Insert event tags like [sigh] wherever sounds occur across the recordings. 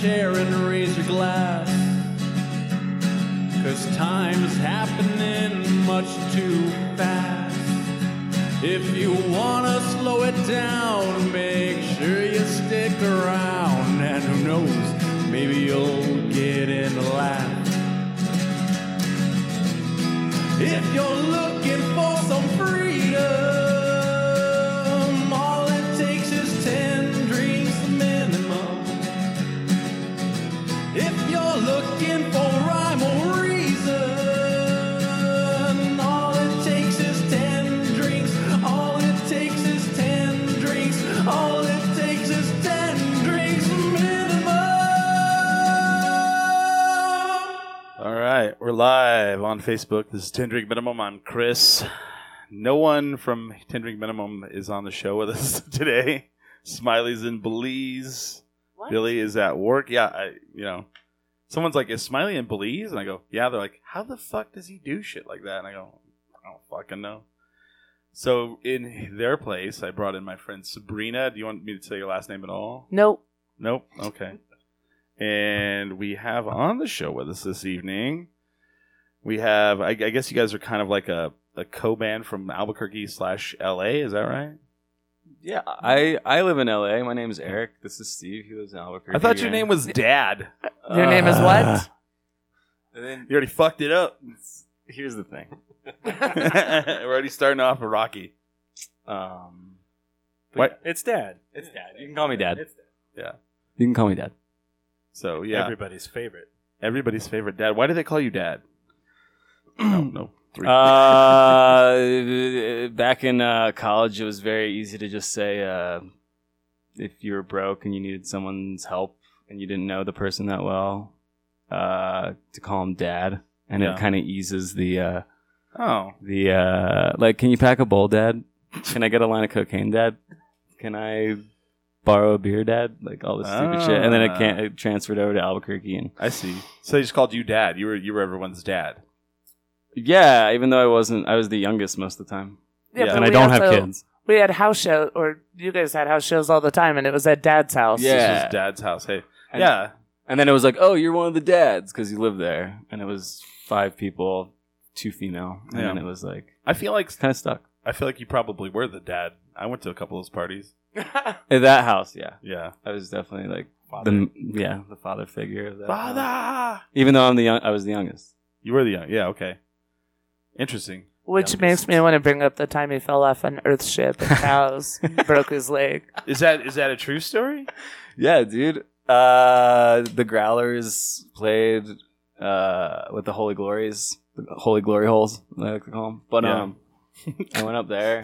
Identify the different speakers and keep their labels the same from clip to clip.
Speaker 1: chair and raise your glass. Cause time's happening much too fast. If you wanna slow it down, make sure you stick around. And who knows, maybe you'll get in the laugh. If you're looking for some freedom, all it takes is ten drinks minimum. If you're looking for rhyme or reason, all it takes is ten drinks. All it takes is ten drinks. All it takes is ten drinks minimum.
Speaker 2: All right, we're live on Facebook. This is Ten Drink Minimum. I'm Chris. No one from Ten Drink Minimum is on the show with us [laughs] today. Smiley's in Belize.
Speaker 3: What?
Speaker 2: Billy is at work. Yeah, I, you know, someone's like, "Is Smiley in Belize?" And I go, "Yeah." They're like, "How the fuck does he do shit like that?" And I go, "I don't fucking know." So in their place, I brought in my friend Sabrina. Do you want me to say your last name at all?
Speaker 3: Nope.
Speaker 2: Nope. Okay. And we have on the show with us this evening. We have, I, I guess you guys are kind of like a, a co band from Albuquerque slash LA. Is that right?
Speaker 4: Yeah, I I live in LA. My name is Eric. This is Steve. He lives in Albuquerque.
Speaker 2: I thought your name was Dad. Uh,
Speaker 3: Your name is what?
Speaker 4: And then
Speaker 2: You already fucked it up.
Speaker 4: here's the thing.
Speaker 2: [laughs] We're already starting off with Rocky.
Speaker 4: Um,
Speaker 2: What?
Speaker 5: It's dad.
Speaker 4: It's Dad. You can call me Dad.
Speaker 5: It's dad.
Speaker 4: You can call me Dad.
Speaker 2: So, yeah.
Speaker 5: Everybody's favorite.
Speaker 2: Everybody's favorite dad. Why do they call you Dad? [clears throat] no, no. Three.
Speaker 4: Uh, back in uh, college, it was very easy to just say uh, if you were broke and you needed someone's help and you didn't know the person that well, uh, to call him Dad, and
Speaker 2: Yeah.
Speaker 4: it kind of eases the. Uh,
Speaker 2: [laughs] oh.
Speaker 4: the uh like can you pack a bowl dad can i get a line of cocaine dad can i borrow a beer dad like all this stupid
Speaker 2: Ah.
Speaker 4: shit and then it can't it transferred over to albuquerque and
Speaker 2: I see. So they just called you Dad. You were you were everyone's dad.
Speaker 4: yeah even though i wasn't i was the youngest most of the time
Speaker 2: Yeah,
Speaker 4: and
Speaker 3: but
Speaker 4: i
Speaker 3: we
Speaker 4: don't have
Speaker 3: also-
Speaker 4: kids
Speaker 3: We had house show, or you guys had house shows all the time, and it was at Dad's house.
Speaker 4: Yeah.
Speaker 2: This is Dad's house. Hey.
Speaker 4: And-
Speaker 2: yeah.
Speaker 4: and then it was like oh you're one of the dads because you live there and it was five people two female and
Speaker 2: Yeah.
Speaker 4: then it was like
Speaker 2: I feel like
Speaker 4: kind of stuck
Speaker 2: I feel like you probably were the dad. I went to a couple of those parties.
Speaker 4: at that house yeah
Speaker 2: Yeah.
Speaker 4: i was definitely like the yeah the father figure of that house.
Speaker 2: Father!
Speaker 4: even though i'm the young i was the youngest
Speaker 2: You were the young. Yeah, okay. Interesting.
Speaker 3: [laughs] Which
Speaker 4: Youngest.
Speaker 3: makes me want to bring up the time he fell off an Earth ship
Speaker 4: [laughs]
Speaker 3: and cows broke his leg.
Speaker 2: Is that is that a true story?
Speaker 4: Yeah, dude. Uh, the Growlers played uh, with the Holy Glories, the Holy Glory Holes, I like to call them. But
Speaker 2: Yeah.
Speaker 4: um, I went up there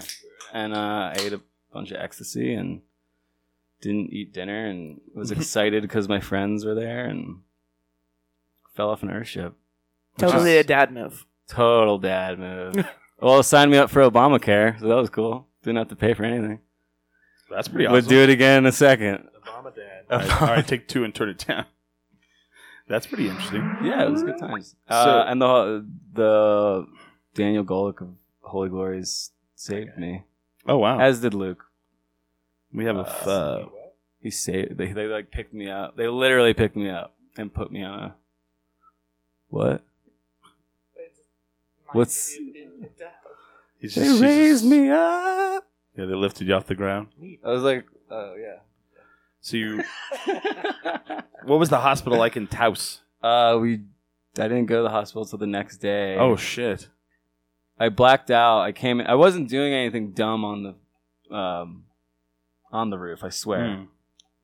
Speaker 4: and uh, I ate a bunch of ecstasy and didn't eat dinner and
Speaker 2: [laughs]
Speaker 4: was excited because my friends were there and fell off an airship.
Speaker 3: Totally a dad move.
Speaker 4: Total dad
Speaker 2: [laughs]
Speaker 4: move. well, signed me up for Obamacare, so that was cool. Didn't have to pay for anything.
Speaker 2: That's pretty
Speaker 4: Would
Speaker 2: awesome.
Speaker 4: do it again in a second.
Speaker 5: Obama dad.
Speaker 2: all, right, all right, take two and turn it down. That's pretty interesting.
Speaker 4: Yeah, it was good times.
Speaker 2: So-
Speaker 4: uh, and the the Daniel Golick of Holy Glories saved me,
Speaker 2: Oh wow.
Speaker 4: as did Luke.
Speaker 2: we have a f- uh,
Speaker 4: He saved. They they like picked me up. They literally picked me up and put me on a what? What's-
Speaker 2: he's
Speaker 4: They
Speaker 2: just- he's
Speaker 4: raised
Speaker 2: just-
Speaker 4: me up.
Speaker 2: Yeah, they lifted you off the ground.
Speaker 4: I was like, oh yeah.
Speaker 2: So you [laughs] What was the hospital like in Taos?
Speaker 4: uh, we. I didn't go to the hospital till the next day.
Speaker 2: Oh shit.
Speaker 4: I blacked out. I came. In, I wasn't doing anything dumb on the, um, on the roof. I swear.
Speaker 2: Hmm.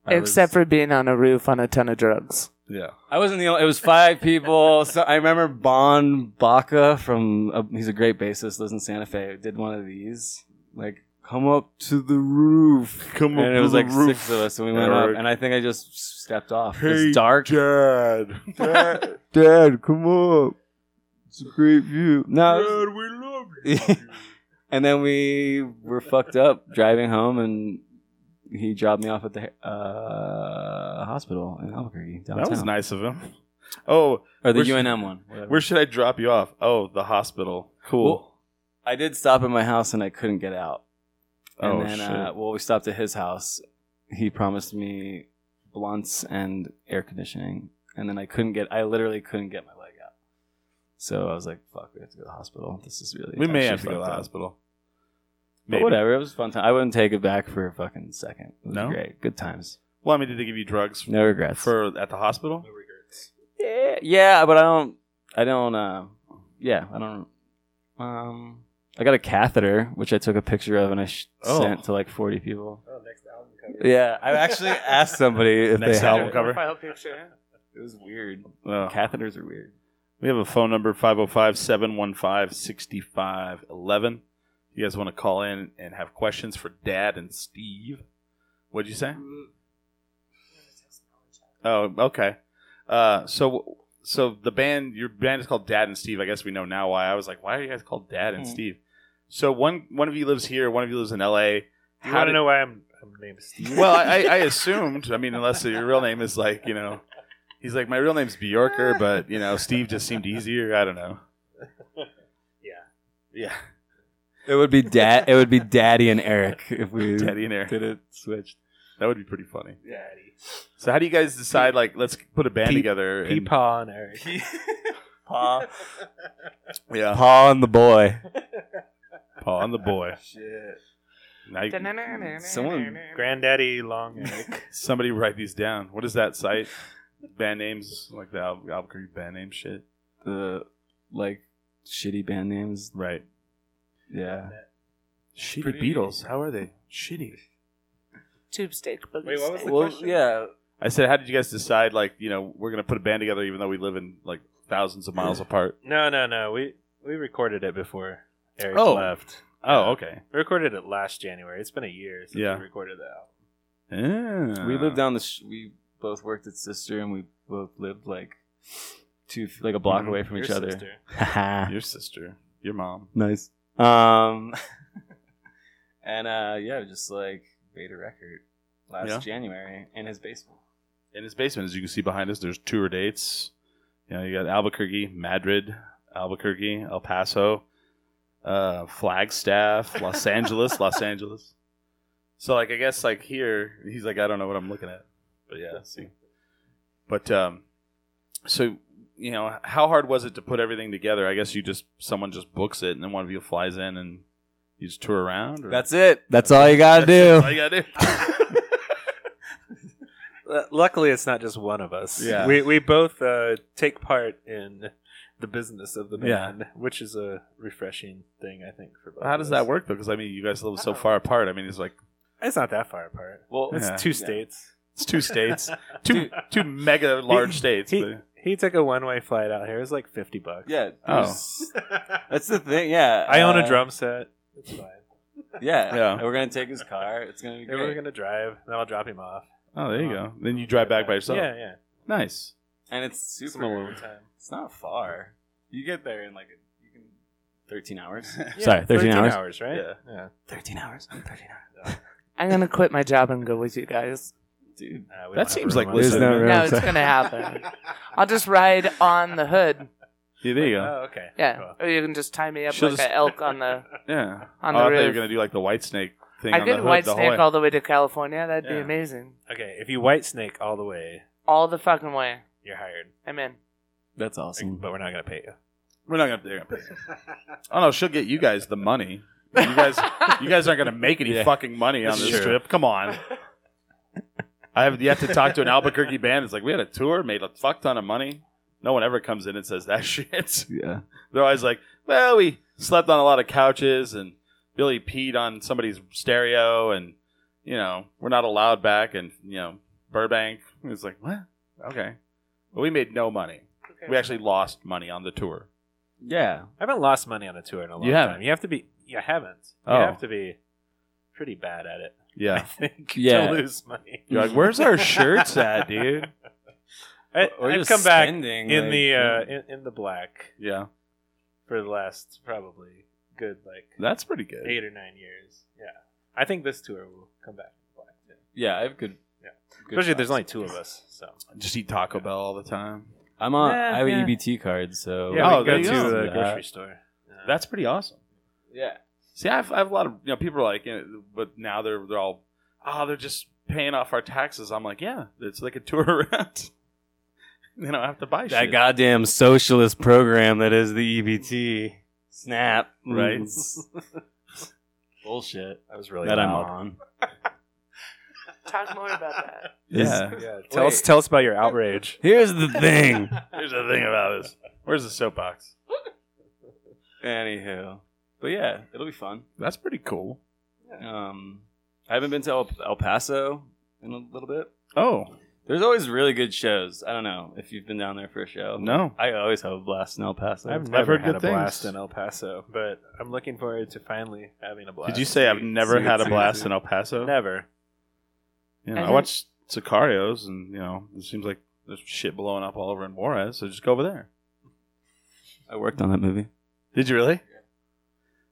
Speaker 4: I
Speaker 3: [laughs]
Speaker 4: was-
Speaker 3: Except for being on a roof on a ton of drugs.
Speaker 2: Yeah.
Speaker 4: I wasn't the only. It was five people. so I remember Bon Baca from. Uh, he's a great bassist. Lives in Santa Fe. Did one of these. Like, come up to the roof.
Speaker 2: Come
Speaker 4: and it was like six of us, and we went
Speaker 2: Eric.
Speaker 4: up. And I think I just stepped off.
Speaker 2: Hey,
Speaker 4: it's dark.
Speaker 2: Dad. Dad,
Speaker 4: [laughs] Dad, come up. It's a great view. No.
Speaker 2: we love
Speaker 4: [laughs] and then we were fucked up driving home, and he dropped me off at the uh, hospital in Albuquerque downtown.
Speaker 2: That was nice of him. Oh,
Speaker 4: Or the
Speaker 2: Where's-
Speaker 4: UNM one. whatever.
Speaker 2: where should I drop you off? Oh, the hospital. Cool.
Speaker 4: I did stop at my house and I couldn't get out. And
Speaker 2: oh
Speaker 4: then,
Speaker 2: shit.
Speaker 4: Uh, well, we stopped at his house. He promised me blunts and air conditioning. And then I couldn't get, I literally couldn't get my leg out. So I was like, fuck, we have to go to the hospital. This is really.
Speaker 2: We may
Speaker 4: actually
Speaker 2: have to go to the
Speaker 4: fucked up.
Speaker 2: hospital.
Speaker 4: But
Speaker 2: Maybe.
Speaker 4: whatever, it was a fun time. I wouldn't take it back for a fucking second. It was
Speaker 2: No?
Speaker 4: great. Good times.
Speaker 2: Well, I mean, did they give you drugs
Speaker 4: No regrets.
Speaker 2: for at the hospital?
Speaker 4: yeah, yeah, but I don't, I don't, uh, yeah, I don't, um, I got a catheter, which I took a picture of and I sh-
Speaker 2: Oh.
Speaker 4: sent to like 40 people.
Speaker 5: Oh, next album cover.
Speaker 4: [laughs] Yeah, I actually asked somebody if
Speaker 2: Next
Speaker 4: they had
Speaker 2: album
Speaker 4: it.
Speaker 2: cover.
Speaker 3: File picture.
Speaker 4: It was weird.
Speaker 2: Oh.
Speaker 4: Catheters are weird.
Speaker 2: We have a phone number 505 715 6511. You guys want to call in and have questions for Dad and Steve? What'd you say? Oh, okay. Uh, so, so the band, your band is called Dad and Steve. I guess we know now why. I was like, why are you guys called Dad and
Speaker 4: Hmm.
Speaker 2: Steve? So one one of you lives here, one of you lives in L.A.
Speaker 5: You
Speaker 2: How
Speaker 5: want
Speaker 2: did-
Speaker 5: to know why I'm, I'm named Steve?
Speaker 2: Well, I, I assumed. I mean, unless your real name is like you know, he's like my real name's Bjorker, but you know, Steve just seemed easier. I don't know.
Speaker 5: Yeah.
Speaker 2: Yeah.
Speaker 4: It would be dad. It would be Daddy and Eric
Speaker 2: [laughs]
Speaker 4: if we
Speaker 2: Teddy and Eric.
Speaker 4: did it switched.
Speaker 2: That would be pretty funny.
Speaker 5: Daddy.
Speaker 2: So how do you guys decide? Like, let's put a band
Speaker 5: Pete-
Speaker 2: together. and-
Speaker 5: Peepaw and Eric. [laughs]
Speaker 4: Paw,
Speaker 2: yeah,
Speaker 4: Paw and the boy.
Speaker 2: Paul and the boy.
Speaker 5: [laughs] Shit.
Speaker 2: Now you-
Speaker 4: Someone-
Speaker 5: Granddaddy Long Eric.
Speaker 2: somebody write these down. What is that site? Band names like the Al- Albuquerque band name shit.
Speaker 4: The like shitty band names.
Speaker 2: Right.
Speaker 4: Yeah.
Speaker 2: Shitty
Speaker 4: Pretty-
Speaker 2: Beatles. How are they? Shitty.
Speaker 3: Tube steak. boogie
Speaker 5: Wait, what was
Speaker 3: steak.
Speaker 4: [laughs]
Speaker 5: the
Speaker 4: Well,
Speaker 5: question?
Speaker 4: yeah.
Speaker 2: I said, how did you guys decide? Like, you know, we're gonna put a band together, even though we live in like thousands of miles apart.
Speaker 5: No, no, no. We we recorded it before Eric
Speaker 2: Oh.
Speaker 5: left.
Speaker 2: Oh, okay.
Speaker 5: We recorded it last January. It's been a year since
Speaker 2: Yeah.
Speaker 5: we recorded that album.
Speaker 4: we lived down the. Sh- we both worked at Sister, and we both lived like two, like a block
Speaker 2: Mhm.
Speaker 4: away from each
Speaker 5: Your
Speaker 4: other. [laughs]
Speaker 5: sister. [laughs]
Speaker 4: Haha.
Speaker 2: Ah, Your sister, your mom.
Speaker 4: nice. Um, [laughs] and uh, yeah, just like made a record last
Speaker 2: Yeah.
Speaker 4: January in his basement.
Speaker 2: in his basement. As you can see behind us, there's tour dates. You know, you got Albuquerque, Madrid, Albuquerque, El Paso, uh, Flagstaff, Los Angeles, Los
Speaker 4: [laughs]
Speaker 2: Angeles. So, like, I guess like here, he's like, I don't know what I'm looking at, but yeah, see. But um, so you know, how hard was it to put everything together? I guess you just someone just books it, and then one of you flies in and you just tour around. Or?
Speaker 4: That's it. That's all you gotta do.
Speaker 2: all you gotta do.
Speaker 5: L- Luckily, it's not just one of us.
Speaker 2: Yeah.
Speaker 5: We, we both uh, take part in the business of the
Speaker 2: Yeah.
Speaker 5: band, which is a refreshing thing, I think, for both
Speaker 2: how
Speaker 5: of
Speaker 2: does
Speaker 5: us.
Speaker 2: that work though? Because I mean, you guys live so far apart. I mean, it's like.
Speaker 5: It's not that far apart.
Speaker 4: Well,
Speaker 5: It's
Speaker 2: Yeah.
Speaker 5: two states.
Speaker 2: It's
Speaker 4: [laughs]
Speaker 2: two [laughs] states, two two mega large states.
Speaker 5: He,
Speaker 2: but-
Speaker 5: he took a one way flight out here. It was like 50 bucks.
Speaker 4: yeah.
Speaker 2: Oh.
Speaker 4: there's- That's the thing. Yeah.
Speaker 5: I own
Speaker 4: uh,
Speaker 5: a drum set. It's
Speaker 4: [laughs]
Speaker 5: fine.
Speaker 4: Yeah.
Speaker 2: Yeah.
Speaker 4: And We're gonna take his car. It's gonna be
Speaker 5: And we're
Speaker 4: great.
Speaker 5: going to drive, and I'll drop him off.
Speaker 2: oh, there you go. Then you drive back by yourself.
Speaker 5: Yeah, yeah.
Speaker 2: Nice.
Speaker 4: And it's
Speaker 5: It's been a long
Speaker 4: super.
Speaker 5: time.
Speaker 4: It's not far. You get there in like a, you can thirteen hours.
Speaker 5: [laughs] Yeah,
Speaker 4: Sorry, 13 hours.
Speaker 5: right?
Speaker 2: Yeah.
Speaker 5: yeah.
Speaker 4: thirteen hours. Thirteen hours.
Speaker 3: I'm gonna quit my job and go with you guys.
Speaker 4: Dude.
Speaker 5: Uh,
Speaker 2: That
Speaker 5: we don't have
Speaker 2: seems
Speaker 5: room
Speaker 2: like
Speaker 5: on this
Speaker 4: There's
Speaker 5: side.
Speaker 4: no room.
Speaker 3: No, it's
Speaker 5: [laughs]
Speaker 3: gonna happen. I'll just ride on the hood.
Speaker 2: Yeah, there you go.
Speaker 5: Oh, okay.
Speaker 3: Yeah,
Speaker 5: Cool.
Speaker 3: or you can just tie me up
Speaker 2: She'll
Speaker 3: like
Speaker 2: just-
Speaker 3: an elk on
Speaker 5: [laughs]
Speaker 3: the
Speaker 2: Yeah.
Speaker 3: on
Speaker 2: oh,
Speaker 3: the
Speaker 2: I thought you were
Speaker 3: roof.
Speaker 2: gonna do like the white snake thing.
Speaker 3: I
Speaker 2: on
Speaker 3: could
Speaker 2: the hood,
Speaker 3: white
Speaker 2: the whole
Speaker 3: snake
Speaker 2: way.
Speaker 3: all the way to California. That'd be
Speaker 2: Yeah.
Speaker 3: amazing.
Speaker 5: Okay, if you white snake all the way,
Speaker 3: All the fucking way.
Speaker 5: you're hired,
Speaker 3: I'm in.
Speaker 4: That's awesome.
Speaker 5: but we're not gonna pay you.
Speaker 2: We're not gonna. They're gonna
Speaker 3: [laughs]
Speaker 2: pay. Oh no, she'll get you guys the money. You guys, you guys aren't gonna make any
Speaker 4: Yeah.
Speaker 2: fucking money on
Speaker 4: That's
Speaker 2: this
Speaker 4: true.
Speaker 2: trip. Come on. [laughs] I have yet to talk to an Albuquerque band. It's like we had a tour, made a fuck ton of money. No one ever comes in and says that [laughs] shit.
Speaker 4: yeah.
Speaker 2: They're always like, well, we slept on a lot of couches and Billy peed on somebody's stereo and, you know, we're not allowed back and, you know, Burbank. It's like, what? Okay. But we made no money. We actually lost money on the tour.
Speaker 4: Yeah.
Speaker 5: I haven't lost money on a tour in a long
Speaker 2: You haven't?
Speaker 5: time. You have to be. You haven't.
Speaker 2: Oh.
Speaker 5: You have to be pretty bad at it. I [laughs]
Speaker 2: Yeah.
Speaker 5: think
Speaker 4: Yeah.
Speaker 5: to lose money.
Speaker 2: You're like, where's our shirts at, dude?
Speaker 5: I,
Speaker 4: Or
Speaker 5: I've
Speaker 4: just
Speaker 5: come back
Speaker 4: spending,
Speaker 5: in
Speaker 4: like,
Speaker 5: the uh, in, in the black
Speaker 2: [laughs] Yeah.
Speaker 5: for the last probably good like
Speaker 2: That's pretty good.
Speaker 5: eight or nine years. Yeah, I think this tour will come back in the black. Too.
Speaker 4: yeah. I have good.
Speaker 5: Yeah.
Speaker 4: good
Speaker 5: Especially if there's
Speaker 4: vibes.
Speaker 5: only two of us. So
Speaker 2: Just eat Taco Bell all the time.
Speaker 4: I'm on.
Speaker 3: Yeah,
Speaker 4: I have E an
Speaker 3: yeah.
Speaker 4: EBT card, so
Speaker 5: yeah,
Speaker 2: Oh,
Speaker 5: we
Speaker 2: there
Speaker 5: can
Speaker 2: you
Speaker 5: go
Speaker 2: go.
Speaker 5: to the
Speaker 4: Yeah.
Speaker 5: grocery store. Yeah.
Speaker 2: That's pretty awesome.
Speaker 4: yeah.
Speaker 2: See, I've, I have a lot of you know people are like, you know, but now they're they're all, oh, they're just paying off our taxes. I'm like, yeah, it's like a [laughs] tour around. you know, I have to buy
Speaker 4: That
Speaker 2: shit.
Speaker 4: goddamn socialist program that is the EBT. Snap.
Speaker 2: Right.
Speaker 5: [laughs]
Speaker 4: Bullshit.
Speaker 5: That was really
Speaker 4: that I'm
Speaker 5: loud.
Speaker 4: on.
Speaker 3: [laughs] Talk more about that.
Speaker 4: [laughs]
Speaker 2: yeah. [laughs]
Speaker 5: Yeah, tell us, [laughs] tell us about your outrage.
Speaker 4: Here's the
Speaker 5: [laughs]
Speaker 4: thing.
Speaker 2: Here's the thing about this. Where's the soapbox?
Speaker 4: Anywho. But yeah, it'll be fun.
Speaker 2: That's pretty cool.
Speaker 4: Um, I haven't been to El, El Paso in a little bit.
Speaker 2: Oh
Speaker 4: There's always really good shows. I don't know if you've been down there for a show.
Speaker 2: no,
Speaker 4: I always have a blast in El Paso.
Speaker 5: I've never
Speaker 2: heard
Speaker 5: had
Speaker 2: good
Speaker 5: a blast
Speaker 2: things.
Speaker 5: in El Paso, but I'm looking forward to finally having a blast.
Speaker 2: did you say I've never had a
Speaker 4: see,
Speaker 2: blast
Speaker 4: see.
Speaker 2: in El Paso?
Speaker 5: Never.
Speaker 2: You know,
Speaker 3: I
Speaker 2: I
Speaker 3: don't-
Speaker 2: watched Sicarios, and you know, it seems like there's shit blowing up all over in Juarez. So just go over there.
Speaker 4: I worked on that movie.
Speaker 2: Did you really?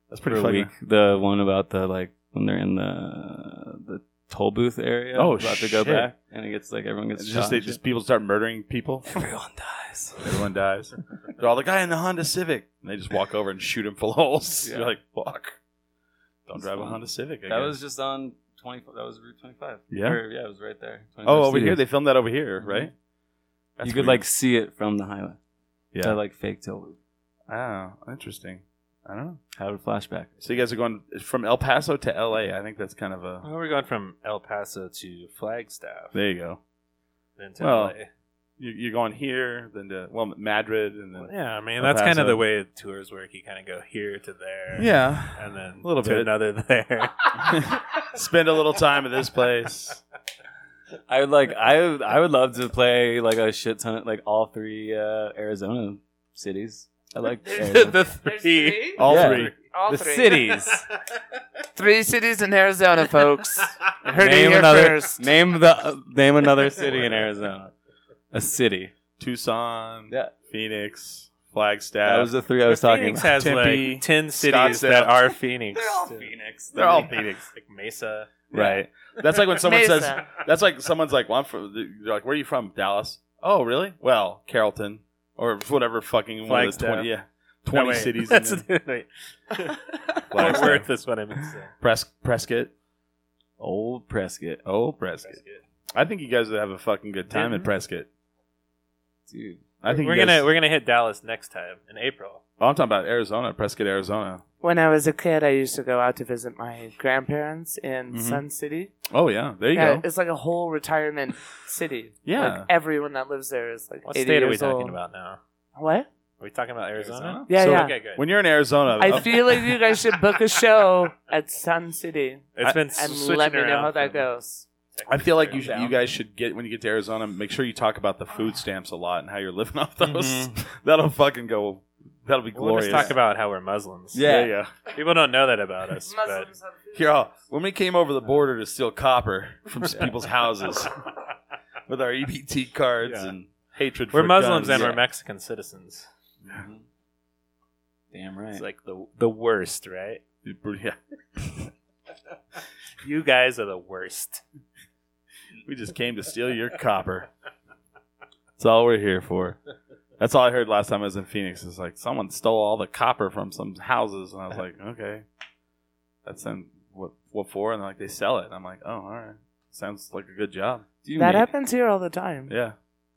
Speaker 2: That's pretty
Speaker 4: for a
Speaker 2: fucking.
Speaker 4: week. The one about the like when they're in the the toll booth area.
Speaker 2: Oh,
Speaker 4: about to go
Speaker 2: shit.
Speaker 4: back, and it gets like everyone gets
Speaker 2: It's
Speaker 4: shot
Speaker 2: just they
Speaker 4: and
Speaker 2: just
Speaker 4: shit.
Speaker 2: people start murdering people.
Speaker 4: everyone dies.
Speaker 2: Everyone dies. They're all the guy in the Honda Civic, and they just walk over and shoot him full of holes. [laughs]
Speaker 4: Yeah.
Speaker 2: You're like, fuck. Don't
Speaker 4: That's
Speaker 2: drive a
Speaker 4: fun.
Speaker 2: Honda Civic. I
Speaker 4: That
Speaker 2: guess.
Speaker 4: was just on twenty. That was Route twenty five.
Speaker 2: Yeah.
Speaker 4: Or, yeah, it was right there. 25
Speaker 2: oh over here.
Speaker 4: Studios.
Speaker 2: They filmed that over here, right? That's
Speaker 4: Mm-hmm. you could
Speaker 2: weird.
Speaker 4: like see it from the highway.
Speaker 2: yeah.
Speaker 4: That like fake toll booth.
Speaker 2: Oh, interesting. I don't know.
Speaker 4: Have a flashback.
Speaker 2: So you guys are going from El Paso to L.A. I think that's kind of a.
Speaker 5: Well, we're going from El Paso to Flagstaff,
Speaker 2: There you go.
Speaker 5: then to
Speaker 2: well,
Speaker 5: LA.
Speaker 2: You- You're going here, then to well Madrid, and then
Speaker 5: Yeah, I mean
Speaker 2: El
Speaker 5: that's kind
Speaker 2: Paso.
Speaker 5: of the way tours work. You kind of go here to there,
Speaker 2: yeah,
Speaker 5: and then
Speaker 2: A little
Speaker 5: to
Speaker 2: bit.
Speaker 5: another [laughs] there. [laughs]
Speaker 2: spend a little time at this
Speaker 4: [laughs]
Speaker 2: place.
Speaker 4: I would like. I I would love to play like a shit ton of like all three uh, Arizona cities. I like Arizona.
Speaker 5: the
Speaker 3: There's
Speaker 5: three.
Speaker 3: three.
Speaker 2: All
Speaker 4: Yeah.
Speaker 2: three.
Speaker 3: All
Speaker 4: the
Speaker 3: three.
Speaker 4: cities.
Speaker 3: Three cities in Arizona,
Speaker 5: [laughs]
Speaker 3: folks. You Heard it
Speaker 4: name
Speaker 3: here
Speaker 4: another
Speaker 3: first.
Speaker 4: name the name another city in Arizona. A city.
Speaker 2: Tucson,
Speaker 4: Yeah.
Speaker 2: Phoenix, Flagstaff.
Speaker 4: That was the three I was talking
Speaker 5: Phoenix
Speaker 4: about.
Speaker 5: has
Speaker 2: Tempe,
Speaker 5: like ten cities
Speaker 2: Scottsdale.
Speaker 5: that are Phoenix.
Speaker 4: Phoenix.
Speaker 2: They're all
Speaker 5: Phoenix, like Mesa.
Speaker 2: right. That's like when someone says
Speaker 3: Mesa.
Speaker 2: that's like someone's like, well, I'm from. They're like, where are you from? Dallas. Oh, really? Well, Carrollton or whatever fucking one of the
Speaker 5: Flagstaff.
Speaker 2: twenty. Yeah, twenty
Speaker 5: No, wait. [laughs]
Speaker 2: cities. in
Speaker 5: That's
Speaker 2: there. [laughs]
Speaker 5: wait. [laughs] Fort
Speaker 2: Flagstaff.
Speaker 5: Worth is what I meant. to say.
Speaker 2: Pres- Prescott.
Speaker 4: Old Prescott.
Speaker 2: Oh, Prescott. I think you guys would have a fucking good time at
Speaker 5: Denton?
Speaker 2: Prescott.
Speaker 4: Dude.
Speaker 2: I think
Speaker 5: we're
Speaker 2: you guys-
Speaker 5: gonna we're gonna hit Dallas next time in April.
Speaker 2: Well, I'm talking about Arizona, Prescott, Arizona.
Speaker 3: When I was a kid, I used to go out to visit my grandparents in
Speaker 2: Mhm.
Speaker 3: Sun City.
Speaker 2: Oh yeah, there you
Speaker 3: yeah,
Speaker 2: go.
Speaker 3: It's like a whole retirement city.
Speaker 2: Yeah.
Speaker 3: Like everyone that lives there is like
Speaker 5: What
Speaker 3: 80
Speaker 5: state are we
Speaker 3: years
Speaker 5: talking
Speaker 3: old.
Speaker 5: about now?
Speaker 3: What?
Speaker 5: Are we talking about Arizona? Oh,
Speaker 3: Yeah,
Speaker 2: So,
Speaker 3: yeah.
Speaker 5: Okay, good.
Speaker 2: When you're in Arizona,
Speaker 3: I
Speaker 2: oh,
Speaker 3: feel like you guys should book a show at Sun City
Speaker 5: it's been
Speaker 3: and
Speaker 5: switching
Speaker 3: let me know
Speaker 5: around
Speaker 3: how that
Speaker 5: from
Speaker 3: goes.
Speaker 2: I feel like you should,
Speaker 5: Down.
Speaker 2: you guys should get when you get to Arizona, make sure you talk about the food stamps a lot and how you're living off
Speaker 5: [laughs]
Speaker 2: those. [laughs] That'll fucking go. That'll be
Speaker 5: Mm-hmm. Well,
Speaker 2: glorious.
Speaker 5: let's talk about how we're Muslims.
Speaker 2: yeah. There you go.
Speaker 5: people don't know that about
Speaker 3: [laughs]
Speaker 5: us. but
Speaker 2: Here, I'll- when we came over the border to steal copper from s- people's houses with our EBT cards
Speaker 5: Yeah.
Speaker 2: and hatred.
Speaker 5: [laughs] we're
Speaker 2: for
Speaker 5: Muslims
Speaker 2: guns.
Speaker 5: and we're Mexican citizens.
Speaker 4: mm-hmm. Damn right.
Speaker 5: It's like the the worst, right?
Speaker 2: we're yeah.
Speaker 5: You guys are the worst.
Speaker 2: We just came to steal your copper. That's all we're here for. That's all I heard last time I was in Phoenix. Is like someone stole all the copper from some houses, and I was like, okay, that's in what what for? And they're like they sell it. And I'm like, oh, all right, sounds like a good job.
Speaker 4: do you
Speaker 3: That
Speaker 4: make,
Speaker 3: happens here all the time.
Speaker 2: Yeah,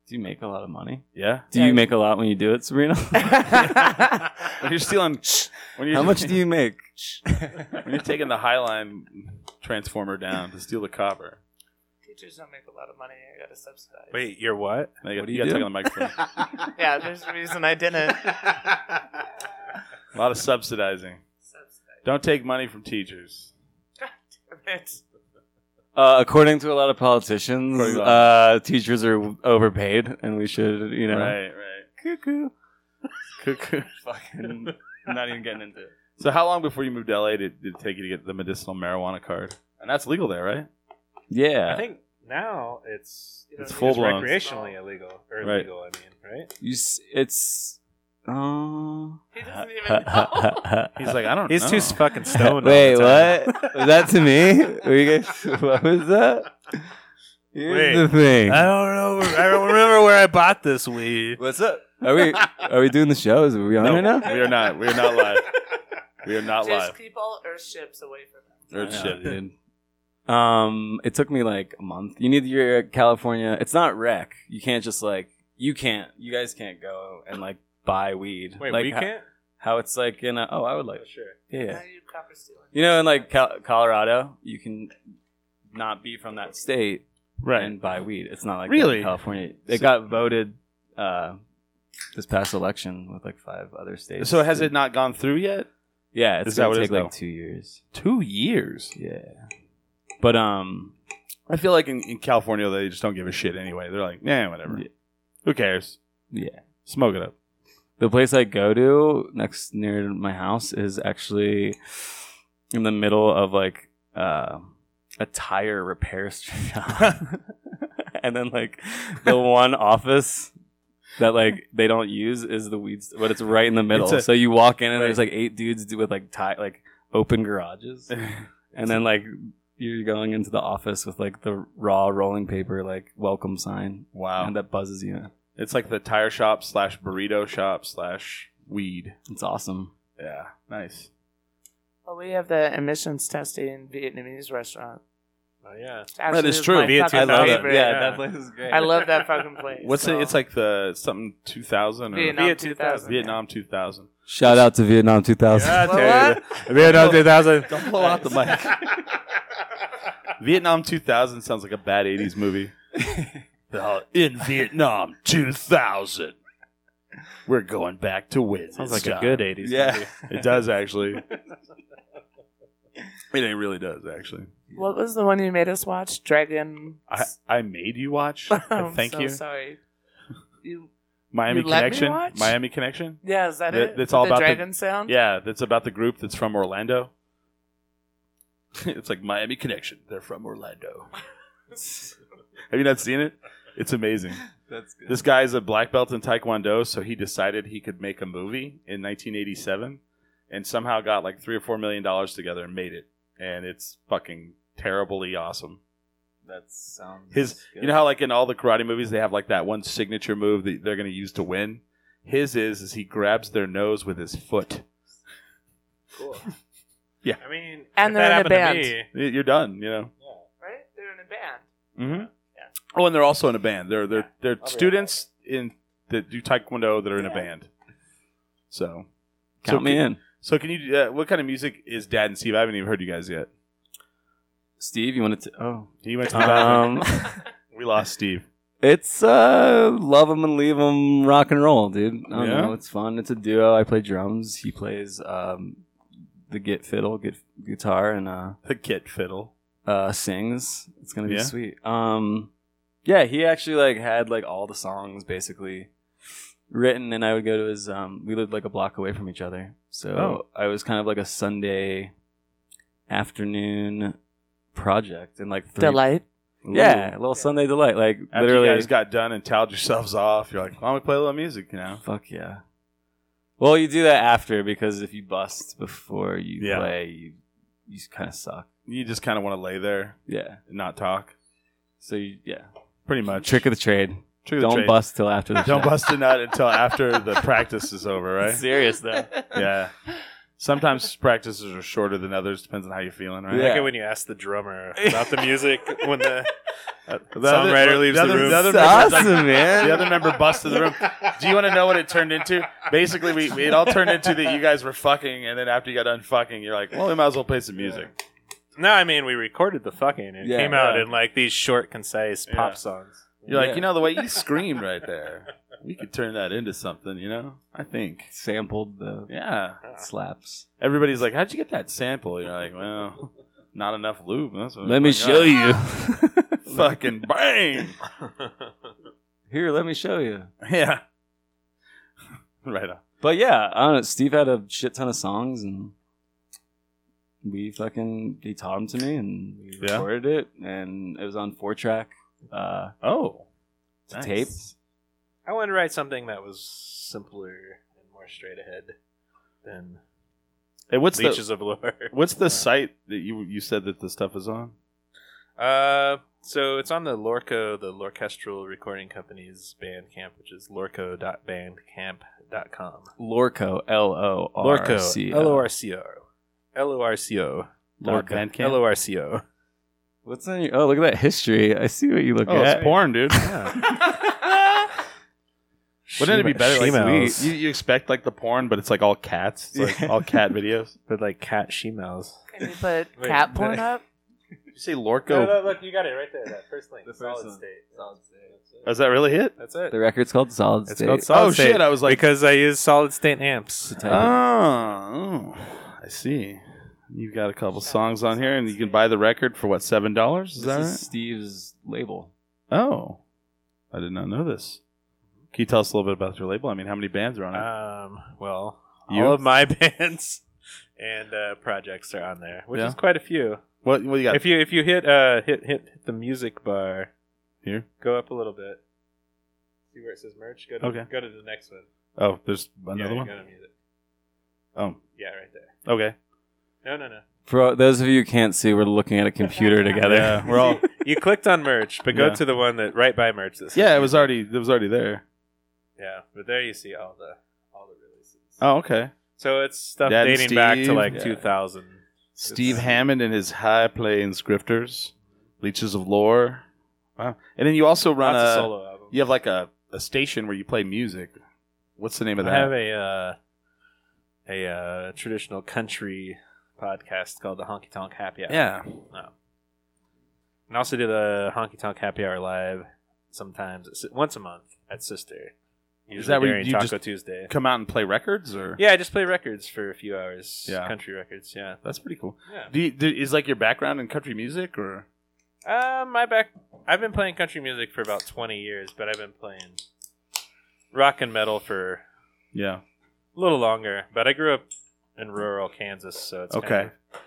Speaker 4: Do you make a lot of money?
Speaker 2: yeah.
Speaker 4: Do
Speaker 3: Yeah.
Speaker 4: you make a lot when you do it, Serena?
Speaker 2: When you're stealing, when you're
Speaker 4: [laughs] How much do you make?
Speaker 2: when you're taking the Highline transformer down to steal the copper?
Speaker 3: Teachers don't make a lot of money. I gotta subsidize.
Speaker 5: Wait, you're what?
Speaker 2: And I got-
Speaker 4: What do
Speaker 2: you
Speaker 4: you
Speaker 2: got to
Speaker 4: do?
Speaker 2: talk on the microphone.
Speaker 3: [laughs] Yeah, there's a reason I didn't.
Speaker 2: a lot of subsidizing. Don't take money from teachers.
Speaker 3: subsidize.
Speaker 4: Uh, according to a lot of politicians,
Speaker 2: According to a
Speaker 4: uh, teachers are overpaid, and we should, you know,
Speaker 2: Right, right.
Speaker 4: cuckoo.
Speaker 2: Cuckoo.
Speaker 4: [laughs] Fucking, I'm not even getting into it.
Speaker 2: So how long before you moved to LA did, did it take you to get the medicinal marijuana card? And that's legal there, right?
Speaker 4: Yeah,
Speaker 5: I think now it's
Speaker 3: It's
Speaker 2: full-blown.
Speaker 5: recreationally illegal or
Speaker 2: Right.
Speaker 5: illegal. I mean, right?
Speaker 4: You s- it's.
Speaker 3: [laughs]
Speaker 4: [laughs] Oh.
Speaker 3: He doesn't even know.
Speaker 2: He's like,
Speaker 4: [laughs]
Speaker 2: I don't
Speaker 5: He's
Speaker 2: know.
Speaker 5: too
Speaker 2: [laughs]
Speaker 5: fucking stoned. all
Speaker 4: Wait,
Speaker 5: the time.
Speaker 4: what? Was that to me? Were you guys, [laughs] what was that? Here's
Speaker 5: Wait.
Speaker 4: the thing.
Speaker 2: Uh,
Speaker 5: I don't know. I don't remember where I bought
Speaker 2: [laughs]
Speaker 5: this weed.
Speaker 4: What's up? Are we are we doing the shows? Are we on
Speaker 2: No, Oh,
Speaker 4: right now?
Speaker 2: We are not. We are
Speaker 3: [laughs]
Speaker 2: not live. We are not live. Oh,
Speaker 3: keep all Earth ships away from him.
Speaker 2: Earth ship.
Speaker 4: dude. Um, it took me like a month. You need your uh, California. It's not rec. You can't just like you can't. You guys can't go and like buy weed.
Speaker 2: Wait,
Speaker 4: like,
Speaker 2: we
Speaker 4: ho-
Speaker 2: can't.
Speaker 4: How it's like in a, oh I would like
Speaker 5: sure.
Speaker 4: yeah, yeah.
Speaker 3: do you copper stealing?
Speaker 4: You know, in like Col- Colorado, you can not be from that state and buy weed. It's not like that in
Speaker 2: Really?
Speaker 4: California. It
Speaker 2: So-
Speaker 4: got voted uh, this past election with like five other states.
Speaker 2: So has it not gone through yet?
Speaker 4: Yeah, it's
Speaker 2: Is that
Speaker 4: gonna
Speaker 2: what it
Speaker 4: take
Speaker 2: is,
Speaker 4: like
Speaker 2: though?
Speaker 4: two years.
Speaker 2: Two years.
Speaker 4: Yeah, but um,
Speaker 2: I feel like in, in California they just don't give a shit anyway. They're like, nah, whatever.
Speaker 4: Yeah.
Speaker 2: Who cares?
Speaker 4: yeah.
Speaker 2: Smoke it up.
Speaker 4: The place I go to next near my house is actually in the middle of like uh, a tire repair [laughs] shop, and then like
Speaker 2: [laughs]
Speaker 4: the one office that like they don't use is the weeds, but it's right in the middle.
Speaker 2: It's a-
Speaker 4: so you walk in and
Speaker 2: Right.
Speaker 4: there's like eight dudes do- with like tie like open
Speaker 2: [laughs]
Speaker 4: garages, and then like you're going into the office with like the raw rolling paper like welcome sign,
Speaker 2: wow.
Speaker 4: and that buzzes you. in.
Speaker 2: It's like the tire shop slash burrito shop slash weed.
Speaker 4: It's awesome.
Speaker 2: Yeah, nice.
Speaker 3: Well, we have the emissions testing Vietnamese restaurant.
Speaker 5: Oh yeah.
Speaker 3: Actually,
Speaker 2: is
Speaker 3: it's
Speaker 2: true.
Speaker 3: my
Speaker 5: Viet
Speaker 3: fucking
Speaker 5: 2000. I love it.
Speaker 3: favorite.
Speaker 5: Yeah, that
Speaker 4: place is great.
Speaker 3: I love that fucking place. Um,
Speaker 2: What's
Speaker 3: so.
Speaker 2: it?
Speaker 4: uh,
Speaker 2: It's like the something two thousand or
Speaker 3: Vietnam
Speaker 5: Viet
Speaker 3: 2000.
Speaker 2: Vietnam two thousand.
Speaker 4: Shout out to Vietnam 2000.
Speaker 5: Yeah,
Speaker 3: Well,
Speaker 5: I tell you. Vietnam 2000.
Speaker 2: [laughs] Don't blow out the
Speaker 5: [laughs]
Speaker 2: mic. Vietnam two thousand sounds like a bad eighties [laughs] movie. In Vietnam two thousand, we're going back to win.
Speaker 5: Sounds like a good 80s.
Speaker 2: Yeah, [laughs] it does actually. It ain't really does actually.
Speaker 3: What was the one you made us watch? Dragon.
Speaker 2: I, I made you watch.
Speaker 3: [laughs] I'm
Speaker 2: Thank
Speaker 3: so
Speaker 2: you.
Speaker 3: Sorry. You.
Speaker 2: Miami
Speaker 3: You let me
Speaker 2: Connection.
Speaker 3: watch?
Speaker 2: Miami Connection.
Speaker 3: Yeah, is that
Speaker 2: That-
Speaker 3: it?
Speaker 2: that's
Speaker 3: With
Speaker 2: all
Speaker 3: the
Speaker 2: about the-
Speaker 3: dragon sound.
Speaker 2: Yeah, that's about the group that's from Orlando. [laughs] it's like Miami Connection. They're from
Speaker 3: [laughs]
Speaker 2: Orlando. Have you not seen it? It's amazing.
Speaker 4: That's good.
Speaker 2: This guy's a black belt in Taekwondo, so he decided he could make a movie in 1987 and somehow got like three or four million dollars together and made it. And it's fucking terribly awesome.
Speaker 4: That sounds
Speaker 2: His, you know how like in all the karate movies they have like that one signature move that they're going to use to win. His is is he grabs their nose with his foot.
Speaker 5: Cool.
Speaker 2: [laughs] Yeah.
Speaker 5: I mean,
Speaker 3: And
Speaker 5: if
Speaker 3: they're
Speaker 5: that
Speaker 3: in a
Speaker 5: happened to
Speaker 3: band.
Speaker 5: me-
Speaker 2: Y- You're done. You know.
Speaker 3: Right? They're in a band.
Speaker 2: Mm-hmm. Oh, and they're also in a band. They're they're they're students in that do taekwondo that are in a band. So
Speaker 4: count
Speaker 2: so
Speaker 4: me
Speaker 2: can,
Speaker 4: in.
Speaker 2: So can you? Uh, what kind of music is Dad and Steve? I haven't even heard you guys yet.
Speaker 4: Steve, you wanted to? Oh,
Speaker 2: He went to the bathroom.
Speaker 3: [laughs]
Speaker 4: um,
Speaker 2: We lost Steve.
Speaker 4: [laughs] it's uh, love 'em and leave 'em, rock and roll, dude. I don't
Speaker 2: Yeah?
Speaker 4: know, it's fun. It's a duo. I play drums. He plays um, the git fiddle, git guitar, and uh,
Speaker 2: The kit fiddle.
Speaker 4: uh, sings. It's gonna be
Speaker 2: Yeah.
Speaker 4: sweet. Um, yeah, he actually like had like all the songs basically written, and I would go to his. Um, we lived like a block away from each other,
Speaker 2: Oh.
Speaker 4: so I was kind of like a Sunday afternoon project, and like three,
Speaker 3: Delight.
Speaker 4: Yeah, a little Sunday delight. Like
Speaker 2: After
Speaker 4: literally,
Speaker 2: you guys got done and toweled yourselves off, you're like, "Why don't we play a little music?" You know.
Speaker 4: fuck yeah. Well, you do that after because if you bust before you
Speaker 2: Yeah.
Speaker 4: play, you you kind of suck.
Speaker 2: You just kind of want to lay there
Speaker 4: Yeah.
Speaker 2: and not talk.
Speaker 4: So you, yeah,
Speaker 2: Pretty much.
Speaker 4: trick of the trade.
Speaker 2: Trick of the
Speaker 4: Don't
Speaker 2: [laughs] trade.
Speaker 4: bust till after the
Speaker 2: Don't
Speaker 4: show.
Speaker 2: bust a nut until after
Speaker 4: [laughs]
Speaker 2: the practice is over, right?
Speaker 4: Serious though.
Speaker 2: [laughs] Yeah. Sometimes practices are shorter than others. Depends on how you're feeling, right?
Speaker 4: Yeah.
Speaker 5: Like it when you ask the drummer
Speaker 2: [laughs]
Speaker 5: about the music when the
Speaker 2: Uh, the
Speaker 5: Songwriter
Speaker 2: other-
Speaker 5: leaves the
Speaker 2: other-
Speaker 5: room.
Speaker 2: The other,
Speaker 4: That's
Speaker 2: member's like-
Speaker 4: awesome, man.
Speaker 2: [laughs] the other member busted the room. Do you want to know what it turned into? Basically, we we- it all turned into that you guys were fucking, and then after you got done fucking, you're like, well, we might as well play some music.
Speaker 5: No, I mean we recorded the fucking. It
Speaker 4: Yeah.
Speaker 5: came out
Speaker 2: Yeah.
Speaker 5: in like these short, concise
Speaker 2: Yeah.
Speaker 5: pop songs.
Speaker 2: You're like,
Speaker 4: Yeah.
Speaker 2: you know, the way you screamed right there, we could turn that into something. You know, I think.
Speaker 4: sampled the
Speaker 2: Yeah.
Speaker 4: slaps.
Speaker 2: Everybody's like, how'd you get that sample? You're like, well, not enough lube. That's what
Speaker 4: Let me
Speaker 2: I
Speaker 4: show
Speaker 2: got."
Speaker 4: you.
Speaker 2: [laughs] Fucking bang.
Speaker 4: Here, let me show you.
Speaker 2: Yeah. right on.
Speaker 4: But yeah, I don't know. Steve had a shit ton of songs, and we fucking he taught them to me, and we
Speaker 2: Yeah.
Speaker 4: recorded it, and it was on four track uh,
Speaker 2: Oh.
Speaker 4: to
Speaker 2: Nice.
Speaker 4: tape.
Speaker 5: I wanted to write something that was simpler and more straight ahead than
Speaker 2: Hey, what's the
Speaker 5: Leeches of Lore.
Speaker 2: [laughs] What's the site that you you said that the stuff is on?
Speaker 5: Uh, so it's on the Lorco, the Lorchestral Recording Company's Bandcamp, which is lorco.bandcamp.com.
Speaker 4: Lorco, L O R
Speaker 5: Lorco,
Speaker 4: C
Speaker 5: L O
Speaker 4: O.
Speaker 5: R C O, L O R C O,
Speaker 2: Lorco. Bandcamp?
Speaker 5: L O R C O.
Speaker 4: What's on your? Oh, look at that history. I see what you look
Speaker 2: Oh,
Speaker 4: at.
Speaker 2: it's porn, dude. Wouldn't it be
Speaker 6: Shemales.
Speaker 2: better? Like,
Speaker 6: Shemales.
Speaker 2: we, you, you expect like the porn, but it's like all cats. It's like all
Speaker 5: [laughs]
Speaker 2: cat videos.
Speaker 6: but like cat shemales.
Speaker 3: Can we put cat
Speaker 5: Wait, that-
Speaker 3: porn up?
Speaker 2: Did you say Lorco?
Speaker 5: look, you got it right there. That first link.
Speaker 4: The first Solid one.
Speaker 5: state. Solid state.
Speaker 2: Is that really it?
Speaker 5: That's it.
Speaker 4: The record's called Solid
Speaker 5: It's
Speaker 4: State.
Speaker 5: called Solid
Speaker 2: oh
Speaker 5: State.
Speaker 2: shit! I was like,
Speaker 5: because I use solid state amps.
Speaker 4: Type it.
Speaker 2: oh, I see. You've got a couple songs on here, and you can buy the record for what seven dollars? Is
Speaker 4: this
Speaker 2: that
Speaker 4: is
Speaker 2: right?
Speaker 4: Steve's label.
Speaker 2: Oh, I did not know this. Can you tell us a little bit about your label? I mean, how many bands are on it?
Speaker 5: Um, well,
Speaker 2: You?
Speaker 5: all of my [laughs] bands and uh, projects are on there, which
Speaker 2: Yeah.
Speaker 5: is quite a few.
Speaker 2: what What do you got?
Speaker 5: If you if you hit uh hit, hit hit the music bar
Speaker 2: Here?
Speaker 5: go up a little bit. See where it says merch. Go to,
Speaker 2: Okay.
Speaker 5: Go to the next one.
Speaker 2: oh, there's
Speaker 5: yeah,
Speaker 2: another
Speaker 5: you
Speaker 2: one.
Speaker 5: Go to music.
Speaker 2: Oh,
Speaker 5: Yeah, right there.
Speaker 2: okay.
Speaker 5: No, no, no.
Speaker 4: For those of you who can't see, we're looking at a computer together.
Speaker 2: Yeah, we're all.
Speaker 5: [laughs] You clicked on merch, but go
Speaker 2: Yeah.
Speaker 5: to the one that right by merch. That says
Speaker 2: Yeah, it was
Speaker 5: music.
Speaker 2: already. It was already there.
Speaker 5: Yeah, but there you see all the all the releases.
Speaker 2: Oh, okay.
Speaker 5: So it's stuff
Speaker 2: Daddy
Speaker 5: dating back to
Speaker 2: Steve.
Speaker 5: like
Speaker 2: Yeah.
Speaker 5: 2000.
Speaker 2: Steve
Speaker 5: It's-
Speaker 2: Hammond and his High Plains Grifters, Leeches of Lore. Wow. And then you also run
Speaker 5: Lots of
Speaker 2: a.
Speaker 5: solo albums.
Speaker 2: You have like a, a station where you play music. What's the name of
Speaker 5: I
Speaker 2: that?
Speaker 5: have a uh, a uh, traditional country podcast called the Honky Tonk Happy Hour.
Speaker 2: yeah.
Speaker 5: No. And also do the Honky Tonk Happy Hour live sometimes it's once a month at Sister. Usually
Speaker 2: that where
Speaker 5: during
Speaker 2: you
Speaker 5: Taco
Speaker 2: just-
Speaker 5: Tuesday?
Speaker 2: Come out and play records, or
Speaker 5: Yeah, I just play records for a few hours.
Speaker 2: Yeah.
Speaker 5: country records. Yeah,
Speaker 2: that's pretty cool.
Speaker 5: yeah.
Speaker 2: Do you, do, is like your background in country music, or
Speaker 5: Uh, my back. I've been playing country music for about twenty years, but I've been playing rock and metal for
Speaker 2: yeah,
Speaker 5: a little longer. But I grew up in rural Kansas, so it's
Speaker 2: Okay.
Speaker 5: Kind of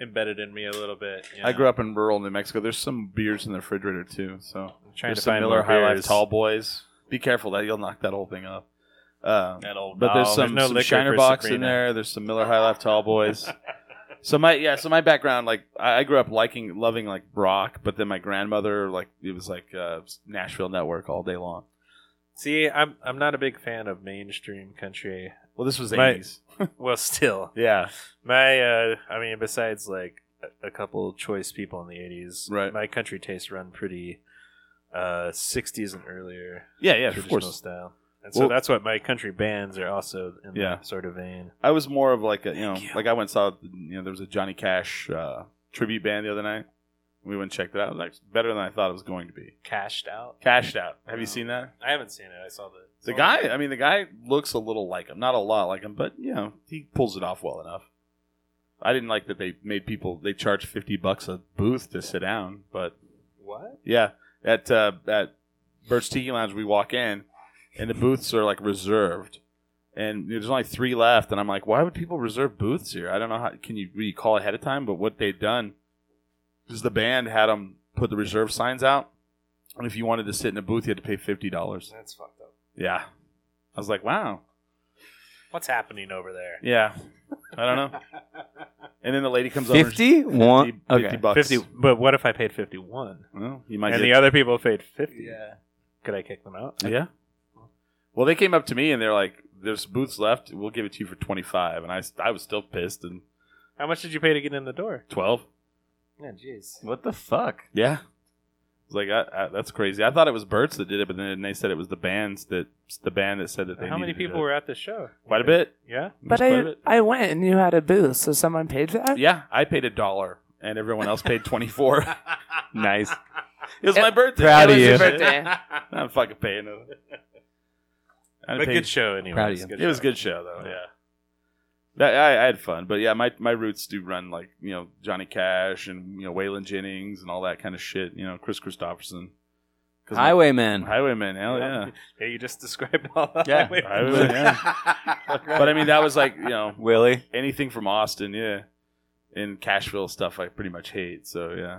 Speaker 5: embedded in me a little bit.
Speaker 2: I grew up in rural New Mexico. There's some beers in the refrigerator too, so
Speaker 5: trying
Speaker 2: there's
Speaker 5: to find
Speaker 2: Miller
Speaker 5: more
Speaker 2: High Life
Speaker 5: beers.
Speaker 2: Tall Boys. Be careful that you'll knock that whole thing up. Um,
Speaker 5: That old
Speaker 2: but there's
Speaker 5: doll.
Speaker 2: some,
Speaker 5: no
Speaker 2: some
Speaker 5: liquor
Speaker 2: Shiner
Speaker 5: for
Speaker 2: Box in
Speaker 5: Sabrina.
Speaker 2: there. There's some Miller High Life Tall Boys. so my yeah, so my background like I, I grew up liking loving like rock, but then my grandmother like it was like uh, Nashville Network all day long.
Speaker 5: [laughs] See, I'm I'm not a big fan of mainstream country.
Speaker 2: Well, this was
Speaker 5: My-
Speaker 2: 80s.
Speaker 5: Well, still,
Speaker 2: Yeah,
Speaker 5: my uh, I mean, besides like a, a couple choice people in the '80s,
Speaker 2: Right.
Speaker 5: My country tastes run pretty uh, '60s and earlier
Speaker 2: yeah, yeah. Of
Speaker 5: traditional
Speaker 2: course,
Speaker 5: style, and so
Speaker 2: Well-
Speaker 5: that's what my country bands are also in
Speaker 2: Yeah.
Speaker 5: that sort of vein.
Speaker 2: I was more of like a you know
Speaker 5: Thank you.
Speaker 2: like I went and saw you know there was a Johnny Cash uh, tribute band the other night. We went and checked it out. It was like better than I thought it was going to be.
Speaker 5: Cashed out.
Speaker 2: Cashed out. Have you
Speaker 5: No.
Speaker 2: seen that?
Speaker 5: I haven't seen it. I saw the
Speaker 2: The guy, I mean, the guy looks a little like him. Not a lot like him, but, you know, he pulls it off well enough. I didn't like that they made people, they charged 50 bucks a booth to sit down. But,
Speaker 5: What?
Speaker 2: yeah, at, uh, at Burt's Tiki Lounge, we walk in, and the booths are, like, reserved. And there's only three left, and I'm like, why would people reserve booths here? I don't know how, can you, you call ahead of time? But what they'd done is the band had them put the reserve signs out. And if you wanted to sit in a booth, you had to pay $50.
Speaker 5: That's fucked up.
Speaker 2: Yeah. I was like, wow.
Speaker 5: What's happening over there?
Speaker 2: Yeah. I don't
Speaker 5: [laughs]
Speaker 2: know. And then the lady comes over.
Speaker 4: Fifty
Speaker 2: and-
Speaker 4: one.
Speaker 2: 50,
Speaker 4: Okay.
Speaker 2: 50 bucks.
Speaker 5: Fifty. But what if I paid fifty-one
Speaker 2: Well, you might
Speaker 5: and the
Speaker 2: get.
Speaker 5: other people paid fifty? Yeah. Could I kick them out?
Speaker 2: yeah. Well, they came up to me and they're like, there's booths left. We'll give it to you for 25. And I, I was still pissed. And
Speaker 5: How much did you pay to get in the door?
Speaker 2: 12?
Speaker 5: Yeah, jeez.
Speaker 4: What the fuck?
Speaker 2: Yeah. I was like, I, I, that's crazy. I thought it was Burt's that did it, but then they said it was the bands that, the band that said that they
Speaker 5: How many
Speaker 2: needed to do
Speaker 5: people
Speaker 2: it.
Speaker 5: were at the show?
Speaker 2: Quite a bit.
Speaker 5: Yeah.
Speaker 3: But
Speaker 2: It was quite a
Speaker 3: I,
Speaker 2: bit.
Speaker 3: I went and you had a booth, so someone paid for that?
Speaker 2: Yeah, I paid a dollar and everyone else paid 24.
Speaker 5: [laughs]
Speaker 2: it
Speaker 4: Nice.
Speaker 2: was my birthday.
Speaker 4: Eh, Proud
Speaker 2: It
Speaker 4: of
Speaker 2: was
Speaker 4: you.
Speaker 2: his birthday.
Speaker 3: Birthday.
Speaker 2: I'm fucking paying them. [laughs] I
Speaker 5: But
Speaker 2: paid-
Speaker 5: good show anyway.
Speaker 4: Proud of you.
Speaker 5: Good
Speaker 2: it was a
Speaker 5: show.
Speaker 2: good show though. Yeah, that, I, I had fun, but yeah, my, my roots do run like you know Johnny Cash and you know Waylon Jennings and all that kind of shit. You know Chris Christopherson, 'Cause my-
Speaker 4: Highwayman.
Speaker 2: Highwayman. Hell Oh,
Speaker 5: [laughs]
Speaker 2: yeah,
Speaker 5: Yeah, you just described all that.
Speaker 4: Yeah,
Speaker 5: Wait,
Speaker 2: I would, yeah. but I mean that was like you know
Speaker 4: Willie.
Speaker 2: anything from Austin, yeah, and Cashville stuff I pretty much hate. So yeah,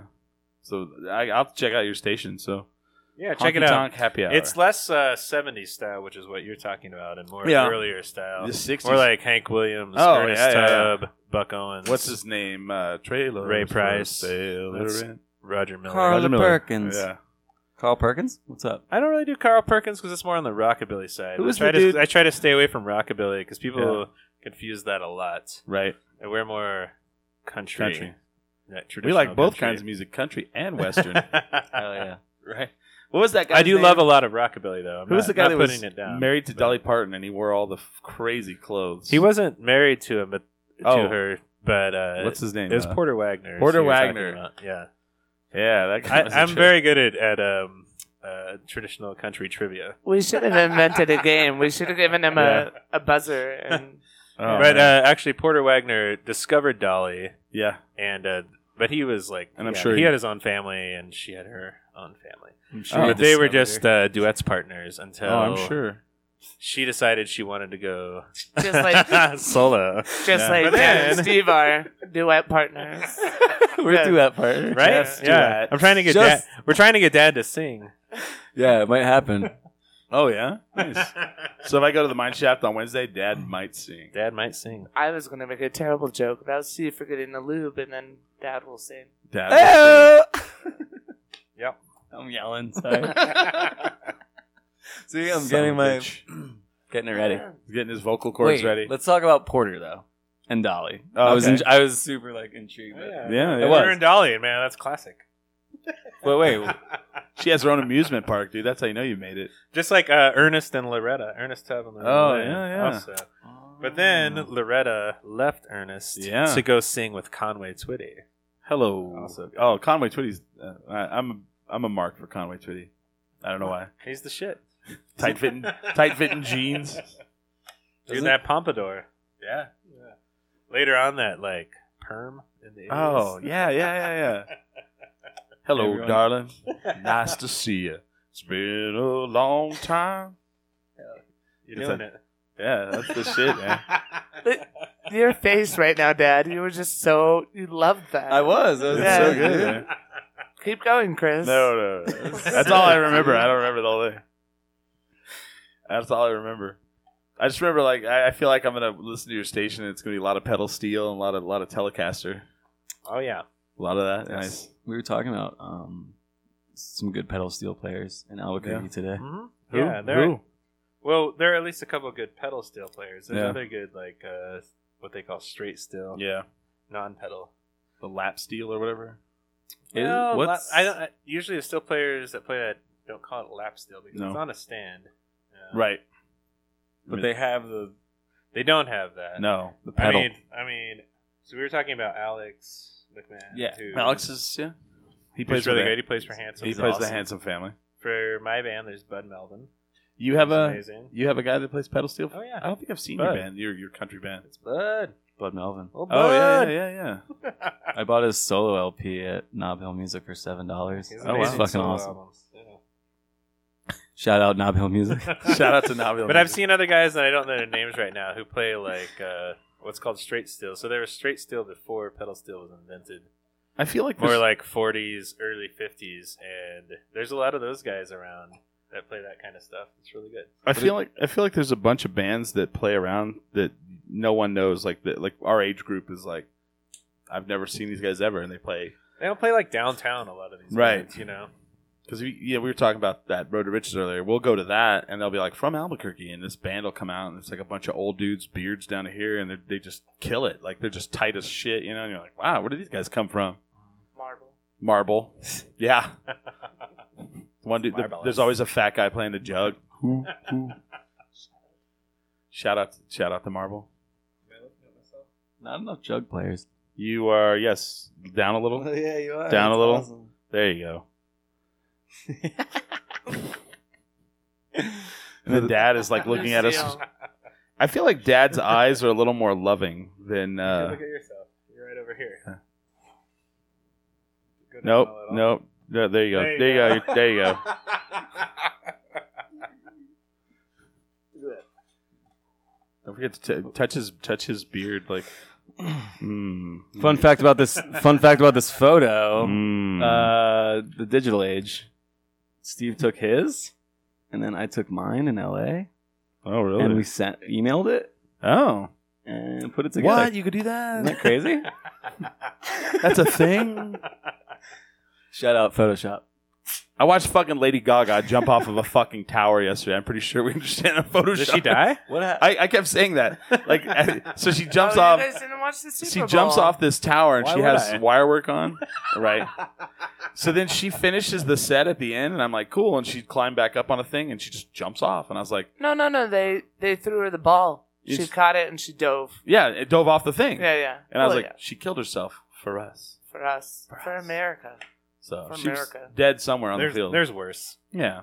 Speaker 2: so I, I'll check out your station. So
Speaker 5: [laughs] yeah, check it
Speaker 2: Honky
Speaker 5: out.
Speaker 2: Tonk Happy hour.
Speaker 5: It's less uh, 70s style, which is what you're talking about, and more
Speaker 2: Yeah.
Speaker 5: earlier style.
Speaker 2: the '60s.
Speaker 5: More like Hank Williams,
Speaker 2: Oh,
Speaker 5: Ernest
Speaker 2: yeah, yeah,
Speaker 5: Tubb, Buck Owens.
Speaker 2: What's his name? Uh, trailer
Speaker 5: Ray Price. That's-
Speaker 2: Sailor.
Speaker 5: Roger Miller.
Speaker 4: Carl-
Speaker 2: Roger Miller.
Speaker 4: Perkins.
Speaker 2: Yeah.
Speaker 4: Carl Perkins. What's up?
Speaker 5: I don't really do Carl Perkins because it's more on the rockabilly side.
Speaker 2: Who
Speaker 5: I
Speaker 2: was
Speaker 5: try
Speaker 2: the
Speaker 5: to
Speaker 2: dude-
Speaker 5: I try to stay away from rockabilly because people confuse that a lot.
Speaker 2: Right.
Speaker 5: And we're more country.
Speaker 2: Country.
Speaker 5: That
Speaker 2: We
Speaker 5: traditional
Speaker 2: like both
Speaker 5: country.
Speaker 2: kinds of music, country
Speaker 5: [laughs]
Speaker 2: and western,
Speaker 4: Hell yeah.
Speaker 2: right? What was that guy?
Speaker 5: I do love a lot of rockabilly though. I'm
Speaker 2: Who was the
Speaker 5: not-
Speaker 2: guy
Speaker 5: not
Speaker 2: that
Speaker 5: putting
Speaker 2: was
Speaker 5: it down.
Speaker 2: married to
Speaker 5: but-
Speaker 2: Dolly Parton and he wore all the f- crazy clothes?
Speaker 5: He wasn't married to him, but
Speaker 2: Oh.
Speaker 5: to her. But uh,
Speaker 2: What's his name?
Speaker 5: it was
Speaker 2: uh,
Speaker 5: Porter Wagner. is
Speaker 2: Porter
Speaker 5: who you're talking
Speaker 2: Wagner.
Speaker 5: about. Yeah,
Speaker 2: Yeah, that guy. was a
Speaker 5: I, I'm
Speaker 2: jerk.
Speaker 5: very good at at um, uh, traditional country trivia.
Speaker 3: We should have invented a game. We should have given him a, a buzzer. And
Speaker 2: Oh,
Speaker 5: but
Speaker 2: man.
Speaker 5: uh, actually, Porter Wagner discovered Dolly,
Speaker 2: yeah,
Speaker 5: and uh, but he was like,
Speaker 2: And I'm
Speaker 5: yeah,
Speaker 2: sure
Speaker 5: he
Speaker 2: he-
Speaker 5: had his own family, and she had her own family.
Speaker 4: I'm
Speaker 2: sure Oh.
Speaker 5: But they were just uh, duets partners until
Speaker 2: oh, I'm sure.
Speaker 5: she decided she wanted to go
Speaker 3: Just
Speaker 2: [laughs]
Speaker 3: like-
Speaker 5: [laughs] solo,
Speaker 3: just
Speaker 2: Yeah.
Speaker 3: like
Speaker 5: But then-
Speaker 3: Dan and Steve are duet
Speaker 2: [laughs]
Speaker 3: partners.
Speaker 4: we're
Speaker 3: Yeah.
Speaker 4: duet partner,
Speaker 5: [laughs] right? yeah, I'm trying to get
Speaker 4: Just-
Speaker 5: dad. We're trying to get dad
Speaker 2: [laughs]
Speaker 5: to sing.
Speaker 4: Yeah, it might happen.
Speaker 2: Oh yeah, nice. [laughs] so if I go to the mine shaft on Wednesday, Dad might sing.
Speaker 5: Dad might sing.
Speaker 3: I was going to make a terrible joke about Steve forgetting the lube, and then Dad will sing.
Speaker 2: Dad will
Speaker 4: Oh,
Speaker 5: Yep.
Speaker 4: I'm [laughs] yelling. Sorry. See, I'm
Speaker 2: Son
Speaker 4: getting
Speaker 2: of a
Speaker 4: my
Speaker 2: bitch.
Speaker 4: getting it ready.
Speaker 2: sing. getting his vocal cords
Speaker 4: Wait,
Speaker 2: ready.
Speaker 4: Let's talk about Porter though, and Dolly.
Speaker 2: Oh,
Speaker 4: I was
Speaker 2: okay. Oh,
Speaker 4: in, I was super like intrigued. by that.
Speaker 2: Yeah,
Speaker 4: It
Speaker 2: yeah.
Speaker 4: was.
Speaker 5: Warren Dolly, man, that's classic.
Speaker 2: [laughs]
Speaker 4: But [laughs] wait,
Speaker 2: She has her own amusement park, dude. That's how you know you made it.
Speaker 5: Just like uh, Ernest and Loretta, Ernest Tubb and Loretta.
Speaker 2: Oh,
Speaker 5: Lynn
Speaker 2: yeah, yeah. Mm.
Speaker 5: Also. But then Loretta left Ernest
Speaker 2: Yeah.
Speaker 5: to go sing with Conway Twitty.
Speaker 2: Hello.
Speaker 5: Awesome.
Speaker 2: Oh, Conway Twitty's. Uh, I, I'm I'm a mark for Conway Twitty. I don't know
Speaker 5: [laughs]
Speaker 2: why.
Speaker 5: He's the shit.
Speaker 2: Tight fitting, tight fitting jeans.
Speaker 5: Dude,
Speaker 4: Doesn't-
Speaker 5: that pompadour.
Speaker 2: Yeah.
Speaker 5: Later on, that like perm in the 80s.
Speaker 2: Oh yeah, yeah, yeah, yeah. [laughs] Hello, [laughs]
Speaker 4: Everyone-
Speaker 2: darling. Nice to see you. It's been a long time.
Speaker 5: you're doing it.
Speaker 2: Yeah, that's the shit, man.
Speaker 3: Your face right now, Dad. You were just so you loved
Speaker 2: Oh,
Speaker 3: that.
Speaker 4: I was. That was
Speaker 3: Yeah.
Speaker 4: so good.
Speaker 2: [laughs] man.
Speaker 3: Keep going, Chris.
Speaker 2: No, no, no. That's all I remember. I don't remember the whole thing. That's all I remember. I just remember like I, I feel like I'm gonna listen to your station. and It's gonna be a lot of pedal steel and a lot of a lot of Telecaster,
Speaker 5: [laughs] oh yeah.
Speaker 2: a lot of that.
Speaker 5: Yes.
Speaker 4: We were talking about um, some good pedal steel players in Albuquerque today.
Speaker 5: hmm
Speaker 2: Nice.
Speaker 5: Yeah, there.
Speaker 2: Mm-hmm. Who?
Speaker 5: Well, there are at least a couple good pedal steel players. There's
Speaker 2: Yeah.
Speaker 5: other good like uh, what they call straight steel,
Speaker 2: Yeah,
Speaker 5: non-pedal.
Speaker 2: the lap steel or whatever.
Speaker 4: Is-
Speaker 5: Well, la-
Speaker 4: what's-
Speaker 5: I don't, I, usually the steel players that play that don't call it lap steel because
Speaker 2: No.
Speaker 5: it's on a stand. Yeah.
Speaker 2: Right.
Speaker 4: But they have the
Speaker 5: They don't have that.
Speaker 2: no the
Speaker 5: I
Speaker 2: pedal.
Speaker 5: mean, I mean, so we were talking about Alex McMahon. who-
Speaker 2: Alex is yeah. He
Speaker 5: He's
Speaker 2: plays
Speaker 5: really
Speaker 2: with
Speaker 5: good.
Speaker 2: that-
Speaker 5: He plays for Handsome.
Speaker 2: He
Speaker 5: He's
Speaker 2: plays the
Speaker 5: awesome.
Speaker 2: handsome family.
Speaker 5: For my band, there's Bud Melvin.
Speaker 2: You have
Speaker 5: He's
Speaker 2: a
Speaker 5: amazing.
Speaker 2: you have a guy that plays pedal steel.
Speaker 5: Oh
Speaker 2: I
Speaker 5: yeah,
Speaker 2: don't think I've seen
Speaker 5: Bud.
Speaker 2: your band, your your country band.
Speaker 5: it's Bud.
Speaker 4: Bud Melvin.
Speaker 5: Oh,
Speaker 2: Oh yeah,
Speaker 5: Bud.
Speaker 2: yeah, yeah, yeah.
Speaker 4: I bought his solo LP at Knob Hill Music for seven dollars.
Speaker 5: He's
Speaker 2: Oh, wow.
Speaker 5: amazing
Speaker 4: fucking
Speaker 5: solo
Speaker 4: awesome!
Speaker 5: [laughs] albums. Yeah.
Speaker 4: Shout out Knob Hill
Speaker 5: [laughs]
Speaker 4: Music.
Speaker 2: Shout out to Nabil.
Speaker 5: But I've seen other guys that I don't know their names right now who play like uh, what's called straight steel. So there was straight steel before pedal steel was invented,
Speaker 2: I feel like
Speaker 5: more
Speaker 2: this-
Speaker 5: like 40s, early 50s, and there's a lot of those guys around that play that kind of stuff. It's really good.
Speaker 2: I feel like I feel like there's a bunch of bands that play around that no one knows. Like that, like our age group is like, I've never seen these guys ever, and they play
Speaker 5: They don't play like downtown a lot of these
Speaker 2: Right.
Speaker 5: bands, you know. [laughs]
Speaker 2: because we, yeah, we were talking about that Road to Riches earlier. We'll go to that, and they'll be like from Albuquerque, and this band will come out, and it's like a bunch of old dudes, beards down to here, and they- they just kill it. Like they're just tight as shit, you know. And you're like, wow, where did these guys come from?
Speaker 3: Marble.
Speaker 2: Marble, yeah. One dude,
Speaker 5: Marble.
Speaker 2: there's always a fat guy playing the jug. Who, who? Shout out, shout out to Marble.
Speaker 4: Not enough jug players.
Speaker 2: You are yes, down a little.
Speaker 4: [laughs] yeah, you are.
Speaker 2: Down a little. There you go. and then dad is like looking at
Speaker 5: um,
Speaker 2: us. I feel like dad's eyes are a little more loving than.
Speaker 5: Look
Speaker 2: Uh,
Speaker 5: at yourself. You're right over here. Go down
Speaker 2: nope,
Speaker 5: a little.
Speaker 2: nope. No, there you go. There you go. There you go. Don't forget to t- touch his touch his beard. Like, mm,
Speaker 4: Fun fact about this. Fun fact about this photo.
Speaker 2: Mm.
Speaker 4: Uh, the digital age. Steve took his, and then I took mine in L.A.
Speaker 2: oh, really?
Speaker 4: And we sent emailed it
Speaker 2: oh,
Speaker 4: and put it together.
Speaker 2: what? You could do that?
Speaker 4: Isn't that [laughs] crazy?
Speaker 2: That's a thing.
Speaker 4: Shout out Photoshop.
Speaker 2: I watched fucking Lady Gaga jump off of a fucking tower yesterday. I'm pretty sure we understand a [laughs] Photoshop.
Speaker 5: Did
Speaker 4: [laughs]
Speaker 5: she die?
Speaker 2: What? I, I kept saying that.
Speaker 5: [laughs]
Speaker 2: Like, so she jumps
Speaker 3: oh,
Speaker 2: off.
Speaker 3: You guys didn't watch the Super
Speaker 2: she
Speaker 3: Bowl.
Speaker 2: jumps off this tower and
Speaker 5: Why
Speaker 2: she
Speaker 5: would
Speaker 2: has
Speaker 5: I?
Speaker 2: wire work on,
Speaker 5: [laughs]
Speaker 2: right? so then she finishes the set at the end, and I'm like, cool. And she climbed back up on a thing and she just jumps off, and I was like,
Speaker 3: No, no, no. They they threw her the ball.
Speaker 2: You
Speaker 3: she
Speaker 2: just-
Speaker 3: caught it and she dove.
Speaker 2: yeah, it dove off the thing,
Speaker 3: Yeah, yeah.
Speaker 2: and I was
Speaker 3: Well,
Speaker 2: like,
Speaker 3: yeah,
Speaker 2: she killed herself for us.
Speaker 3: for us,
Speaker 2: for
Speaker 3: for,
Speaker 2: us.
Speaker 3: America.
Speaker 2: So
Speaker 3: For
Speaker 2: she's
Speaker 3: America.
Speaker 2: dead somewhere on
Speaker 5: There's,
Speaker 2: the field.
Speaker 5: there's worse.
Speaker 3: [laughs]
Speaker 2: yeah,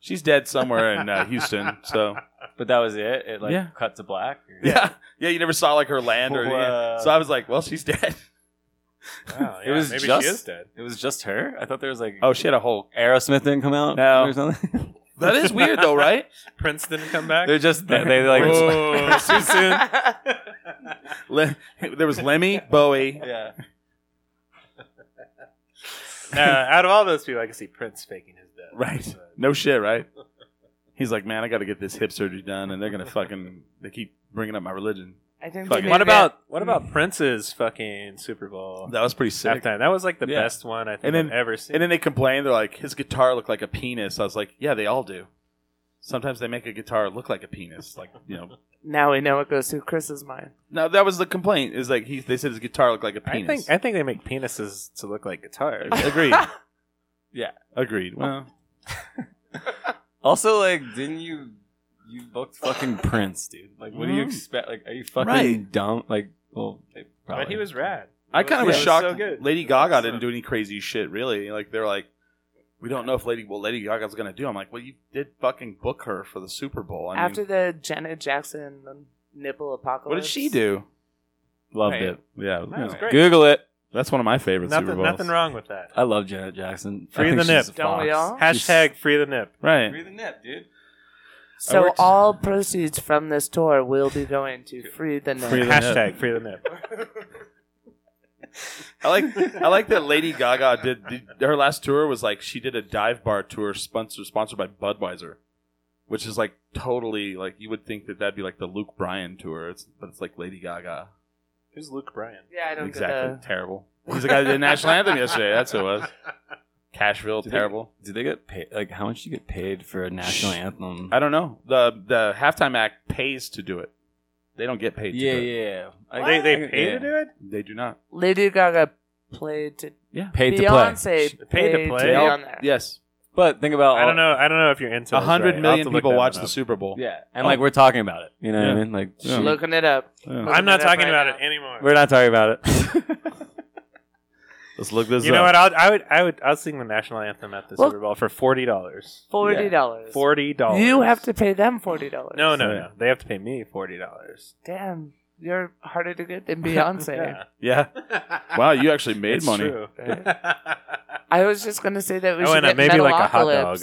Speaker 2: she's dead somewhere in uh, Houston.
Speaker 5: [laughs]
Speaker 2: So
Speaker 4: But that was it. It like
Speaker 2: Yeah.
Speaker 4: cut to black.
Speaker 2: [laughs]
Speaker 4: or-
Speaker 2: yeah, yeah, you never saw like her land or
Speaker 4: Wow.
Speaker 2: so. I was like, well, she's dead.
Speaker 5: Wow,
Speaker 4: It
Speaker 5: yeah,
Speaker 4: was
Speaker 5: maybe
Speaker 4: just-
Speaker 5: she is dead.
Speaker 4: It was just her. I thought there was like
Speaker 2: Oh, she had a whole.
Speaker 4: Aerosmith didn't come out.
Speaker 2: No.
Speaker 4: Or [laughs] something.
Speaker 2: That is weird though, [laughs] right?
Speaker 5: Prince didn't come back.
Speaker 4: They're just they, they like.
Speaker 5: Whoa, [laughs] too soon.
Speaker 2: Le- [laughs] there
Speaker 5: [laughs]
Speaker 2: was Lemmy, Bowie,
Speaker 4: Yeah.
Speaker 5: Uh, out of all those people, I can see Prince faking his death.
Speaker 2: Right. No shit, right? He's like, man, I got to get this hip surgery done, and they're gonna fucking. They keep bringing up my religion.
Speaker 3: I think
Speaker 2: Fuck
Speaker 3: they
Speaker 2: it.
Speaker 3: made
Speaker 5: What
Speaker 3: that-
Speaker 5: about what about Prince's fucking Super Bowl
Speaker 2: That was pretty sick.
Speaker 5: halftime? That was like the
Speaker 2: Yeah.
Speaker 5: best one I think
Speaker 2: And then-
Speaker 5: I've ever seen.
Speaker 2: And then they complain. They're like, his guitar looked like a penis. I was like, yeah, they all do. Sometimes they make a guitar look like a penis, like you know.
Speaker 3: Now we know it goes through Chris's mind.
Speaker 2: Now that was the complaint. Is like he. They said his guitar looked like a
Speaker 5: I
Speaker 2: penis.
Speaker 5: think I think they make penises to look like guitars.
Speaker 2: agreed. [laughs] yeah, agreed. Well,
Speaker 4: Also, like, didn't you you booked fucking Prince, dude? Like, what do you
Speaker 2: Mhm.
Speaker 4: expect? Like, are you fucking
Speaker 2: Right.
Speaker 4: dumb? Like, well, they probably.
Speaker 5: but he was rad.
Speaker 2: I kind of was
Speaker 5: It
Speaker 2: shocked.
Speaker 5: so good.
Speaker 2: Lady Gaga
Speaker 5: So-
Speaker 2: didn't do any crazy shit, really. Like they're like, we don't know if Lady what Lady Gaga's gonna do. I'm like, well, you did fucking book her for the Super Bowl. I mean,
Speaker 3: After the Janet Jackson nipple apocalypse.
Speaker 2: what did she do?
Speaker 4: loved
Speaker 5: Hey.
Speaker 4: it.
Speaker 2: Yeah,
Speaker 5: That was
Speaker 2: yeah.
Speaker 5: great.
Speaker 4: Google it.
Speaker 2: that's one of my favorite Super
Speaker 5: Nothing,
Speaker 2: Bowls.
Speaker 5: nothing wrong with that.
Speaker 4: I love Janet Jackson. I
Speaker 5: Free
Speaker 4: think
Speaker 5: the
Speaker 4: she's
Speaker 5: nip.
Speaker 4: a
Speaker 3: Don't we
Speaker 4: fox.
Speaker 3: all?
Speaker 2: Uh,
Speaker 5: Hashtag free the nip.
Speaker 2: Right?
Speaker 4: the nip, dude.
Speaker 2: I
Speaker 3: So
Speaker 2: worked-
Speaker 3: all proceeds from this tour will be going to free the nip.
Speaker 2: Free the nip.
Speaker 5: Hashtag free the nip.
Speaker 2: I like I like
Speaker 5: [laughs]
Speaker 2: that Lady Gaga did, did her last tour was like she did a dive bar tour sponsored sponsored by Budweiser, which is like totally like you would think that that'd be like the Luke Bryan tour, it's, but it's like Lady Gaga.
Speaker 5: [laughs] Who's Luke Bryan?
Speaker 3: yeah, I don't
Speaker 2: Exactly.
Speaker 3: get the.
Speaker 2: Terrible. He's the guy that did National Anthem yesterday. That's who it was. Cashville,
Speaker 4: Do they-
Speaker 2: terrible.
Speaker 4: Do they get paid? Like, how much do you get paid for a national
Speaker 2: Shh.
Speaker 4: anthem?
Speaker 2: I don't know. The the halftime act pays to do it. They don't get paid to
Speaker 4: yeah,
Speaker 2: do it.
Speaker 4: yeah. I-
Speaker 5: [laughs] They they
Speaker 4: yeah.
Speaker 5: paid to do it.
Speaker 2: They do not.
Speaker 3: Lady Gaga played to
Speaker 4: Paid to play.
Speaker 3: Beyonce
Speaker 5: Paid to
Speaker 3: paid to
Speaker 5: play.
Speaker 3: be
Speaker 5: Yep.
Speaker 3: on there.
Speaker 2: Yes.
Speaker 4: But think about.
Speaker 5: I
Speaker 4: all-
Speaker 5: don't know. I don't know if you're into.
Speaker 2: A
Speaker 5: this,
Speaker 2: hundred
Speaker 5: right? I'll have
Speaker 2: million
Speaker 5: to look
Speaker 2: people
Speaker 5: that
Speaker 2: watch
Speaker 5: one
Speaker 2: the
Speaker 5: up.
Speaker 2: Super Bowl.
Speaker 4: Yeah, and
Speaker 2: Oh.
Speaker 4: like we're talking about it. You know what
Speaker 2: Yeah.
Speaker 4: I mean? Like,
Speaker 2: Yeah.
Speaker 4: she-
Speaker 3: Looking it up.
Speaker 2: Yeah.
Speaker 5: I'm not
Speaker 3: Looking it up
Speaker 5: talking
Speaker 3: right
Speaker 5: about
Speaker 3: now.
Speaker 5: it anymore.
Speaker 4: we're not talking about it.
Speaker 2: Let's look this
Speaker 5: you
Speaker 2: up.
Speaker 5: know what? I'll, I would. I would. I'll sing the national anthem at the
Speaker 3: Well-
Speaker 5: Super Bowl for forty dollars.
Speaker 3: Forty dollars.
Speaker 5: Forty dollars.
Speaker 3: You have to pay them forty dollars.
Speaker 5: No, no, no. They have to pay me forty dollars.
Speaker 3: Damn, you're harder to get than Beyonce.
Speaker 5: Yeah.
Speaker 2: Yeah. [laughs] Wow, you actually made
Speaker 5: It's
Speaker 2: money. [laughs]
Speaker 5: true.
Speaker 3: I was just gonna say that we
Speaker 5: Oh,
Speaker 3: should
Speaker 5: and, uh,
Speaker 3: get
Speaker 5: maybe
Speaker 3: Metalocalypse,
Speaker 5: like a hot dog.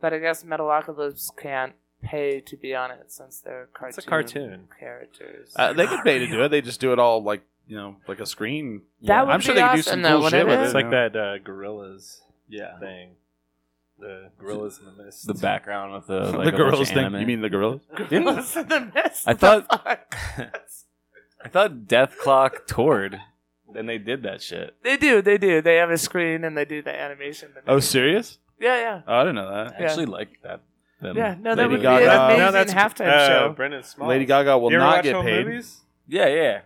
Speaker 3: but I guess Metalocalypse can't pay to be on it since they're cartoon
Speaker 5: It's a cartoon.
Speaker 3: characters.
Speaker 2: Uh, they could pay to do it. They just do it all like you know, like a screen.
Speaker 3: That would
Speaker 2: I'm sure
Speaker 3: be
Speaker 2: they could do
Speaker 3: awesome,
Speaker 2: some
Speaker 3: though,
Speaker 2: cool shit
Speaker 3: wouldn't
Speaker 2: with
Speaker 3: it?
Speaker 2: it.
Speaker 5: It's like that uh, gorillas
Speaker 2: Yeah.
Speaker 5: thing. The gorillas in the mist.
Speaker 4: the [laughs] background with the
Speaker 2: the
Speaker 4: like, a bunch of
Speaker 2: gorillas thing.
Speaker 4: anime.
Speaker 2: You mean the gorillas?
Speaker 3: Gorillas in the Mist.
Speaker 4: I
Speaker 3: [laughs]
Speaker 4: thought-
Speaker 3: The fuck?
Speaker 4: I thought Death Clock toured, and they did that shit.
Speaker 3: they do. They do. They have a screen and they do the animation. that they
Speaker 2: Oh,
Speaker 3: do.
Speaker 2: serious?
Speaker 3: yeah, yeah.
Speaker 2: Oh, I didn't know that.
Speaker 4: I
Speaker 3: Yeah.
Speaker 4: actually like that. them.
Speaker 3: Yeah, no, that
Speaker 4: Lady
Speaker 3: would be
Speaker 2: Gaga.
Speaker 3: an amazing
Speaker 2: No,
Speaker 3: halftime
Speaker 5: uh,
Speaker 3: show.
Speaker 5: Brendan Small.
Speaker 2: Lady Gaga will
Speaker 5: you ever
Speaker 2: not
Speaker 5: watch
Speaker 2: get
Speaker 5: home
Speaker 2: paid.
Speaker 5: Movies?
Speaker 4: Yeah, yeah.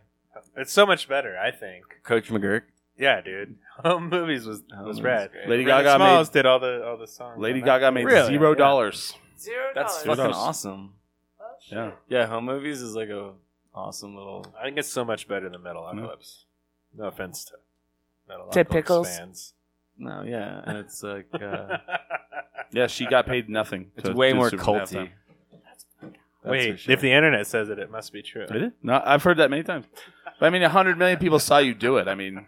Speaker 5: It's so much better, I think.
Speaker 4: Coach McGurk.
Speaker 5: Yeah, dude. [laughs] Home movies was was
Speaker 4: movies
Speaker 5: rad.
Speaker 4: great.
Speaker 2: Lady
Speaker 5: Brendan
Speaker 2: Gaga
Speaker 5: Smalls did all the all the songs.
Speaker 2: Lady
Speaker 5: on that.
Speaker 2: Gaga made
Speaker 5: Really?
Speaker 2: zero
Speaker 5: Yeah.
Speaker 2: dollars.
Speaker 3: Zero
Speaker 4: That's
Speaker 3: dollars.
Speaker 4: fucking
Speaker 2: dollars.
Speaker 4: awesome.
Speaker 3: Oh, shit.
Speaker 2: Yeah.
Speaker 4: Yeah, home movies is like a awesome little.
Speaker 5: I think it's so much better than Metalocalypse. No offense to Metalocalypse
Speaker 3: Pickles.
Speaker 5: fans.
Speaker 4: No, yeah, and it's like [laughs] uh,
Speaker 5: [laughs]
Speaker 2: Yeah, she got paid nothing.
Speaker 4: it's
Speaker 2: to
Speaker 4: way
Speaker 2: do
Speaker 4: more
Speaker 2: Super
Speaker 4: culty.
Speaker 2: Halftime.
Speaker 4: That's for
Speaker 5: Wait,
Speaker 4: sure.
Speaker 5: if the internet says it, it must be true.
Speaker 2: Did it? No, I've heard that many times. But I mean, hundred million people saw you do it. I mean,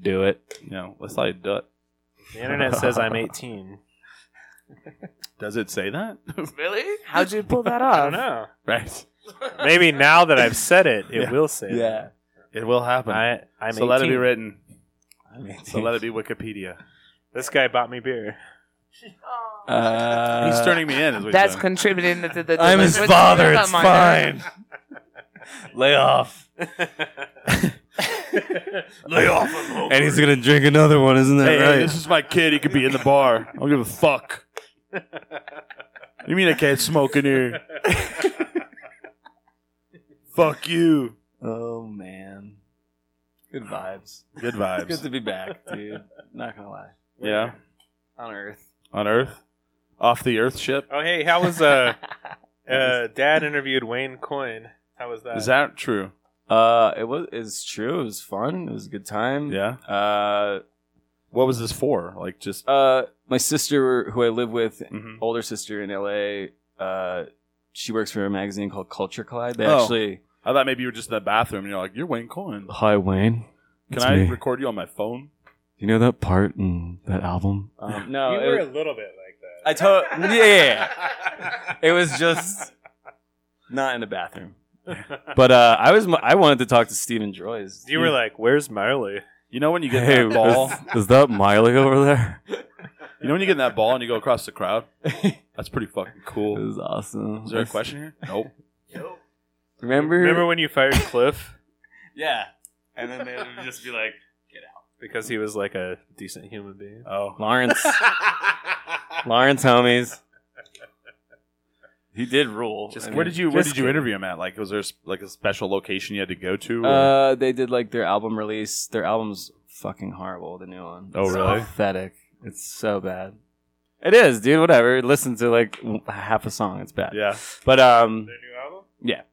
Speaker 4: do it,
Speaker 2: you know, let's saw you do it.
Speaker 5: The internet says I'm 18.
Speaker 2: Does it say that?
Speaker 3: Really? How'd you pull that
Speaker 5: I
Speaker 3: off?
Speaker 5: don't know.
Speaker 2: [laughs] right.
Speaker 5: Maybe now that I've said it, it
Speaker 2: Yeah.
Speaker 5: will say
Speaker 4: yeah.
Speaker 2: It will happen.
Speaker 5: that. I, I'm
Speaker 2: so let it be
Speaker 5: 18.
Speaker 2: written.
Speaker 4: I mean,
Speaker 2: So let it
Speaker 4: [laughs]
Speaker 2: be Wikipedia.
Speaker 5: This guy bought me beer.
Speaker 4: Uh,
Speaker 2: He's turning me in. Is what he's
Speaker 3: Oh. That's
Speaker 2: doing.
Speaker 3: contributing to the.
Speaker 4: I'm his
Speaker 3: delinquency
Speaker 4: father.
Speaker 5: [laughs]
Speaker 3: of
Speaker 4: It's
Speaker 3: minors.
Speaker 4: fine. Lay off.
Speaker 2: Lay off him, Homer.
Speaker 4: [laughs] [laughs] and he's gonna drink another one, isn't that
Speaker 2: Hey, hey,
Speaker 4: right?
Speaker 2: this is my kid. He could be in the bar. I don't give a fuck. You mean I can't smoke in here? [laughs] fuck you.
Speaker 4: oh man, [sighs] good vibes.
Speaker 2: Good
Speaker 4: [laughs] Good
Speaker 2: vibes.
Speaker 4: to be back, dude. Not gonna lie,
Speaker 2: yeah.
Speaker 4: on Earth.
Speaker 2: On Earth? Off the Earth ship?
Speaker 5: oh, hey, how [laughs] was uh, uh, Dad interviewed Wayne Coyne? How was that?
Speaker 2: Is that true?
Speaker 4: Uh, it was. It's true. It was fun. It was a good time.
Speaker 2: Yeah.
Speaker 4: Uh,
Speaker 2: What was this for? Like just
Speaker 4: uh, my sister, who I live with,
Speaker 2: Mhm.
Speaker 4: older sister in LA. Uh, she works for a magazine called Culture Collide. They
Speaker 2: Oh.
Speaker 4: actually.
Speaker 2: I thought maybe you were just in the bathroom and you're like, You're Wayne Cohen.
Speaker 4: Hi Wayne.
Speaker 2: Can I record you on my
Speaker 4: [laughs]
Speaker 2: phone?
Speaker 4: you know that part in that album? Um, no,
Speaker 5: you
Speaker 4: it
Speaker 5: were
Speaker 4: was-
Speaker 5: a little bit like that.
Speaker 4: I
Speaker 5: [laughs]
Speaker 4: told. Yeah, yeah, yeah. it was just [laughs] not in the bathroom. [laughs] But uh, I was. I wanted to talk to Steven Droys.
Speaker 5: You were like, "Where's Marley?"
Speaker 2: You know when you get
Speaker 4: Hey,
Speaker 2: that ball?
Speaker 4: is, is that Miley
Speaker 2: [laughs]
Speaker 4: over there?
Speaker 2: You know when you get that ball and you go across the crowd? That's pretty fucking
Speaker 4: It
Speaker 2: cool.
Speaker 4: was awesome.
Speaker 2: Is there a question here? Nope.
Speaker 4: Remember?
Speaker 5: Remember when you fired Cliff [laughs]
Speaker 4: Yeah. And then they would just be like,
Speaker 5: because he was like a decent human being?
Speaker 2: Oh.
Speaker 5: [laughs]
Speaker 4: Lawrence,
Speaker 2: [laughs]
Speaker 4: Lawrence, homies. He did rule. I
Speaker 5: Just kidding.
Speaker 2: Where did you Where
Speaker 4: [laughs] just
Speaker 2: did you
Speaker 4: kidding.
Speaker 2: interview him at? Like, was there s- like a special location you had to go to? or-
Speaker 4: Uh, they did like their album release. Their album's fucking horrible. The new one.
Speaker 2: Oh,
Speaker 4: It's
Speaker 2: really?
Speaker 4: Pathetic. It's so bad. It is, dude. Whatever. Listen to like w- half a song. It's bad.
Speaker 2: yeah.
Speaker 4: But um,
Speaker 5: new album.
Speaker 4: it's,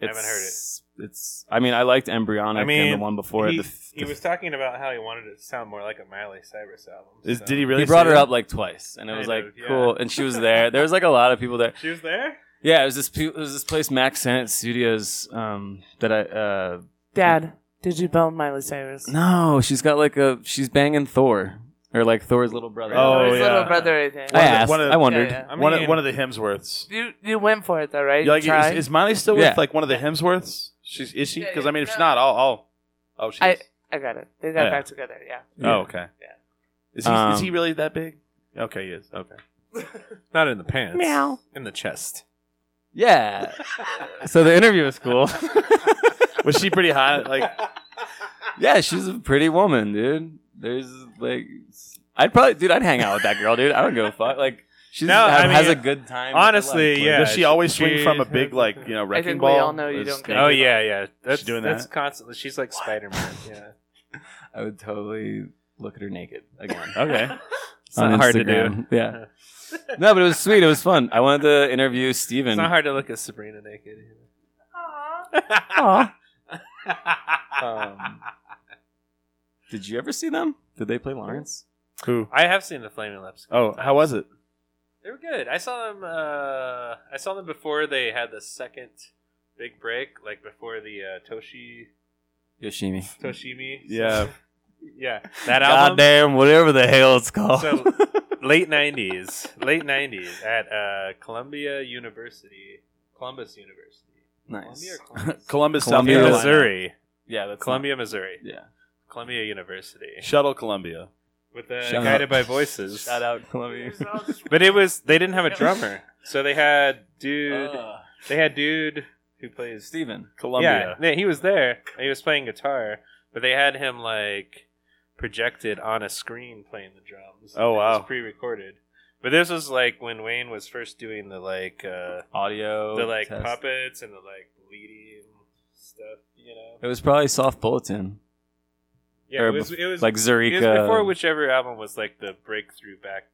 Speaker 5: haven't heard
Speaker 4: it. It's. I mean, I liked Embryonic
Speaker 5: I mean,
Speaker 4: and the one before.
Speaker 5: he,
Speaker 4: the, f-
Speaker 5: he
Speaker 4: the
Speaker 5: was talking about how he wanted it to sound more like a Miley Cyrus album.
Speaker 2: Is,
Speaker 5: so-
Speaker 2: did he really?
Speaker 4: he brought
Speaker 2: say
Speaker 4: her
Speaker 2: that?
Speaker 4: up like twice, and it was
Speaker 5: Kind
Speaker 4: like
Speaker 5: of, yeah.
Speaker 4: cool. And she was there. There was like a lot of people there.
Speaker 5: She was there.
Speaker 4: Yeah, it was this. pe- It was this place, Max Senate Studios, um, that I. Uh,
Speaker 3: Dad, did you bone Miley Cyrus?
Speaker 4: no, she's got like a. She's banging Thor, or like Thor's little brother.
Speaker 2: Oh,
Speaker 3: His
Speaker 2: yeah.
Speaker 3: little brother, I think.
Speaker 2: One of the-
Speaker 4: I asked.
Speaker 2: one of the-
Speaker 4: I Oh, wondered.
Speaker 3: Yeah,
Speaker 5: I
Speaker 2: one of
Speaker 5: mean-
Speaker 2: one of the Hemsworths.
Speaker 3: You you went for it though, right?
Speaker 2: You like,
Speaker 3: you tried?
Speaker 2: is, is Miley still with
Speaker 4: Yeah.
Speaker 2: like one of the Hemsworths? She's is she?
Speaker 3: Yeah,
Speaker 2: Because
Speaker 3: yeah.
Speaker 2: I mean, if she's
Speaker 3: No.
Speaker 2: not, I'll. I'll oh, she's.
Speaker 3: I- I got it. They got
Speaker 2: Yeah.
Speaker 3: back together. Yeah.
Speaker 2: Oh, okay.
Speaker 3: Yeah.
Speaker 2: Is he is he
Speaker 4: Um,
Speaker 2: really that big? Okay, he is. Okay.
Speaker 5: Not in the pants.
Speaker 3: Meow.
Speaker 5: In the chest.
Speaker 4: Yeah. so the interview was [laughs] cool.
Speaker 2: Was she pretty hot? Like,
Speaker 4: yeah, she's a pretty woman, dude. There's like, I'd probably, dude, I'd hang out with that girl, dude. I don't give a fuck. Like, she
Speaker 5: No, I mean,
Speaker 4: has a good time. with her
Speaker 5: honestly,
Speaker 4: life.
Speaker 5: yeah.
Speaker 2: does she always swing
Speaker 5: she- [laughs]
Speaker 2: from a big like you know wrecking
Speaker 3: think we
Speaker 2: ball?
Speaker 3: all know you
Speaker 2: Is-
Speaker 3: don't get
Speaker 5: Oh yeah, yeah. That's
Speaker 2: She's doing
Speaker 5: That's
Speaker 2: that?
Speaker 5: constantly. She's like Spider Man. [laughs] Yeah.
Speaker 4: I would totally look at her naked again.
Speaker 3: [laughs]
Speaker 2: Okay.
Speaker 4: It's
Speaker 5: not hard to do.
Speaker 4: [laughs] Yeah. No, but it was sweet. It was fun. I wanted to interview Steven.
Speaker 5: It's not hard to look at Sabrina naked. [laughs]
Speaker 4: Aw. Um, did you ever see them? Did they play Lawrence?
Speaker 2: Who?
Speaker 5: I have seen the Flaming Lips.
Speaker 2: Oh, how was it?
Speaker 5: They were good. I saw them. Uh, I saw them before they had the second big break, like before the uh, Toshi
Speaker 4: Yoshimi. [laughs]
Speaker 5: Toshimi.
Speaker 2: Yeah.
Speaker 5: [laughs] yeah, that
Speaker 4: God
Speaker 5: album.
Speaker 4: damn, whatever the hell it's called. [laughs]
Speaker 5: So late nineties, late nineties at uh, Columbia University, Columbus University,
Speaker 4: [laughs]
Speaker 5: Columbia,
Speaker 4: nice.
Speaker 5: or
Speaker 2: Columbus,
Speaker 5: Columbus?
Speaker 4: Columbia,
Speaker 2: South
Speaker 5: Columbia,
Speaker 2: Carolina.
Speaker 5: Missouri,
Speaker 4: Yeah, that's
Speaker 5: Columbia, Missouri,
Speaker 4: Yeah.
Speaker 5: Columbia University,
Speaker 2: Shuttle Columbia.
Speaker 5: with uh,
Speaker 4: Shout out.
Speaker 5: guided by voices.
Speaker 4: Shout out Columbia.
Speaker 5: But it was they didn't
Speaker 4: [laughs]
Speaker 5: have a drummer, so they had dude.
Speaker 4: Uh,
Speaker 5: they had dude who plays
Speaker 4: Steven.
Speaker 2: Columbia.
Speaker 5: Yeah, yeah, he was there. and He was playing guitar, but they had him like projected on a screen playing the drums.
Speaker 2: Oh,
Speaker 5: It
Speaker 2: wow.
Speaker 5: was pre-recorded. But this was like when Wayne was first doing the like uh,
Speaker 4: Audio.
Speaker 5: the like
Speaker 4: test.
Speaker 5: puppets and the like bleeding stuff, you know.
Speaker 4: It was probably Soft Bulletin.
Speaker 5: Yeah,
Speaker 4: or
Speaker 5: it was it was
Speaker 4: Like
Speaker 5: it
Speaker 4: Zurika.
Speaker 5: was before whichever album was like the breakthrough
Speaker 2: [laughs]
Speaker 5: back.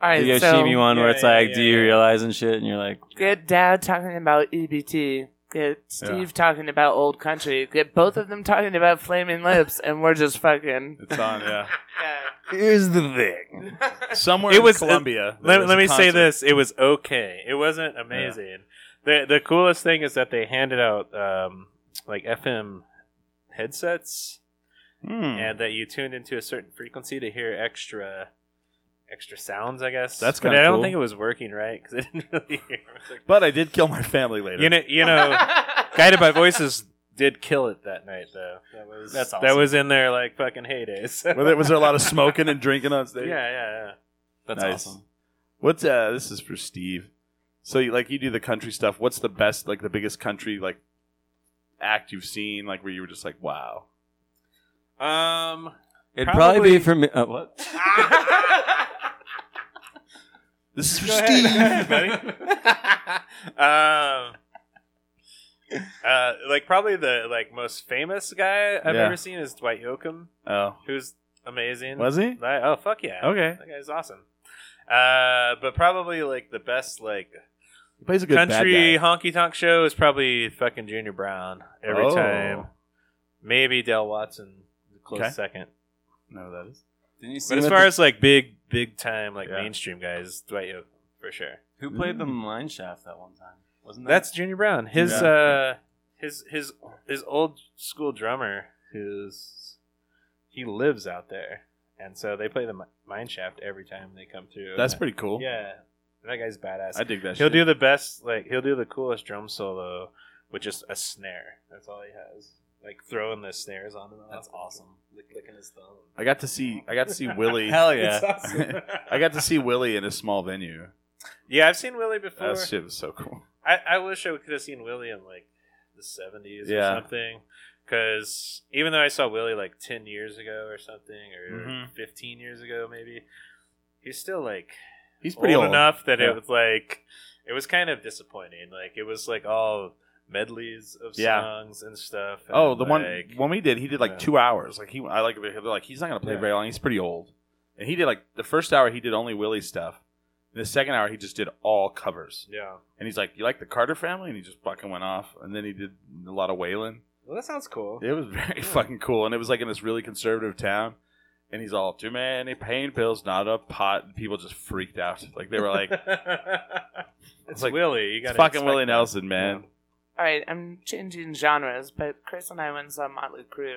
Speaker 3: All
Speaker 4: the
Speaker 3: right.
Speaker 4: Yoshimi
Speaker 3: so
Speaker 4: one where
Speaker 5: Yeah,
Speaker 4: it's
Speaker 5: yeah,
Speaker 4: like,
Speaker 5: yeah,
Speaker 4: do you
Speaker 5: yeah.
Speaker 4: realize and shit? And you're like,
Speaker 3: get Dad talking about EBT. Get Steve talking about old country. Get both of them talking about flaming lips, and we're just fucking.
Speaker 2: It's on.
Speaker 5: [laughs]
Speaker 2: Yeah.
Speaker 3: Yeah.
Speaker 4: here's the thing.
Speaker 2: Somewhere
Speaker 5: It
Speaker 2: in
Speaker 5: was- uh,
Speaker 2: Columbia. there
Speaker 5: Let,
Speaker 2: was
Speaker 5: let
Speaker 2: a
Speaker 5: me say
Speaker 2: concert.
Speaker 5: this: it was okay. It wasn't amazing. The the coolest thing is that they handed out um, like FM headsets,
Speaker 2: Hmm.
Speaker 5: and that you tuned into a certain frequency to hear extra extra sounds. I guess
Speaker 2: That's
Speaker 5: But
Speaker 2: kinda
Speaker 5: I don't
Speaker 2: cool.
Speaker 5: think it was working right because I didn't [laughs] really hear.
Speaker 2: But I did kill my family later.
Speaker 5: you know, you
Speaker 3: [laughs]
Speaker 5: know, guided by voices did kill it that night though. That was
Speaker 4: That's
Speaker 5: that
Speaker 4: awesome.
Speaker 5: was in there like fucking heydays.
Speaker 2: [laughs] Were there- was there a
Speaker 5: [laughs]
Speaker 2: lot of smoking and drinking on
Speaker 5: yeah,
Speaker 2: stage?
Speaker 5: yeah, yeah.
Speaker 4: That's
Speaker 2: Nice.
Speaker 4: awesome.
Speaker 2: What's uh? This is for Steve. So, you, like, you do the country stuff. What's the best, like, the biggest country like act you've seen? Like, where you were just like, wow.
Speaker 5: Um,
Speaker 4: It'd probably, be
Speaker 5: Probably-
Speaker 4: for me. Uh,
Speaker 5: [laughs]
Speaker 4: what?
Speaker 2: This is for
Speaker 5: Go
Speaker 2: Steve.
Speaker 5: ahead, [laughs] buddy. [laughs] um, uh, like probably the like most famous guy I've
Speaker 2: Yeah.
Speaker 5: ever seen is Dwight Yoakam,
Speaker 2: Oh,
Speaker 5: who's amazing.
Speaker 2: was he?
Speaker 5: That- oh fuck yeah!
Speaker 2: Okay,
Speaker 5: That guy's awesome. Uh, but probably like the best like
Speaker 2: he plays a good
Speaker 5: country
Speaker 2: bad
Speaker 5: honky tonk show is probably fucking Junior Brown
Speaker 2: guy.
Speaker 5: every
Speaker 2: Oh.
Speaker 5: time. Maybe Del Watson, the close
Speaker 2: Okay.
Speaker 5: second.
Speaker 2: No, that is.
Speaker 4: Didn't you see
Speaker 5: But as
Speaker 4: him at
Speaker 5: far
Speaker 4: the-
Speaker 5: as like big, big time, like
Speaker 2: Yeah.
Speaker 5: mainstream guys, Dwight Yoakam for sure.
Speaker 4: who played the mine shaft that one time? Wasn't that
Speaker 5: That's Junior Brown. His
Speaker 2: Yeah.
Speaker 5: uh, his his his old school drummer, who's he lives out there, and so they play the Mi- mine shaft every time they come through.
Speaker 2: That's pretty cool.
Speaker 5: Yeah, that guy's badass.
Speaker 2: I dig that.
Speaker 5: he'll
Speaker 2: shit.
Speaker 5: do the best. Like he'll do the coolest drum solo with just a snare. That's all he has. Like throwing the snares on and off.
Speaker 4: That's awesome.
Speaker 5: Like licking his thumb.
Speaker 2: I got to [laughs] see. I got to see Willie.
Speaker 4: [laughs] Hell
Speaker 5: It's
Speaker 4: yeah!
Speaker 5: awesome.
Speaker 2: [laughs] I got to see Willie in a small venue.
Speaker 5: yeah, I've seen Willie before.
Speaker 2: That shit was so cool.
Speaker 5: I, I wish I could have seen Willie in like the seventies
Speaker 2: Yeah.
Speaker 5: or something. Because even though I saw Willie like ten years ago or something, or
Speaker 2: Mhm.
Speaker 5: fifteen years ago maybe, he's still like
Speaker 2: He's pretty old,
Speaker 5: enough that
Speaker 2: Yeah.
Speaker 5: it was like it was kind of disappointing. Like it was like all medleys of
Speaker 2: Yeah.
Speaker 5: songs and stuff. and,
Speaker 2: Oh, the one
Speaker 5: like,
Speaker 2: when we did, he did like
Speaker 5: Yeah.
Speaker 2: two hours. Like he, I like they're like he's not gonna play
Speaker 5: Yeah.
Speaker 2: very long. He's pretty old, and he did like the first hour he did only Willie stuff. And the second hour he just did all covers,
Speaker 5: yeah.
Speaker 2: and he's like, "You like the Carter Family?" And he just fucking went off. And then he did a lot of Waylon.
Speaker 5: Well, that sounds cool.
Speaker 2: It was [laughs] very fucking cool, and it was like in this really conservative town. And he's all too many pain pills, not a pot. And people just freaked out. Like they were
Speaker 5: [laughs]
Speaker 2: like,
Speaker 5: [laughs] it's
Speaker 2: like,
Speaker 5: Willie. You got
Speaker 2: "It's fucking Willie Nelson, man."
Speaker 3: All right, I'm changing genres, but Chris and I went and saw Motley Crue,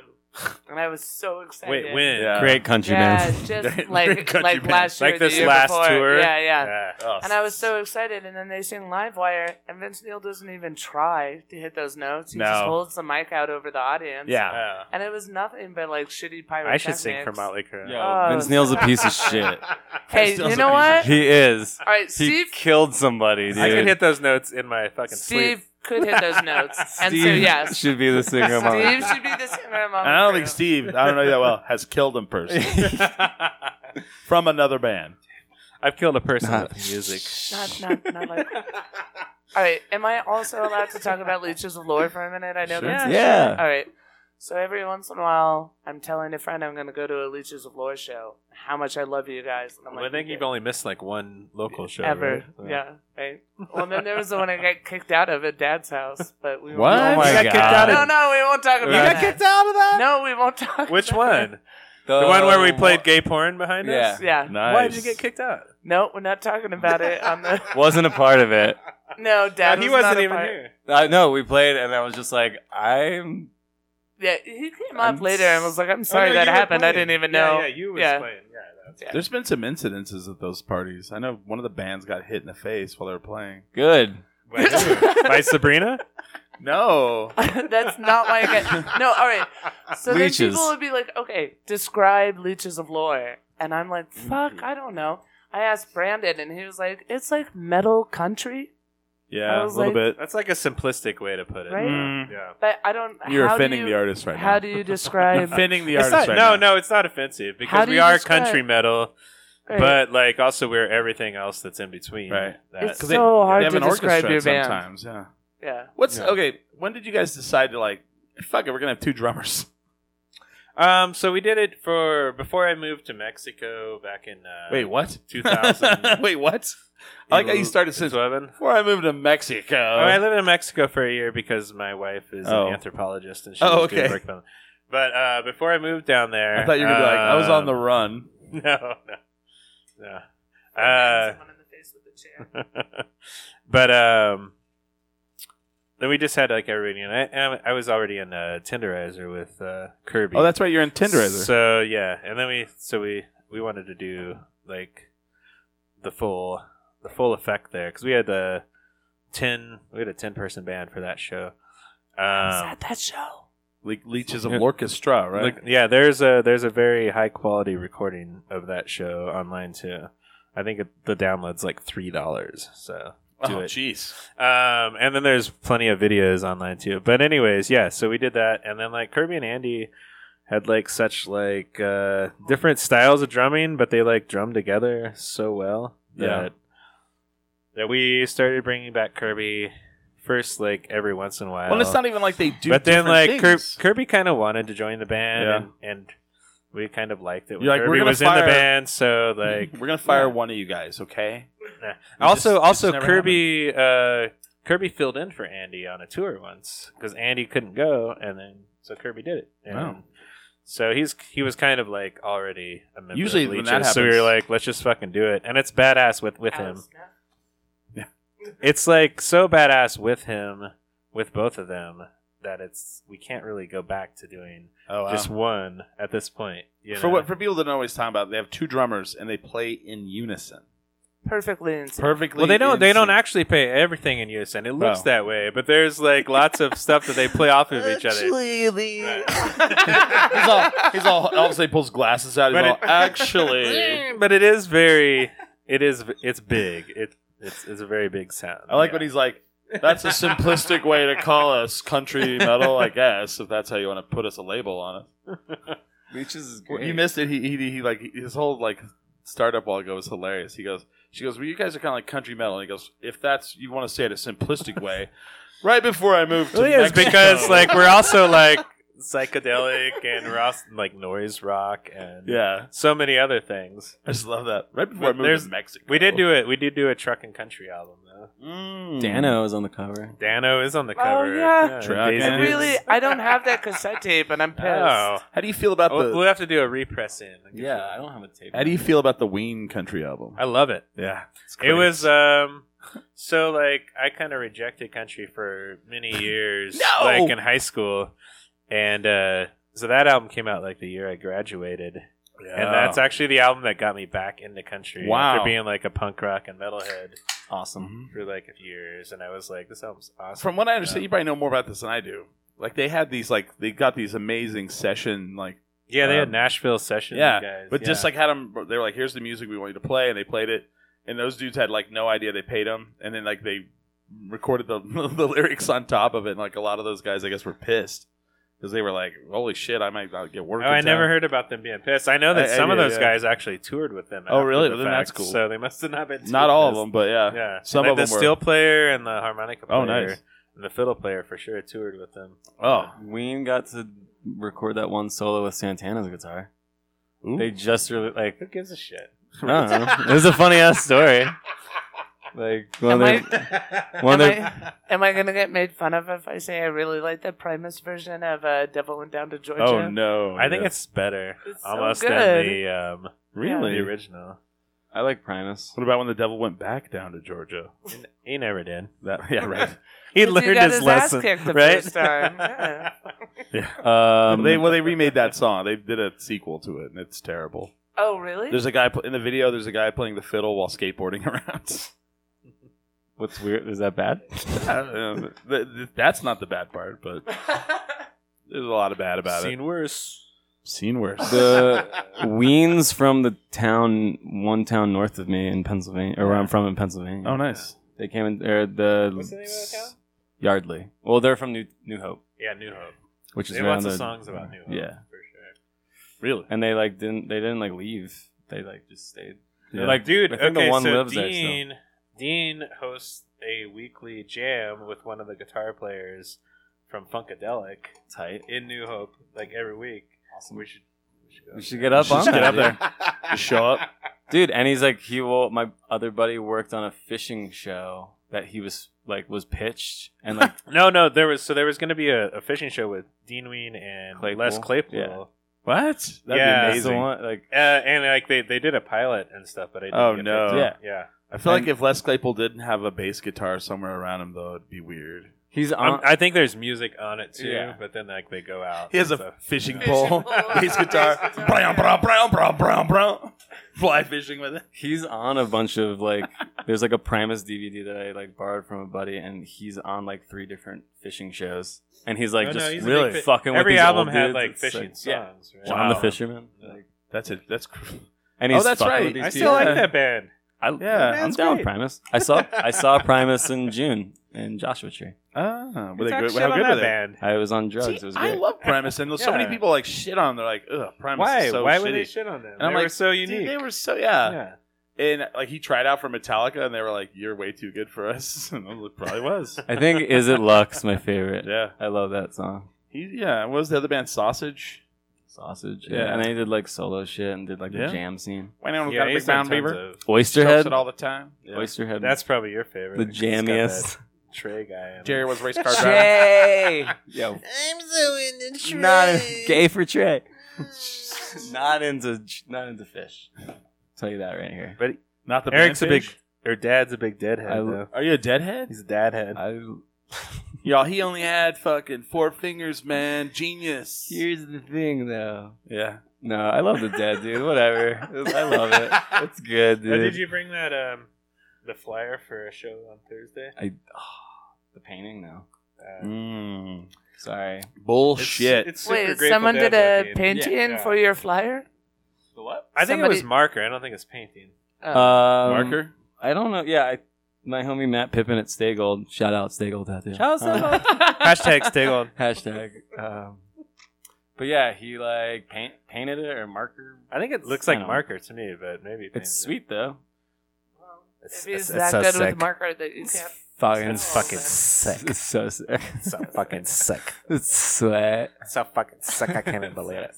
Speaker 3: and I was so excited.
Speaker 5: Wait, when?
Speaker 2: Yeah.
Speaker 4: Great country
Speaker 3: Yeah,
Speaker 4: band.
Speaker 5: [laughs]
Speaker 3: just
Speaker 2: Great
Speaker 3: like
Speaker 2: country
Speaker 3: like
Speaker 2: band.
Speaker 3: last year,
Speaker 5: Like
Speaker 3: or the
Speaker 5: this
Speaker 3: year
Speaker 5: last
Speaker 3: before.
Speaker 5: tour?
Speaker 3: Yeah, yeah,
Speaker 5: Yeah. Oh,
Speaker 3: And I was so excited, and then they sing Livewire, and Vince Neil doesn't even try to hit those notes. He just
Speaker 2: No.
Speaker 3: holds the mic out over the audience.
Speaker 2: Yeah,
Speaker 5: Yeah.
Speaker 3: And it was nothing but like shitty pyrotechnics.
Speaker 5: I should sing for Motley Crue.
Speaker 4: Yo,
Speaker 5: [laughs]
Speaker 3: Oh,
Speaker 4: [laughs] Vince Neil's a piece
Speaker 3: [laughs]
Speaker 4: of shit.
Speaker 3: Hey,
Speaker 2: Still
Speaker 3: you know
Speaker 2: something.
Speaker 3: what?
Speaker 4: He is.
Speaker 3: All right,
Speaker 4: He
Speaker 3: Steve.
Speaker 4: killed somebody, dude.
Speaker 5: I could hit those notes in my fucking
Speaker 3: Steve
Speaker 5: sleep.
Speaker 3: could hit those notes, and so
Speaker 4: Steve
Speaker 3: yes,
Speaker 4: should be the singer. of Motley
Speaker 3: Steve should be the singer. of
Speaker 2: and
Speaker 3: Motley
Speaker 2: I don't
Speaker 3: Crue.
Speaker 2: think Steve, I don't know you that well, has killed him person
Speaker 5: [laughs]
Speaker 3: [laughs]
Speaker 5: I've
Speaker 2: from another band.
Speaker 5: killed a person
Speaker 4: Not-
Speaker 5: with music.
Speaker 3: [laughs] Not, not, not like. All right. Am I also allowed to talk about Leeches of Lore for a minute? I know
Speaker 2: Sure.
Speaker 3: that's.
Speaker 4: Yeah.
Speaker 3: [laughs] All right. So every once in a while, I'm telling a friend I'm going to go to a Leeches of Lore show. How much I love you guys. And I'm
Speaker 5: Well, I
Speaker 3: like,
Speaker 5: think
Speaker 3: "Okay."
Speaker 5: you've only missed like one local show.
Speaker 3: ever.
Speaker 5: right? So-
Speaker 3: Yeah. Right. Well, then there was the one I got kicked out of at Dad's house, but we won't-
Speaker 2: What? Oh
Speaker 3: We
Speaker 2: my
Speaker 3: got kicked out
Speaker 4: God.
Speaker 3: of- No, no, we won't talk about
Speaker 5: got
Speaker 3: that.
Speaker 4: kicked out of that?
Speaker 3: No, we won't talk.
Speaker 5: Which
Speaker 3: about that.
Speaker 5: one? The one where we played gay porn behind
Speaker 4: Yeah.
Speaker 5: us?
Speaker 3: Yeah.
Speaker 2: Nice.
Speaker 5: Why did you get kicked out?
Speaker 3: No, we're not talking about it on the.
Speaker 4: Wasn't a part of [laughs] it.
Speaker 3: No, Dad.
Speaker 5: he
Speaker 3: was not
Speaker 5: wasn't
Speaker 3: a
Speaker 5: even
Speaker 3: part-
Speaker 5: here.
Speaker 4: Uh, no, we played, and I was just like, I'm.
Speaker 3: Yeah, he came
Speaker 4: I'm
Speaker 3: up later and was like, "I'm sorry
Speaker 5: Oh, no,
Speaker 3: that
Speaker 5: you were
Speaker 3: happened. I
Speaker 5: playing.
Speaker 3: didn't even
Speaker 5: Yeah,
Speaker 3: know."
Speaker 5: Yeah, you was
Speaker 3: Yeah.
Speaker 5: playing. Yeah, that's
Speaker 3: Yeah.
Speaker 2: There's been some incidences at those parties. I know one of the bands got hit in the face while they were playing.
Speaker 4: Good.
Speaker 5: By [laughs] who? By Sabrina?
Speaker 2: No.
Speaker 3: [laughs] That's not why I got. No, all right. So then
Speaker 4: Leeches.
Speaker 3: people would be like, okay, describe leeches of lore. And I'm like,
Speaker 2: Mm-hmm.
Speaker 3: fuck, I don't know. I asked Brandon, and he was like, it's like metal country.
Speaker 2: Yeah,
Speaker 3: I
Speaker 2: a
Speaker 3: was
Speaker 2: little bit.
Speaker 5: That's like a simplistic way to put it.
Speaker 3: Right?
Speaker 2: Mm.
Speaker 5: Yeah.
Speaker 3: But I don't.
Speaker 2: You're
Speaker 3: how do
Speaker 2: offending
Speaker 3: you-
Speaker 2: the artist right
Speaker 3: How
Speaker 2: now.
Speaker 3: do
Speaker 2: [laughs]
Speaker 3: you describe.
Speaker 2: offending the
Speaker 5: It's
Speaker 2: artist
Speaker 5: not-
Speaker 2: right
Speaker 5: no,
Speaker 2: now.
Speaker 5: no, it's not offensive
Speaker 3: How
Speaker 5: because
Speaker 3: do
Speaker 5: we
Speaker 3: you
Speaker 5: are
Speaker 3: describe-
Speaker 5: country metal,
Speaker 3: Right.
Speaker 5: but like also we're everything else that's in between.
Speaker 2: Right.
Speaker 5: That-
Speaker 3: it's
Speaker 2: 'Cause
Speaker 3: so
Speaker 2: they-
Speaker 3: hard
Speaker 2: they have
Speaker 3: to
Speaker 2: an
Speaker 3: describe
Speaker 2: orchestra
Speaker 3: your band.
Speaker 2: sometimes. Yeah.
Speaker 3: Yeah.
Speaker 2: What's
Speaker 4: Yeah.
Speaker 2: okay? When did you guys decide to like? Fuck it, we're gonna have two
Speaker 5: [laughs]
Speaker 2: drummers.
Speaker 5: Um, so we did it for before I moved to Mexico back in uh,
Speaker 2: Wait, what?
Speaker 5: [laughs]
Speaker 2: [laughs]
Speaker 5: 2000.
Speaker 2: Wait, what? I like how you started since
Speaker 5: 2011.
Speaker 2: before I moved to Mexico.
Speaker 5: Oh, I lived in Mexico for a year because my wife is
Speaker 2: Oh.
Speaker 5: an anthropologist and she
Speaker 2: Oh,
Speaker 5: was doing
Speaker 2: okay.
Speaker 5: work for them. But uh, before I moved down there,
Speaker 2: I thought you were gonna be like, I was on the
Speaker 5: um, [laughs]
Speaker 2: run.
Speaker 5: no, no, no.
Speaker 3: Bang
Speaker 5: Uh,
Speaker 3: someone in the face with a chair.
Speaker 5: [laughs] but um, then we just had like everybody, and I, and I was already in uh, Tenderizer with uh, Kirby.
Speaker 2: Oh, that's right. You're in Tenderizer.
Speaker 5: So yeah, and then we so we we wanted to do like the full the full effect there because we had the ten we had a ten person band for that show.
Speaker 3: was
Speaker 5: Um,
Speaker 3: at that show.
Speaker 2: Le- Leeches of Lorchestra, right?
Speaker 5: look- yeah, there's a there's a very high quality recording of that show online too. I think it, the download's like three dollars. So do
Speaker 2: oh,
Speaker 5: it.
Speaker 2: jeez.
Speaker 5: Um, and then there's plenty of videos online too. But anyways, yeah. So we did that, and then like Kirby and Andy had like such like uh, different styles of drumming, but they like drum together so well that
Speaker 2: Yeah.
Speaker 5: that we started bringing back Kirby first like every once in a while.
Speaker 2: Well, it's not even like they do.
Speaker 5: but then like Kir-
Speaker 2: things.
Speaker 5: Kirby kind of wanted to join the band,
Speaker 2: Yeah.
Speaker 5: and, and we kind of liked it. When
Speaker 2: You're like, "We're
Speaker 5: Kirby
Speaker 2: gonna
Speaker 5: was in
Speaker 2: fire-
Speaker 5: the band, so like
Speaker 2: we're gonna fire one of you guys, okay?
Speaker 5: Nah.
Speaker 2: We
Speaker 5: also,
Speaker 2: just- it
Speaker 5: also
Speaker 2: just never
Speaker 5: Kirby, uh, Kirby filled in for Andy on a tour once because Andy couldn't go, and then so Kirby did it. And
Speaker 2: Wow.
Speaker 5: So he's he was kind of like already a member.
Speaker 2: Usually
Speaker 5: of
Speaker 2: when
Speaker 5: Legion,
Speaker 2: that
Speaker 5: so we were
Speaker 2: happens-
Speaker 5: like, let's just fucking do it, and it's badass with with him. It's like so badass with him, with both of them that it's we can't really go back to doing
Speaker 2: Oh, wow.
Speaker 5: just one at this point. You
Speaker 2: for
Speaker 5: know?
Speaker 2: what for people that don't always talk about, they have two drummers and they play in unison,
Speaker 3: Perfectly insane.
Speaker 2: perfectly.
Speaker 5: Well, they don't. They don't
Speaker 2: in sync.
Speaker 5: actually play everything in unison. It looks
Speaker 2: No.
Speaker 5: that way, but there's like lots of stuff that they play off
Speaker 4: [laughs]
Speaker 5: of each other.
Speaker 3: Actually,
Speaker 2: [laughs]
Speaker 3: the-
Speaker 5: [laughs]
Speaker 2: he's
Speaker 3: [laughs]
Speaker 2: all. He's all. All of a sudden, he pulls glasses out. He's
Speaker 5: But
Speaker 2: all,
Speaker 5: it-
Speaker 2: actually,
Speaker 5: But it is very. It is. It's big. It. It's, it's a very big sound.
Speaker 2: I like
Speaker 5: Yeah.
Speaker 2: when he's like, "That's a simplistic way to call us country metal, I guess, if that's how you want to put us a label on it."
Speaker 4: Which is
Speaker 2: You missed it. He, he he like his whole like startup all goes hilarious. He goes, she goes, well, you guys are kind of like country metal. And he goes, if that's you want to say it a simplistic way, right before I moved to
Speaker 5: Well, yeah, it's
Speaker 2: Mexico."
Speaker 5: because
Speaker 3: [laughs]
Speaker 5: like we're also like psychedelic and we're also like noise rock and
Speaker 2: yeah,
Speaker 5: so many other things.
Speaker 2: I just love that. Right before I
Speaker 5: But
Speaker 2: moved
Speaker 5: there's-
Speaker 2: to Mexico,
Speaker 5: We did do it. We did do a truck and country album though.
Speaker 2: Mm.
Speaker 4: Dano is on the cover.
Speaker 5: Dano is on the
Speaker 3: Oh,
Speaker 5: cover.
Speaker 3: yeah.
Speaker 2: Truck
Speaker 5: Daisy
Speaker 2: and-
Speaker 5: Dukes.
Speaker 3: Really, I don't have
Speaker 5: [laughs]
Speaker 3: that cassette tape, and I'm pissed.
Speaker 5: Oh.
Speaker 2: How do you feel about
Speaker 5: We'll,
Speaker 2: the
Speaker 5: we'll have to do a repress in.
Speaker 4: I don't have a tape.
Speaker 2: How do you feel about the Ween country album?
Speaker 5: I love it.
Speaker 2: yeah,
Speaker 5: It was um so like I kind of rejected country for
Speaker 2: [laughs]
Speaker 5: many years
Speaker 2: No!
Speaker 5: like in high school and uh so that album came out like the year I graduated and that's actually the album that got me back into country
Speaker 2: Oh. Wow.
Speaker 5: after being like a punk rock and metalhead
Speaker 4: awesome.
Speaker 5: for like a few years and I was like this album's awesome.
Speaker 2: from what I understand.
Speaker 5: Um,
Speaker 2: You probably know more about this than I do. Like they had these like they got these amazing session like
Speaker 5: yeah, they had
Speaker 2: um,
Speaker 5: Nashville session
Speaker 2: yeah,
Speaker 5: guys.
Speaker 2: But just
Speaker 5: yeah.
Speaker 2: like had them, they were like, "Here's the music we want you to play," and they played it. And those dudes had like no idea they paid them, and then like they recorded the [laughs] the lyrics on top of it. And like a lot of those guys, I guess, were pissed because they were like, "Holy shit, I might not get work."
Speaker 5: Oh,
Speaker 2: in
Speaker 5: I never
Speaker 2: town."
Speaker 5: heard about them being pissed. I know that
Speaker 2: I- I
Speaker 5: some
Speaker 2: did,
Speaker 5: of those
Speaker 2: yeah.
Speaker 5: guys actually toured with them.
Speaker 2: Oh,
Speaker 5: after
Speaker 2: really?
Speaker 5: the
Speaker 2: Then that's
Speaker 5: fact,
Speaker 2: cool.
Speaker 5: So they must have not been. too
Speaker 2: Not all of
Speaker 5: pissed.
Speaker 2: them, but yeah,
Speaker 5: Yeah,
Speaker 2: Some
Speaker 5: Like
Speaker 2: of them
Speaker 5: the
Speaker 2: were-
Speaker 5: steel player and the harmonica. Player
Speaker 2: Oh, nice.
Speaker 5: And the fiddle player for sure toured with them.
Speaker 2: Oh,
Speaker 4: Ween got to record that one solo with Santana's guitar.
Speaker 2: Ooh.
Speaker 4: They just really like.
Speaker 5: Who gives
Speaker 3: [laughs]
Speaker 5: a shit?
Speaker 4: [laughs] I don't know. [laughs] It was a funny ass story. Like
Speaker 3: Am
Speaker 4: one of
Speaker 3: I,
Speaker 4: their, one of
Speaker 3: am,
Speaker 4: their
Speaker 3: I, [laughs] am I gonna get made fun of if I say I really like the Primus version of uh, "Devil Went Down to Georgia"?
Speaker 2: oh no!
Speaker 5: I think
Speaker 2: Yeah.
Speaker 5: it's better
Speaker 3: It's so
Speaker 5: almost
Speaker 3: good.
Speaker 5: than the um,
Speaker 2: really.
Speaker 5: the original.
Speaker 4: I like [laughs] Primus.
Speaker 2: What about when the devil went back down to Georgia?
Speaker 5: He- He never did.
Speaker 2: That [laughs] yeah, right.
Speaker 5: He
Speaker 3: Because
Speaker 5: learned
Speaker 3: he got
Speaker 5: his,
Speaker 3: his ass
Speaker 5: lesson,
Speaker 3: kicked the
Speaker 5: right?
Speaker 3: first time, yeah.
Speaker 2: yeah.
Speaker 4: Um,
Speaker 2: they well they remade that song. They did a sequel to it, and it's terrible.
Speaker 3: Oh, really? [laughs]
Speaker 2: There's a guy pl- in the video. There's a guy playing the fiddle while skateboarding [laughs] around.
Speaker 4: what's weird? Is that bad?
Speaker 2: Um, th- th- that's not the bad part, but there's a lot of bad about it.
Speaker 5: Seen worse.
Speaker 2: Seen worse.
Speaker 4: [laughs] the Weens from the town, one town north of me in Pennsylvania, or where I'm from in Pennsylvania.
Speaker 2: oh, nice.
Speaker 4: They came in or the,
Speaker 5: What's the name of that town?
Speaker 4: Yardley. Well, they're from New New Hope,
Speaker 5: Yeah, New Hope.
Speaker 4: which is
Speaker 5: There's
Speaker 4: around
Speaker 5: lots of
Speaker 4: the-
Speaker 5: songs about New Hope.
Speaker 4: Yeah,
Speaker 5: for sure.
Speaker 2: Really?
Speaker 4: and they like didn't they didn't like leave. They like just stayed.
Speaker 2: Yeah.
Speaker 4: They're like,
Speaker 5: Dude,
Speaker 4: I think
Speaker 5: okay,
Speaker 4: the one
Speaker 5: so
Speaker 4: lives there. still.
Speaker 5: Dean Dean hosts a weekly jam with one of the guitar players from Funkadelic.
Speaker 4: tight.
Speaker 5: in New Hope like every week. We should we should, go
Speaker 4: We should get up on
Speaker 2: Just get
Speaker 4: that,
Speaker 2: up
Speaker 4: dude.
Speaker 2: there. [laughs] Just show up.
Speaker 4: dude. And he's like, he will. My other buddy worked on a fishing show that he was like was pitched and
Speaker 5: [laughs]
Speaker 4: like
Speaker 5: No, no, there was so there was going to be a, a fishing show with Dean Ween and
Speaker 4: Claypool.
Speaker 5: Les Claypool.
Speaker 4: Yeah.
Speaker 2: What? That'd
Speaker 5: Yeah,
Speaker 2: be
Speaker 4: that's the
Speaker 2: amazing.
Speaker 4: one, like
Speaker 5: Uh, and like they, they did a pilot and stuff, but I didn't
Speaker 2: Oh,
Speaker 5: get
Speaker 2: no.
Speaker 5: picked up.
Speaker 4: Yeah.
Speaker 5: yeah.
Speaker 2: I feel like
Speaker 4: And-
Speaker 2: if Les Claypool didn't have a bass guitar somewhere around him, though, it'd be weird.
Speaker 4: he's
Speaker 5: I'm-
Speaker 4: on.
Speaker 5: I think there's music on it too,
Speaker 4: Yeah.
Speaker 5: but then like they go out.
Speaker 2: He has
Speaker 5: and
Speaker 2: a
Speaker 5: stuff.
Speaker 2: fishing
Speaker 5: Yeah.
Speaker 2: pole, [laughs] bass guitar,
Speaker 3: [laughs]
Speaker 2: brown, brown, brown, brown, brown, brown. Fly fishing with it.
Speaker 4: He's on a bunch of like
Speaker 5: [laughs]
Speaker 4: there's like a Primus DVD that I like borrowed from a buddy and he's on like three different fishing shows and he's like
Speaker 5: No, Oh, no,
Speaker 4: just
Speaker 5: he's a big
Speaker 4: really
Speaker 5: fi-
Speaker 4: fucking with
Speaker 5: Every
Speaker 4: these
Speaker 5: album
Speaker 4: old
Speaker 5: had
Speaker 4: dudes.
Speaker 5: like
Speaker 4: It's,
Speaker 5: fishing
Speaker 4: yeah.
Speaker 5: songs. Right?
Speaker 4: John
Speaker 2: Wow.
Speaker 4: the Fisherman like,
Speaker 2: That's it. That's cr- [laughs]
Speaker 4: and he's
Speaker 2: Oh, that's
Speaker 4: fucking
Speaker 2: right.
Speaker 4: with these
Speaker 5: I
Speaker 4: dudes.
Speaker 5: still like
Speaker 2: Yeah.
Speaker 5: that band.
Speaker 4: I,
Speaker 2: Yeah,
Speaker 4: I'm
Speaker 5: that's
Speaker 4: down with
Speaker 5: great. [laughs]
Speaker 4: Primus I saw I saw Primus in June and Joshua Tree.
Speaker 2: Ah, were
Speaker 5: We
Speaker 2: they
Speaker 5: talk
Speaker 2: good?
Speaker 5: shit
Speaker 2: How
Speaker 5: on
Speaker 2: good
Speaker 5: that
Speaker 2: were they?
Speaker 5: band.
Speaker 4: I was on drugs.
Speaker 2: See,
Speaker 4: it was
Speaker 2: I
Speaker 4: great.
Speaker 2: love Primus, and so many
Speaker 5: Yeah.
Speaker 2: people like shit on. Them. They're like, ugh, Primus.
Speaker 5: Why?
Speaker 2: Is so
Speaker 5: Why
Speaker 2: shitty.
Speaker 5: would they shit on them?
Speaker 2: And I'm
Speaker 5: they
Speaker 2: like,
Speaker 5: were so
Speaker 2: Dude,
Speaker 5: unique.
Speaker 2: they were so yeah.
Speaker 5: yeah.
Speaker 2: And like he tried out for Metallica, and they were like, "You're way too good for us." [laughs] and it probably
Speaker 5: [laughs]
Speaker 2: was.
Speaker 4: I think Is It Luck's my favorite.
Speaker 2: yeah.
Speaker 4: I love that song.
Speaker 2: He yeah. What was the other band? Sausage.
Speaker 4: Sausage.
Speaker 2: Yeah.
Speaker 4: Yeah. And then he did like solo shit and did like
Speaker 2: Yeah.
Speaker 4: the jam scene.
Speaker 2: Went on
Speaker 5: Yeah,
Speaker 2: got a
Speaker 5: he's
Speaker 2: big
Speaker 5: done
Speaker 2: brown
Speaker 5: tons
Speaker 2: beaver.
Speaker 5: of-
Speaker 2: Chokes it
Speaker 4: Oysterhead.
Speaker 2: all the time. Yeah.
Speaker 4: Oysterhead.
Speaker 5: That's probably your favorite.
Speaker 4: the
Speaker 5: He's got that
Speaker 4: jammiest.
Speaker 5: Trey guy. in
Speaker 2: Jerry
Speaker 5: him.
Speaker 2: was race
Speaker 5: [laughs]
Speaker 2: car driver.
Speaker 4: Jay. [laughs] Yo,
Speaker 6: I'm so into Shrek.
Speaker 4: not gay for Trey. not into not into fish. Tell you that right here.
Speaker 2: Not the
Speaker 5: Eric's a
Speaker 2: band
Speaker 5: big.
Speaker 2: Fish?
Speaker 5: Her dad's a big deadhead.
Speaker 4: I-
Speaker 5: though.
Speaker 2: Are you a deadhead?
Speaker 5: He's a dadhead. Oh,
Speaker 4: I
Speaker 2: Y'all, he only had fucking four fingers, man. Genius.
Speaker 4: Here's the thing though.
Speaker 2: Yeah.
Speaker 4: No, I love the dead dude. [laughs] Whatever. I love it. It's good,
Speaker 5: Uh,
Speaker 4: dude.
Speaker 5: did you bring that um the flyer for a show on Thursday?
Speaker 4: I [sighs] the painting though.
Speaker 5: Uh,
Speaker 2: Mm.
Speaker 4: Sorry.
Speaker 2: Bullshit.
Speaker 5: It's, it's super
Speaker 3: Wait,
Speaker 5: Grateful
Speaker 3: someone
Speaker 5: Dead
Speaker 3: did a
Speaker 5: looking.
Speaker 3: painting
Speaker 5: Yeah.
Speaker 3: for your flyer?
Speaker 4: The what?
Speaker 5: I think it
Speaker 3: somebody-
Speaker 5: was marker. I don't think it's painting.
Speaker 3: Oh.
Speaker 4: Um,
Speaker 2: Marker.
Speaker 4: I don't know. Yeah, I, my homie Matt Pippin at Staygold. Shout out Staygold Tattoo.
Speaker 3: How's that
Speaker 4: Uh,
Speaker 3: about-
Speaker 5: Hashtag stay on.
Speaker 4: [laughs] hashtag. Um, but yeah, he like paint, painted it or marker.
Speaker 5: I think it looks
Speaker 4: I
Speaker 5: like
Speaker 4: don't-
Speaker 5: marker to me, but maybe painted.
Speaker 4: It's sweet though.
Speaker 5: It's,
Speaker 3: If he's
Speaker 5: it's- it's
Speaker 3: that
Speaker 5: so
Speaker 3: good
Speaker 5: sick.
Speaker 3: with marker that you
Speaker 4: It's
Speaker 3: can't.
Speaker 4: fucking
Speaker 5: It's fucking
Speaker 4: sick. It's so sick.
Speaker 5: so fucking sick.
Speaker 4: [laughs] it's [laughs] sweat.
Speaker 5: So fucking sick. I can't even believe it.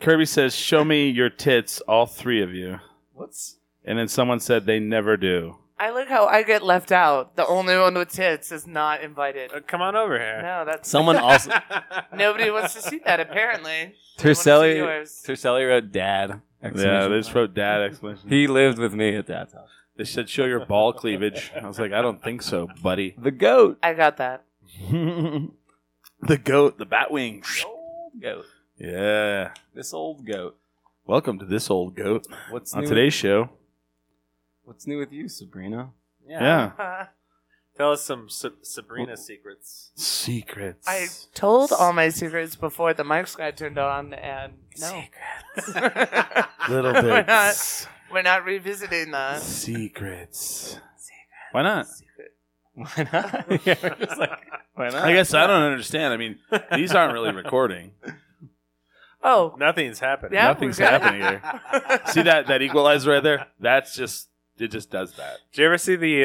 Speaker 2: Kirby says, "Show me your tits, all three of you."
Speaker 4: What's
Speaker 2: And then someone said, "They never do."
Speaker 3: I like how I get left out. The only one with tits is not invited.
Speaker 5: Uh, come on over here.
Speaker 3: No, that's
Speaker 4: someone also?
Speaker 5: [laughs]
Speaker 3: nobody wants to see that. Apparently, They wanna see
Speaker 4: Tercelli.
Speaker 3: yours.
Speaker 4: Tercelli wrote dad.
Speaker 2: Yeah,
Speaker 4: exclamation
Speaker 2: they just
Speaker 4: point.
Speaker 2: wrote dad explanation.
Speaker 4: He lived with me at that time.
Speaker 2: They said, "Show your ball cleavage." I was like, "I don't think so, buddy."
Speaker 4: The [laughs] goat.
Speaker 3: I got that.
Speaker 2: the goat, the bat wing.
Speaker 4: Old goat.
Speaker 2: Yeah.
Speaker 4: This old goat.
Speaker 2: Welcome to this old goat
Speaker 4: What's
Speaker 2: on
Speaker 4: new
Speaker 2: today's show.
Speaker 4: What's new with you, Sabrina?
Speaker 2: Yeah.
Speaker 3: Huh.
Speaker 5: [laughs] Tell us some Sa-
Speaker 2: [laughs]
Speaker 5: Sabrina secrets. [laughs]
Speaker 2: Secrets.
Speaker 3: I told all my secrets before the mics got turned on, and no,
Speaker 2: [laughs] Little
Speaker 3: We're
Speaker 2: bits.
Speaker 3: not- we're not revisiting
Speaker 2: Uh,
Speaker 3: that.
Speaker 2: Secrets. Why not?
Speaker 4: Why not? yeah, we're just like, why not?
Speaker 2: I guess I don't understand. I mean, these aren't really [laughs] recording.
Speaker 3: Oh,
Speaker 5: Nothing's happening.
Speaker 3: Yeah,
Speaker 2: Nothing's
Speaker 3: we're good.
Speaker 2: happening here.
Speaker 5: [laughs]
Speaker 2: See that that equalizer right there? That's just it. Just does that.
Speaker 5: Did you ever see the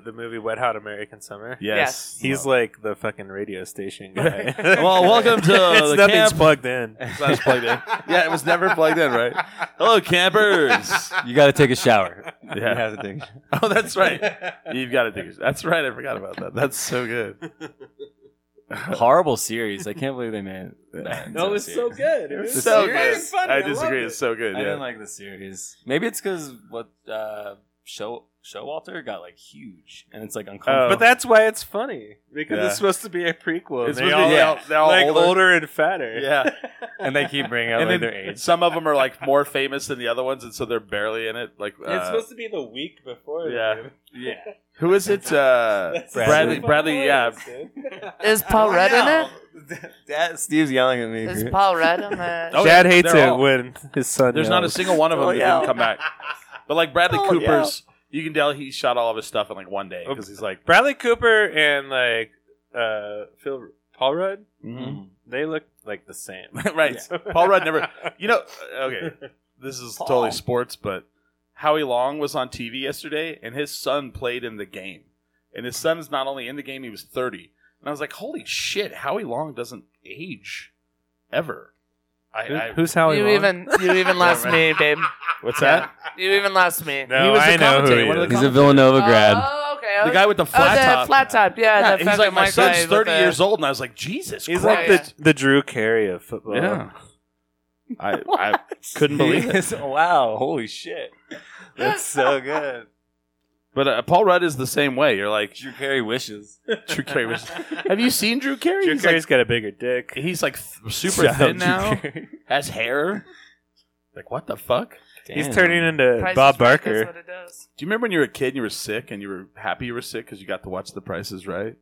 Speaker 5: uh, the movie Wet Hot American Summer?
Speaker 2: Yes.
Speaker 5: He's like the fucking radio station [laughs] guy.
Speaker 2: [laughs] Well, welcome to
Speaker 5: it's
Speaker 2: the
Speaker 5: nothing's
Speaker 2: camp.
Speaker 5: plugged in.
Speaker 2: [laughs] It's not plugged
Speaker 5: [laughs]
Speaker 2: in. Yeah, it was never plugged in, right? Hello, campers.
Speaker 4: You got to take a shower. You
Speaker 2: [laughs] Yeah.
Speaker 4: have to take.
Speaker 2: Oh, that's
Speaker 5: [laughs]
Speaker 2: right. You've got to do. That's right. I forgot about that. That's so [laughs] good.
Speaker 4: [laughs] Horrible series. I can't believe
Speaker 2: [laughs]
Speaker 4: they made that.
Speaker 5: No, it was so good. It
Speaker 2: It's
Speaker 5: was
Speaker 2: so
Speaker 5: serious.
Speaker 2: good.
Speaker 5: It was funny.
Speaker 2: I
Speaker 5: loved
Speaker 2: disagree.
Speaker 5: it.
Speaker 2: It's so good.
Speaker 4: I
Speaker 2: Yeah.
Speaker 4: didn't like the series. Maybe it's because what uh, Show Showalter got like huge, and it's like uncomfortable.
Speaker 2: Oh.
Speaker 5: But that's why it's funny because
Speaker 2: Yeah.
Speaker 5: it's supposed to be a prequel.
Speaker 2: It's
Speaker 5: They
Speaker 2: supposed to
Speaker 5: all-
Speaker 2: be- yeah, they're all
Speaker 5: like
Speaker 2: older.
Speaker 5: older. and fatter. [laughs]
Speaker 2: yeah.
Speaker 4: and they keep bringing
Speaker 2: [laughs]
Speaker 4: out
Speaker 2: And
Speaker 4: like
Speaker 2: then
Speaker 4: their age.
Speaker 2: some of them are like more famous than the other ones, and so they're barely in it. Like
Speaker 5: it's
Speaker 2: uh,
Speaker 5: supposed to be the week before.
Speaker 2: yeah.
Speaker 5: the movie.
Speaker 4: Yeah,
Speaker 2: who is it? Uh,
Speaker 5: [laughs]
Speaker 2: [laughs]
Speaker 5: That's
Speaker 2: Bradley.
Speaker 5: so
Speaker 2: Bradley. Yeah.
Speaker 5: hilarious, dude. [laughs]
Speaker 3: Is Paul Rudd in it?
Speaker 4: [laughs] Dad, Steve's yelling at me. [laughs]
Speaker 3: Is Paul Rudd on the?
Speaker 2: [laughs] Oh,
Speaker 5: Dad
Speaker 2: yeah,
Speaker 5: hates
Speaker 2: they're
Speaker 5: it
Speaker 2: all-
Speaker 5: when his son.
Speaker 2: There's not a
Speaker 5: yells.
Speaker 2: single one of them
Speaker 4: Oh,
Speaker 2: that
Speaker 4: yeah.
Speaker 2: didn't come back. But like Bradley
Speaker 4: Oh,
Speaker 2: Cooper's, you can tell he shot all of his stuff in like one day because he's like,
Speaker 5: Bradley Cooper and like uh, Phil Paul Rudd.
Speaker 2: Um,
Speaker 5: They look like the same.
Speaker 2: Mm-hmm. [laughs] right. Paul Rudd never.
Speaker 5: [laughs]
Speaker 2: You know, uh, okay, this [laughs] is totally sports, but Howie Long was on TV yesterday, and his son played in the game. And his son is not only in the game; he was thirty. And I was like, "Holy shit! Howie Long doesn't age ever." I,
Speaker 5: Who-
Speaker 2: I
Speaker 5: Who's Howie?
Speaker 3: You
Speaker 5: Long?
Speaker 3: even you
Speaker 2: [laughs]
Speaker 3: even lost me, babe.
Speaker 2: what's
Speaker 5: that?
Speaker 3: You even lost me.
Speaker 5: No,
Speaker 2: He was
Speaker 5: I
Speaker 2: the
Speaker 5: know who
Speaker 2: commentator,
Speaker 5: he
Speaker 2: one of
Speaker 5: is.
Speaker 2: the
Speaker 4: He's a Villanova grad.
Speaker 3: Oh, okay.
Speaker 2: The guy with the
Speaker 3: oh,
Speaker 2: flat
Speaker 3: the
Speaker 2: top.
Speaker 3: flat top. Yeah,
Speaker 2: Yeah,
Speaker 3: the
Speaker 2: he's
Speaker 3: fucking
Speaker 2: like, "My
Speaker 3: white guy
Speaker 2: son's
Speaker 3: with
Speaker 2: thirty
Speaker 3: the-
Speaker 2: yeys
Speaker 3: [laughs]
Speaker 2: old," and I was like, "Jesus
Speaker 5: He's
Speaker 2: Christ!"
Speaker 5: like the the Drew Carey of football.
Speaker 2: yeah. I, I [laughs] couldn't believe it.
Speaker 4: wow,
Speaker 3: [laughs]
Speaker 4: holy shit. That's so good.
Speaker 2: But uh, Paul Rudd is the same way. You're like
Speaker 4: Drew Carey wishes.
Speaker 2: Drew Carey. [laughs] Was, have you seen Drew Carey?
Speaker 5: Drew
Speaker 2: he's
Speaker 5: Carey's
Speaker 2: like,
Speaker 5: got a bigger dick.
Speaker 2: he's like th- [laughs]
Speaker 5: [laughs]
Speaker 2: super thin now. Has hair. Like what the fuck?
Speaker 5: He's turning into
Speaker 3: Price is
Speaker 5: Bob
Speaker 3: Right,
Speaker 5: Barker.
Speaker 3: That's what it does.
Speaker 2: Do you remember when you were a kid and you were sick and you were happy you were sick because you got to watch The Prices Right?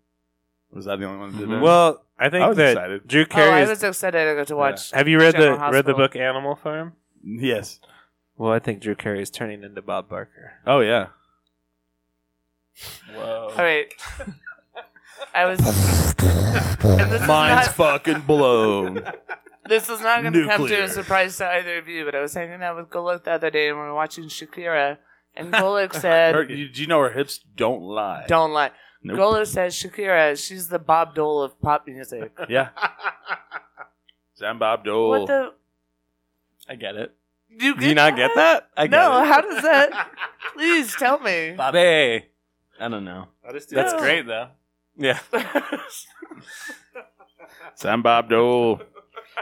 Speaker 2: Was that the only one that did that?
Speaker 5: Well, I
Speaker 2: Mm-hmm.
Speaker 5: think
Speaker 2: I was
Speaker 5: that
Speaker 2: excited.
Speaker 5: Drew
Speaker 3: Oh,
Speaker 5: Carey.
Speaker 3: I
Speaker 5: is-
Speaker 3: was excited I got to watch.
Speaker 5: have you read the
Speaker 3: General
Speaker 5: read the
Speaker 3: Hospital.
Speaker 5: book Animal
Speaker 3: [laughs]
Speaker 5: Farm?
Speaker 2: yes.
Speaker 5: Well, I think Drew Carey is turning into Bob Barker.
Speaker 2: Oh yeah.
Speaker 4: Whoa.
Speaker 3: All right, [laughs] I was. [laughs] and this is
Speaker 2: Mine's
Speaker 3: not-
Speaker 2: fucking blown.
Speaker 3: This is not going to come to
Speaker 2: Nuclear.
Speaker 3: a surprise to either of you, but I was hanging out with Golok the other day and we were watching Shakira, [laughs]
Speaker 2: [laughs]
Speaker 3: and Golok
Speaker 2: Her-
Speaker 3: said,
Speaker 2: you- do you know her hips don't lie?
Speaker 3: "Don't lie."
Speaker 2: Nope.
Speaker 3: Golok says Shakira, she's the Bob Dole of pop music. [laughs]
Speaker 2: Yeah. Sam Bob Dole.
Speaker 3: What the?
Speaker 4: I get it.
Speaker 3: You
Speaker 4: Do you not get that? I get
Speaker 3: no,
Speaker 4: it.
Speaker 3: how
Speaker 2: [laughs]
Speaker 3: does that? Please tell me.
Speaker 4: Bobby. I don't know.
Speaker 3: That's No. great,
Speaker 4: though. Yeah.
Speaker 2: Sam Bob Dole.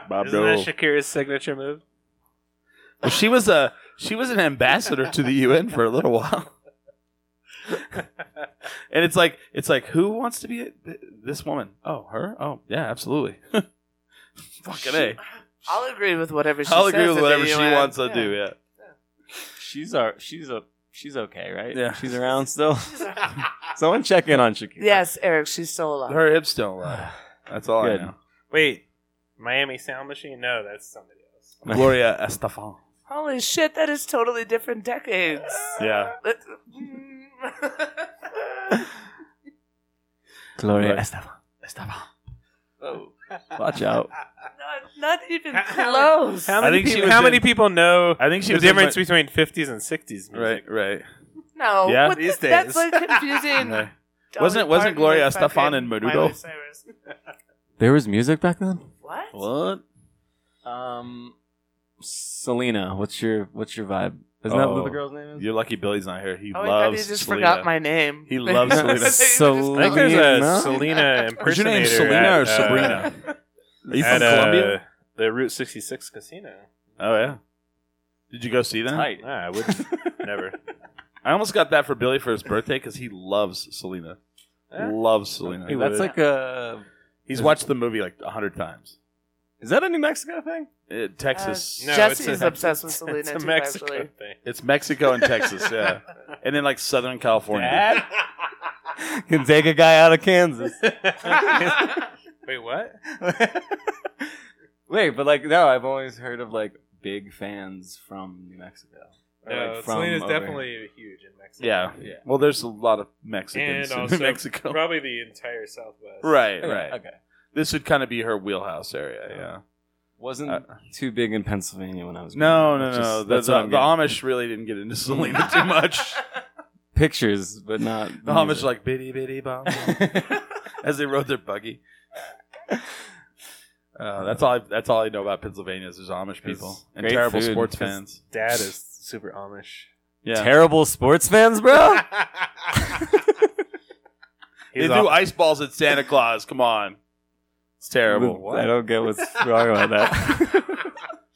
Speaker 2: Bob
Speaker 5: Isn't
Speaker 2: Dole.
Speaker 5: that Shakira's signature move?
Speaker 2: Well, she was a she was an ambassador to the UN for a little while. and it's like it's like who wants to be a, this woman? Oh, her? Oh, yeah, absolutely. Fucking a.
Speaker 3: I'll agree with whatever she
Speaker 2: I'll
Speaker 3: says
Speaker 2: agree
Speaker 3: at
Speaker 2: with
Speaker 3: the
Speaker 2: whatever she
Speaker 3: UN.
Speaker 2: wants to
Speaker 3: Yeah.
Speaker 2: do. Yeah.
Speaker 4: She's our she's a she's okay, right?
Speaker 2: Yeah.
Speaker 4: She's around still. Someone check in on Shakira.
Speaker 3: [laughs] Yes, Eric, she's still alive.
Speaker 2: Her hips don't
Speaker 4: [sighs]
Speaker 2: lie. That's all
Speaker 4: Good.
Speaker 2: I know.
Speaker 5: Wait, Miami Sound Machine? No, that's somebody else.
Speaker 2: Gloria Estefan.
Speaker 3: Holy shit, that is totally different decades. [laughs]
Speaker 2: Yeah.
Speaker 4: Gloria
Speaker 2: Right.
Speaker 4: Estefan.
Speaker 2: Estefan.
Speaker 5: Oh.
Speaker 4: Watch out.
Speaker 3: Not, not even
Speaker 5: How- how-
Speaker 3: close.
Speaker 5: How
Speaker 2: I
Speaker 5: many,
Speaker 2: think she
Speaker 5: people,
Speaker 2: was
Speaker 5: how
Speaker 2: in-
Speaker 5: many people know
Speaker 2: I think she
Speaker 5: the
Speaker 2: was in
Speaker 5: difference
Speaker 2: my-
Speaker 5: between 50s and 60s music?
Speaker 2: Right, right.
Speaker 3: no,
Speaker 2: Yeah,
Speaker 3: what the-
Speaker 5: these
Speaker 3: that's
Speaker 5: days.
Speaker 3: like
Speaker 5: [laughs]
Speaker 3: confusing.
Speaker 2: Right.
Speaker 3: Dolly
Speaker 2: Wasn't- wasn't
Speaker 3: Parton
Speaker 2: Gloria
Speaker 3: with fucking
Speaker 2: Estefan and Menudo?
Speaker 3: Miley Cyrus.
Speaker 4: There was music back then?
Speaker 3: What?
Speaker 2: What?
Speaker 4: Um Selena, what's your what's your vibe? Isn't that what
Speaker 2: Oh.
Speaker 4: the girl's name is?
Speaker 2: You're lucky Billy's not here. He
Speaker 3: Oh, I thought you
Speaker 2: loves.
Speaker 3: just
Speaker 2: Selena.
Speaker 3: forgot my name. [laughs]
Speaker 2: He loves
Speaker 3: I thought you
Speaker 2: Selena.
Speaker 3: just-
Speaker 5: I
Speaker 4: Selena.
Speaker 5: think
Speaker 3: [laughs]
Speaker 4: Selena?
Speaker 5: there's a Selena
Speaker 2: Is your
Speaker 5: impersonator.
Speaker 2: name Selena
Speaker 5: at,
Speaker 2: or
Speaker 5: uh,
Speaker 2: Sabrina? Are you
Speaker 5: at,
Speaker 2: from Colombia?
Speaker 5: Uh, the Route 66 casino.
Speaker 2: Oh yeah. Did you go see that?
Speaker 4: [laughs] Tight.
Speaker 5: Nah, I wouldn't.
Speaker 2: [laughs]
Speaker 5: Never.
Speaker 2: I almost got that for Billy for his birthday because he loves Selena.
Speaker 5: Eh?
Speaker 2: Loves Selena.
Speaker 4: Hey, that's like a
Speaker 2: He's watched the movie like a hundred times.
Speaker 4: Is that a New Mexico thing?
Speaker 2: Uh, Texas.
Speaker 5: No,
Speaker 3: Jesse
Speaker 5: it's a-
Speaker 3: is obsessed with [laughs] Selena
Speaker 5: it's a
Speaker 3: too,
Speaker 5: Mexico
Speaker 3: actually. [laughs]
Speaker 5: thing. [laughs]
Speaker 2: It's Mexico and Texas, yeah, and then like Southern California. [laughs]
Speaker 4: Can take a guy out of Kansas.
Speaker 5: Wait, what?
Speaker 4: [laughs] Wait, but like no, I've always heard of like big fans from New Mexico. Or,
Speaker 5: No,
Speaker 4: like, from
Speaker 5: Selena's
Speaker 4: over-
Speaker 5: definitely huge in Mexico.
Speaker 2: Yeah.
Speaker 4: Yeah.
Speaker 2: Well, there's a lot of Mexicans
Speaker 5: And
Speaker 2: in
Speaker 5: also
Speaker 2: Mexico.
Speaker 5: probably the entire Southwest.
Speaker 2: Right,
Speaker 4: Okay,
Speaker 2: right.
Speaker 4: Okay.
Speaker 2: This would kind of be her wheelhouse area.
Speaker 4: Wasn't
Speaker 2: Yeah. Uh,
Speaker 4: too big in Pennsylvania when I was
Speaker 2: no,
Speaker 4: growing
Speaker 2: no,
Speaker 4: up.
Speaker 2: no.
Speaker 4: Just-
Speaker 2: the,
Speaker 4: that's what
Speaker 2: the,
Speaker 4: I'm
Speaker 2: the
Speaker 4: getting.
Speaker 2: Amish really didn't get into Selena too
Speaker 4: [laughs]
Speaker 2: much.
Speaker 4: pictures, but not
Speaker 2: [laughs] The Amish like bitty bitty bomb
Speaker 4: [laughs]
Speaker 2: as they rode their buggy. Uh, that's all. I, that's all I know about Pennsylvania is there's Amish people and
Speaker 4: great
Speaker 2: terrible
Speaker 4: food,
Speaker 2: sports
Speaker 4: 'cause-
Speaker 2: fans.
Speaker 5: Dad is super
Speaker 2: [laughs]
Speaker 5: Amish.
Speaker 2: Yeah,
Speaker 4: terrible sports fans, bro.
Speaker 2: they
Speaker 5: He's
Speaker 2: threw
Speaker 5: off-
Speaker 2: ice balls at Santa Claus. Come on, it's [laughs] terrible.
Speaker 4: I don't get [laughs] what's wrong about that.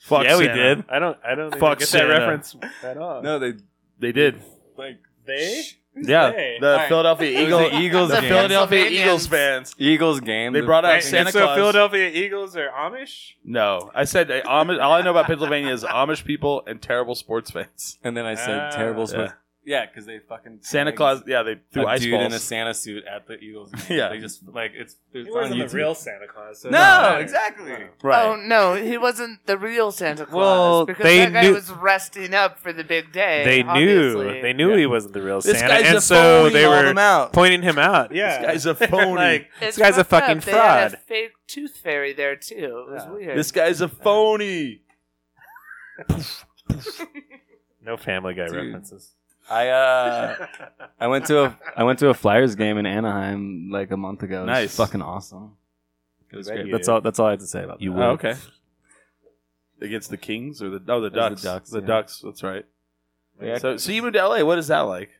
Speaker 2: Fuck
Speaker 4: yeah, we
Speaker 2: Santa.
Speaker 4: did.
Speaker 5: I don't. I don't even
Speaker 2: Fuck
Speaker 5: get
Speaker 2: Santa.
Speaker 5: that reference at all.
Speaker 4: No, they
Speaker 2: They did.
Speaker 5: like they.
Speaker 2: Yeah,
Speaker 5: Hey.
Speaker 2: the Philadelphia
Speaker 4: Eagles,
Speaker 2: Eagles.
Speaker 4: the Eagles,
Speaker 2: The
Speaker 4: game.
Speaker 2: Philadelphia
Speaker 3: Pennsylvanians.
Speaker 2: Eagles fans.
Speaker 4: Eagles game.
Speaker 2: They brought out
Speaker 5: Wait,
Speaker 2: Santa
Speaker 5: so
Speaker 2: Claus.
Speaker 5: Philadelphia Eagles are Amish.
Speaker 2: No, I said uh, Amish. All I know about Pennsylvania is Amish people and terrible sports fans.
Speaker 4: and then I said
Speaker 5: Ah,
Speaker 4: terrible sports.
Speaker 2: yeah.
Speaker 4: Yeah, because they fucking
Speaker 2: Santa
Speaker 4: tagged
Speaker 2: Claus. Yeah, they threw
Speaker 4: a
Speaker 2: ice
Speaker 4: dude
Speaker 2: balls.
Speaker 4: in a Santa suit at the Eagles.
Speaker 5: [laughs]
Speaker 4: Game.
Speaker 2: Yeah.
Speaker 4: they just like it's. it's
Speaker 5: He
Speaker 4: on
Speaker 5: wasn't the
Speaker 4: YouTube.
Speaker 5: real Santa Claus. So it
Speaker 4: No,
Speaker 5: doesn't matter.
Speaker 4: exactly.
Speaker 5: No.
Speaker 2: right.
Speaker 3: Oh no, he wasn't the real Santa Claus.
Speaker 4: Well,
Speaker 3: because
Speaker 5: they
Speaker 3: that guy
Speaker 5: knew-
Speaker 3: was resting up for the big day.
Speaker 5: They
Speaker 3: obviously.
Speaker 5: knew. They knew
Speaker 2: Yeah.
Speaker 5: he wasn't the real
Speaker 2: This
Speaker 5: Santa,
Speaker 2: guy's a
Speaker 5: and so
Speaker 2: phony.
Speaker 5: they
Speaker 4: Call
Speaker 5: were
Speaker 4: them out.
Speaker 5: pointing him out. Yeah,
Speaker 2: guy's a
Speaker 5: They're
Speaker 2: phony.
Speaker 5: [laughs] like,
Speaker 3: It's
Speaker 5: this guy's a
Speaker 3: fucked up.
Speaker 5: fucking
Speaker 3: They had
Speaker 5: fraud.
Speaker 3: a fake tooth fairy there too. It was weird.
Speaker 2: This guy's a phony.
Speaker 5: No Family Guy
Speaker 4: Dude.
Speaker 5: references.
Speaker 4: I uh, I went to a I went to a Flyers game in Anaheim like a month ago. It was
Speaker 2: Nice.
Speaker 4: fucking awesome. It was
Speaker 5: Bet
Speaker 4: great.
Speaker 5: you
Speaker 4: That's
Speaker 5: did.
Speaker 4: all. That's all I had to say about
Speaker 5: You
Speaker 4: that.
Speaker 5: will.
Speaker 2: Oh, okay. Against the Kings or the oh the
Speaker 4: It was
Speaker 2: Ducks.
Speaker 4: the Ducks,
Speaker 2: The
Speaker 4: yeah.
Speaker 2: Ducks, That's right.
Speaker 4: Yeah,
Speaker 2: So so you moved to LA. What is that like?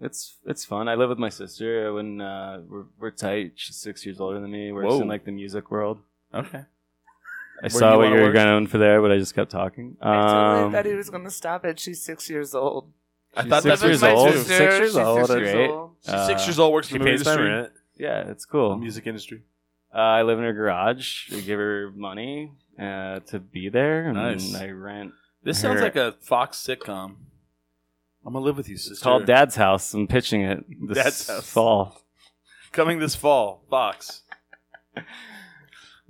Speaker 4: it's it's fun. I live with my sister. When uh, we're we're tight, she's six years older than me. We're just
Speaker 2: Whoa.
Speaker 4: in like the music world.
Speaker 2: Okay.
Speaker 4: I
Speaker 2: Where
Speaker 4: saw
Speaker 2: you
Speaker 4: what
Speaker 2: wanna
Speaker 4: you were
Speaker 2: work?
Speaker 4: going for there, but I just kept talking. Um,
Speaker 3: I totally thought he was going to stop it. She's six years old.
Speaker 2: I
Speaker 4: She's
Speaker 2: thought
Speaker 4: six
Speaker 2: that was
Speaker 4: years
Speaker 2: my
Speaker 4: old.
Speaker 2: sister.
Speaker 4: Six years old, that's great.
Speaker 2: She's six
Speaker 4: Uh,
Speaker 2: years old. Works
Speaker 5: she
Speaker 2: in the movie
Speaker 5: pays my
Speaker 2: industry.
Speaker 5: rent.
Speaker 4: yeah, it's cool.
Speaker 2: Music industry.
Speaker 4: Uh, I live in her garage. I give her money uh, to be there, and
Speaker 2: Nice.
Speaker 4: I rent.
Speaker 2: This
Speaker 4: Her-
Speaker 2: sounds like a Fox sitcom. I'm gonna live with you, sister.
Speaker 4: It's called Dad's House. I'm pitching it this
Speaker 2: Dad's House.
Speaker 4: fall.
Speaker 2: Coming this fall, Fox.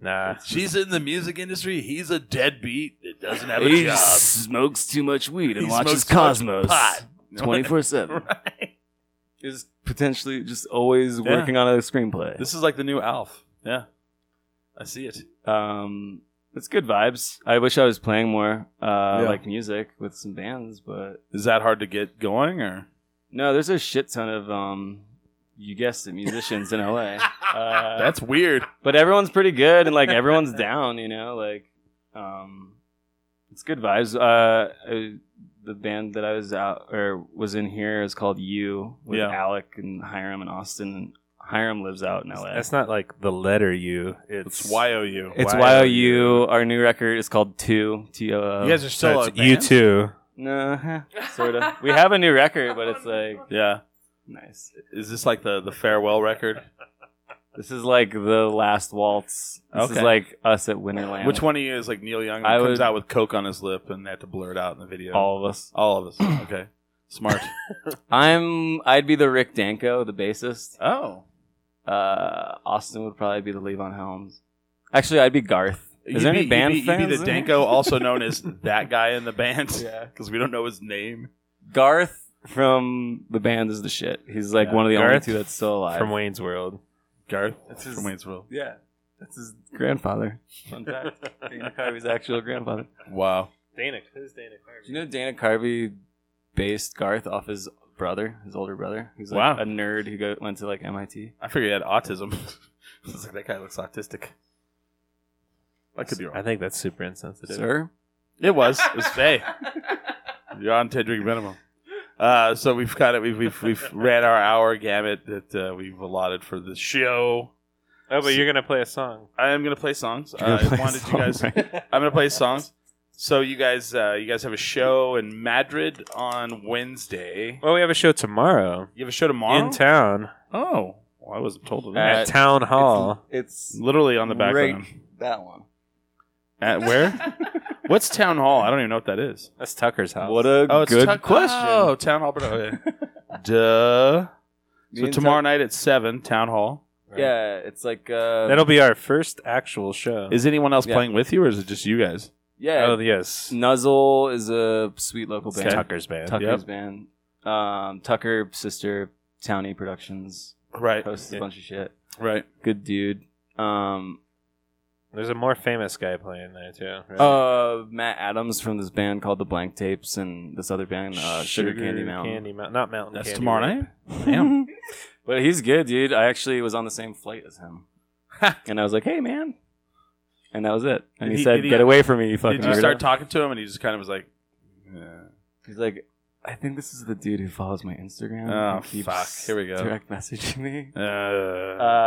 Speaker 5: Nah,
Speaker 2: She's in the music industry. He's a deadbeat that doesn't have a
Speaker 4: he
Speaker 2: job.
Speaker 4: smokes too much weed and
Speaker 2: He [laughs]
Speaker 4: watches [laughs]
Speaker 2: smokes too much
Speaker 4: Cosmos
Speaker 2: pot.
Speaker 4: twenty four seven.
Speaker 2: Right.
Speaker 4: Is potentially just always working on a screenplay.
Speaker 2: This is like the new Alf. Yeah, I see it.
Speaker 4: um, it's good vibes. I wish I was playing more uh,
Speaker 2: Yeah.
Speaker 4: like music with some bands, but
Speaker 2: Is that hard to get going or?
Speaker 4: no, there's a shit ton of um, you guessed it, musicians in [laughs] LA. Uh,
Speaker 2: That's weird.
Speaker 4: but everyone's pretty good and like everyone's down you know like um it's good vibes uh I, the band that i was out or was in here is called you with
Speaker 2: Yeah.
Speaker 4: alec and hiram and austin and hiram lives out in la
Speaker 5: That's not like the letter U. It's,
Speaker 2: It's Y O U.
Speaker 4: it's
Speaker 5: Y-O-U.
Speaker 4: you our new record is called two t-o
Speaker 2: You guys are still a
Speaker 5: So it's U
Speaker 2: band?
Speaker 5: two.
Speaker 4: no huh,
Speaker 3: [laughs]
Speaker 4: sort of we have a new record but it's like
Speaker 2: Yeah.
Speaker 4: nice
Speaker 2: Is this like the the farewell record?
Speaker 4: this is like the last waltz this is
Speaker 2: Okay.
Speaker 4: like us at winterland
Speaker 2: Which one of you is like Neil Young?
Speaker 4: I
Speaker 2: That comes
Speaker 4: would-
Speaker 2: out with coke on his lip and they have to blur it out in the video.
Speaker 4: all of us
Speaker 2: All
Speaker 4: [clears throat]
Speaker 2: of us. Okay.
Speaker 4: [laughs]
Speaker 2: Smart.
Speaker 4: i'm i'd be the rick danko the bassist
Speaker 2: oh.
Speaker 4: uh, Austin would probably be the Levon Helms. Actually, I'd be Garth. Is
Speaker 2: You'd
Speaker 4: there
Speaker 2: be-
Speaker 4: any band
Speaker 2: you'd be,
Speaker 4: fans?
Speaker 2: You'd be the
Speaker 4: in here?
Speaker 2: Danko,
Speaker 4: [laughs]
Speaker 2: also known as that guy in the band, because
Speaker 4: Yeah.
Speaker 2: we don't know his name.
Speaker 4: Garth from the band is the shit. He's like
Speaker 2: Yeah.
Speaker 4: one of the only
Speaker 5: Garth
Speaker 4: two that's still alive.
Speaker 5: From Wayne's World.
Speaker 2: Garth
Speaker 4: That's his-
Speaker 2: from Waynesville.
Speaker 4: yeah, that's his grandfather.
Speaker 2: [laughs]
Speaker 4: Fun fact: Dana Carvey's actual grandfather.
Speaker 2: Wow.
Speaker 5: Dana. Who's Dana Carvey?
Speaker 4: Do you know Dana Carvey based Garth off his brother, his older brother? He's like
Speaker 2: Wow.
Speaker 4: a nerd who go, went to like MIT.
Speaker 2: I figured he had autism. [laughs] I was like, that guy looks autistic. I could be
Speaker 5: I
Speaker 2: wrong.
Speaker 5: think that's super insensitive.
Speaker 4: Sir,
Speaker 2: It was. It was Faye. You're on ten drink minimum. Uh, so we've kind of we've we've, we've ran our hour gamut that uh, we've allotted for the show.
Speaker 5: Oh, but you're gonna play a song.
Speaker 2: I am gonna play songs.
Speaker 4: You're gonna
Speaker 2: I
Speaker 4: play a
Speaker 2: wanted
Speaker 4: song,
Speaker 2: you guys.
Speaker 4: right?
Speaker 2: I'm gonna play songs. So you guys, uh, you guys have a show in Madrid on Wednesday.
Speaker 5: Well, we have a show tomorrow
Speaker 2: You have a show tomorrow
Speaker 5: in town
Speaker 2: Oh, well, I wasn't told of
Speaker 5: at
Speaker 2: that.
Speaker 4: Uh,
Speaker 5: Town Hall.
Speaker 4: It's
Speaker 2: Literally on Oh. the back
Speaker 4: right-
Speaker 2: of them.
Speaker 4: that one.
Speaker 2: At
Speaker 4: [laughs]
Speaker 2: where? What's town hall? I don't even know what that is.
Speaker 5: That's Tucker's house.
Speaker 4: What a
Speaker 2: Oh, it's
Speaker 4: good
Speaker 2: Tuck-
Speaker 4: question.
Speaker 2: Oh, town hall. Okay.
Speaker 4: [laughs]
Speaker 2: Duh.
Speaker 4: Me
Speaker 2: So
Speaker 4: and
Speaker 2: tomorrow
Speaker 4: Tuck-
Speaker 2: night at seven, town hall.
Speaker 4: Yeah, it's like uh,
Speaker 5: That'll be our first actual show.
Speaker 2: Is anyone else
Speaker 4: Yeah.
Speaker 2: playing with you, or is it just you guys?
Speaker 4: yeah.
Speaker 5: oh yes,
Speaker 4: Nuzzle is a sweet local
Speaker 5: It's
Speaker 4: band.
Speaker 5: Tucker's band.
Speaker 4: Tucker's
Speaker 2: Yep.
Speaker 4: band. Um, Tucker sister Townie Productions
Speaker 2: Right.
Speaker 4: hosts a bunch of shit.
Speaker 2: Right.
Speaker 4: Good dude. Um,
Speaker 5: There's a more famous guy playing there too. right?
Speaker 4: uh, Matt Adams from this band called the Blank Tapes and this other band uh, Sugar, Candy Mountain.
Speaker 5: Candy Mountain, not Mountain.
Speaker 2: That's
Speaker 5: Candy
Speaker 2: tomorrow
Speaker 5: Mountain.
Speaker 2: night.
Speaker 4: Damn. [laughs] but he's good, dude. I actually was on the same flight as him, and I was like, "Hey, man," and that was it.
Speaker 2: Did
Speaker 4: And he,
Speaker 2: he-
Speaker 4: said,
Speaker 2: did he-
Speaker 4: "Get away from me, you fucking."
Speaker 2: Did you
Speaker 4: weirdo."
Speaker 2: start talking to him, and he just kind of was like, yeah.
Speaker 4: He's like, I think this is the dude who follows my Instagram.
Speaker 2: Oh,
Speaker 4: and keeps
Speaker 2: fuck. Here we go.
Speaker 4: Direct messaging me.
Speaker 2: uh,
Speaker 4: [laughs]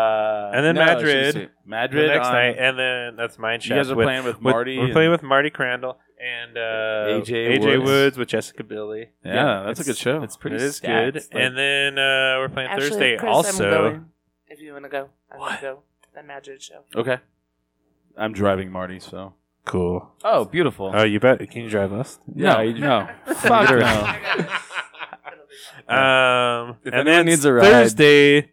Speaker 4: Uh,
Speaker 5: and then
Speaker 4: no,
Speaker 5: Madrid.
Speaker 4: it's just-
Speaker 5: The
Speaker 2: Madrid
Speaker 5: next
Speaker 2: on-
Speaker 5: night, and then that's Mine
Speaker 2: You guys
Speaker 5: Shaft
Speaker 2: are
Speaker 5: with-
Speaker 2: playing with
Speaker 5: with-
Speaker 2: Marty.
Speaker 5: We're
Speaker 2: and-
Speaker 5: playing with Marty Crandall and uh,
Speaker 2: AJ
Speaker 5: AJ
Speaker 2: Woods.
Speaker 5: Woods with Jessica Billy.
Speaker 2: Yeah, that's a
Speaker 4: it's-
Speaker 2: good show.
Speaker 4: It's pretty
Speaker 5: it is
Speaker 4: stacked,
Speaker 5: good.
Speaker 4: like-
Speaker 5: and then uh, we're playing
Speaker 3: Actually,
Speaker 5: Thursday
Speaker 3: Chris, I'm
Speaker 5: also.
Speaker 3: going, if you want to go, I'm going
Speaker 5: What?
Speaker 3: to go to the Madrid show.
Speaker 2: Okay. I'm driving Marty, so.
Speaker 5: Cool.
Speaker 4: oh, beautiful.
Speaker 5: Oh, you bet. Can you drive us?
Speaker 4: yeah,
Speaker 2: no,
Speaker 4: you-
Speaker 2: no. Fuck no.
Speaker 5: Um,
Speaker 4: If
Speaker 5: and
Speaker 4: anyone
Speaker 5: then
Speaker 4: needs a ride-
Speaker 5: Thursday,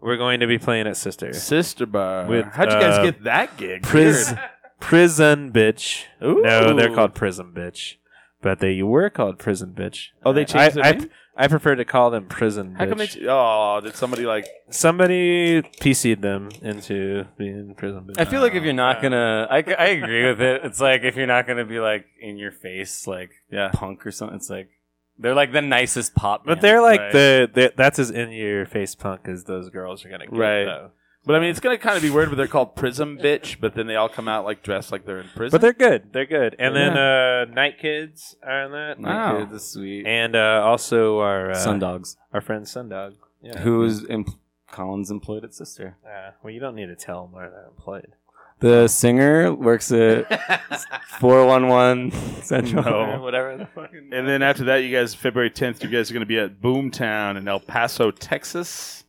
Speaker 5: we're going to be playing at Sister.
Speaker 2: Sister Bar.
Speaker 5: With,
Speaker 2: How'd you guys
Speaker 5: uh,
Speaker 2: get that gig?
Speaker 5: Pris- [laughs] prison bitch.
Speaker 2: Ooh.
Speaker 5: [laughs] No, they're called prison bitch, but they were called prison bitch.
Speaker 2: Oh, they changed
Speaker 5: I,
Speaker 2: their
Speaker 5: I,
Speaker 2: name?
Speaker 5: I prefer to call them prison.
Speaker 2: How
Speaker 5: bitch.
Speaker 2: come they? Ch- oh, did somebody like?
Speaker 5: Somebody PC'd them into being prison bitch.
Speaker 4: I feel like if you're
Speaker 5: Uh,
Speaker 4: not gonna, I, I agree with it. It's like if you're not gonna be like in your face, like
Speaker 2: Yeah.
Speaker 4: punk or something. It's like they're like the nicest pop,
Speaker 5: but
Speaker 4: band,
Speaker 5: they're like
Speaker 4: right?
Speaker 5: the, the that's as in your face punk as those girls are gonna get.
Speaker 2: Right.
Speaker 5: though.
Speaker 2: But I mean, it's gonna kind of be weird. But they're called Prism Bitch. But then they all come out like dressed like they're in prison.
Speaker 5: But they're good. They're good. And then uh, Night Kids are on that.
Speaker 4: My
Speaker 2: Wow.
Speaker 4: kids is sweet
Speaker 5: And uh, also our uh,
Speaker 4: Sundogs,
Speaker 5: our friend Sundog. Yeah.
Speaker 4: who's em- Colin's employed at Sister.
Speaker 5: Uh, well, you don't need to tell them where they're employed.
Speaker 4: The singer works at 411 Central.
Speaker 2: [laughs]
Speaker 5: [laughs]
Speaker 2: No.
Speaker 4: Whatever the fucking.
Speaker 2: [laughs] And then after that, you guys, February 10th, you guys are going to be at Boomtown in El Paso, Texas.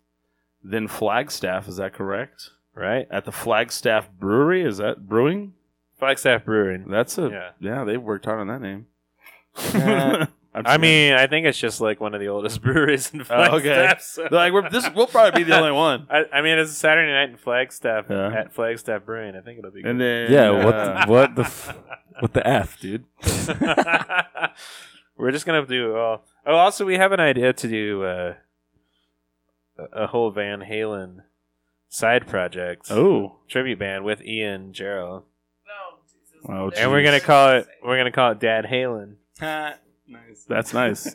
Speaker 2: Then Flagstaff, is that correct?
Speaker 5: Right.
Speaker 2: At the Flagstaff Brewery, is that brewing?
Speaker 5: Flagstaff Brewing.
Speaker 2: That's a
Speaker 5: Yeah.
Speaker 2: yeah. They worked hard on that name.
Speaker 4: Yeah.
Speaker 2: [laughs] I'm
Speaker 5: I
Speaker 2: sure.
Speaker 5: mean, I think it's just like one of the oldest [laughs] breweries in
Speaker 2: Oh, okay.
Speaker 5: Flagstaff. so-
Speaker 2: They're like
Speaker 5: [laughs]
Speaker 2: we're, this, we'll probably be the only one.
Speaker 5: I, I mean, it's a Saturday night in Flagstaff
Speaker 2: Yeah.
Speaker 5: at Flagstaff Brewing. I think it'll be.
Speaker 2: And
Speaker 5: good.
Speaker 2: then
Speaker 4: Yeah,
Speaker 2: uh,
Speaker 4: what, what the f- what the F, dude?
Speaker 5: [laughs] We're just gonna do. Uh, oh, also, we have an idea to do uh, a whole Van Halen side project
Speaker 2: Oh,
Speaker 5: tribute band with Ian Gerald,
Speaker 2: Oh,
Speaker 5: and we're gonna call
Speaker 3: [laughs]
Speaker 5: it we're gonna call it Dad Halen.
Speaker 4: nice.
Speaker 2: that's nice.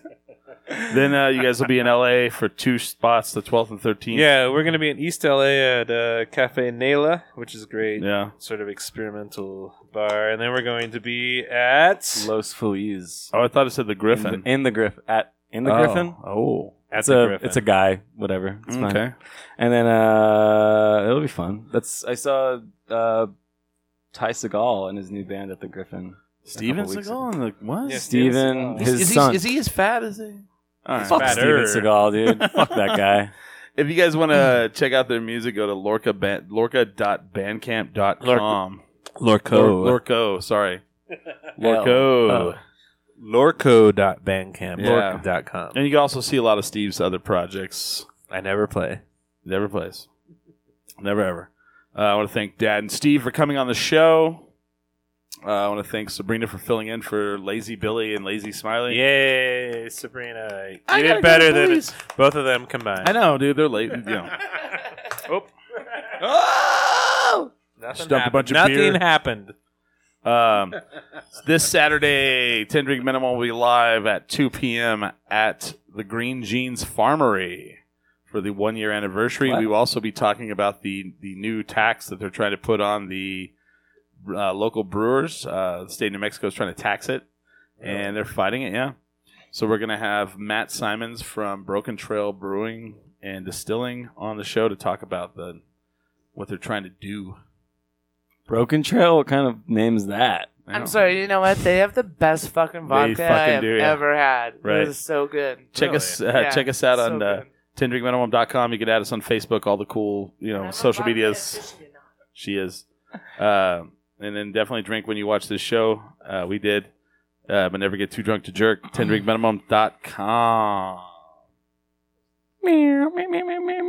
Speaker 2: then uh, you guys will be in LA for two spots, the 12th and 13th.
Speaker 5: Yeah, we're gonna be in East LA at uh, Cafe Nela, which is great.
Speaker 2: Yeah.
Speaker 5: Sort of experimental bar, and then we're going to be at
Speaker 4: Los Feliz.
Speaker 2: Oh, I thought it said the Griffin.
Speaker 4: In the, in the Griff at in the
Speaker 2: Oh.
Speaker 4: Griffin.
Speaker 2: Oh.
Speaker 5: at
Speaker 4: It's
Speaker 5: the
Speaker 4: a
Speaker 5: Griffin.
Speaker 4: it's a guy, whatever. It's fine.
Speaker 2: okay.
Speaker 4: And then uh, it'll be fun. That's I saw uh, Ty Segall and his new band at the Griffin.
Speaker 2: Steven
Speaker 4: weeks
Speaker 2: Seagal and the what?
Speaker 5: Yeah,
Speaker 4: Steven,
Speaker 5: Steven Seagal.
Speaker 4: his son.
Speaker 2: he as fat as he? All right.
Speaker 4: Fuck
Speaker 5: fatter.
Speaker 4: Steven Seagal, dude. Fuck
Speaker 2: [laughs]
Speaker 4: that guy.
Speaker 2: If you guys want to check out their music, go to lorca ban- lorca.bandcamp.com.
Speaker 4: Lorco.
Speaker 2: Lor- Lorco, [laughs] sorry.
Speaker 4: L.
Speaker 2: Lorco.
Speaker 4: Oh.
Speaker 5: lorco.bandcamp.com.
Speaker 2: And you can also see a lot of Steve's other projects.
Speaker 5: I never play.
Speaker 2: Never plays. Never ever. Uh, I want to thank Dad and Steve for coming on the show. Uh, I want to thank Sabrina for filling in for Lazy Billy and Lazy Smiley.
Speaker 5: Yay, Sabrina. You
Speaker 2: I gotta
Speaker 5: did
Speaker 2: go
Speaker 5: better
Speaker 2: to
Speaker 5: than
Speaker 2: police.
Speaker 5: both of them combined.
Speaker 2: I know, dude. They're late. You
Speaker 5: [laughs]
Speaker 2: know.
Speaker 5: oh. Nothing,
Speaker 2: Stumped a
Speaker 5: happened.
Speaker 2: bunch of
Speaker 5: Nothing
Speaker 2: beer.
Speaker 5: happened.
Speaker 2: Um, this Saturday, 10 Drink Minimum will be live at 2 p.m. at the Green Jeans Farmery for the one year anniversary.
Speaker 4: What?
Speaker 2: We will also be talking about the, the new tax that they're trying to put on the uh, local brewers. Uh, the state of New Mexico is trying to tax it, and they're fighting it, yeah. So we're going to have Matt Simons from Broken Trail Brewing and Distilling on the show to talk about the what they're trying to do.
Speaker 4: Broken Trail. What kind of name is that?
Speaker 2: I
Speaker 3: I'm
Speaker 2: don't-
Speaker 3: sorry. You know what? They have the best fucking vodka I
Speaker 2: fucking
Speaker 3: have
Speaker 2: do, yeah.
Speaker 3: ever had.
Speaker 2: Right.
Speaker 3: It is so good.
Speaker 2: Check us uh,
Speaker 3: Yeah,
Speaker 2: check us out
Speaker 3: so
Speaker 2: on uh,
Speaker 3: good.
Speaker 2: tendrinkminimum.com. You can add us on Facebook, all the cool, you know, social medias. She is. Uh, and then definitely drink when you watch this show. Uh, we did. Uh, but never get too drunk to jerk. tendrinkminimum.com.
Speaker 4: Meow, meow, meow, meow, meow.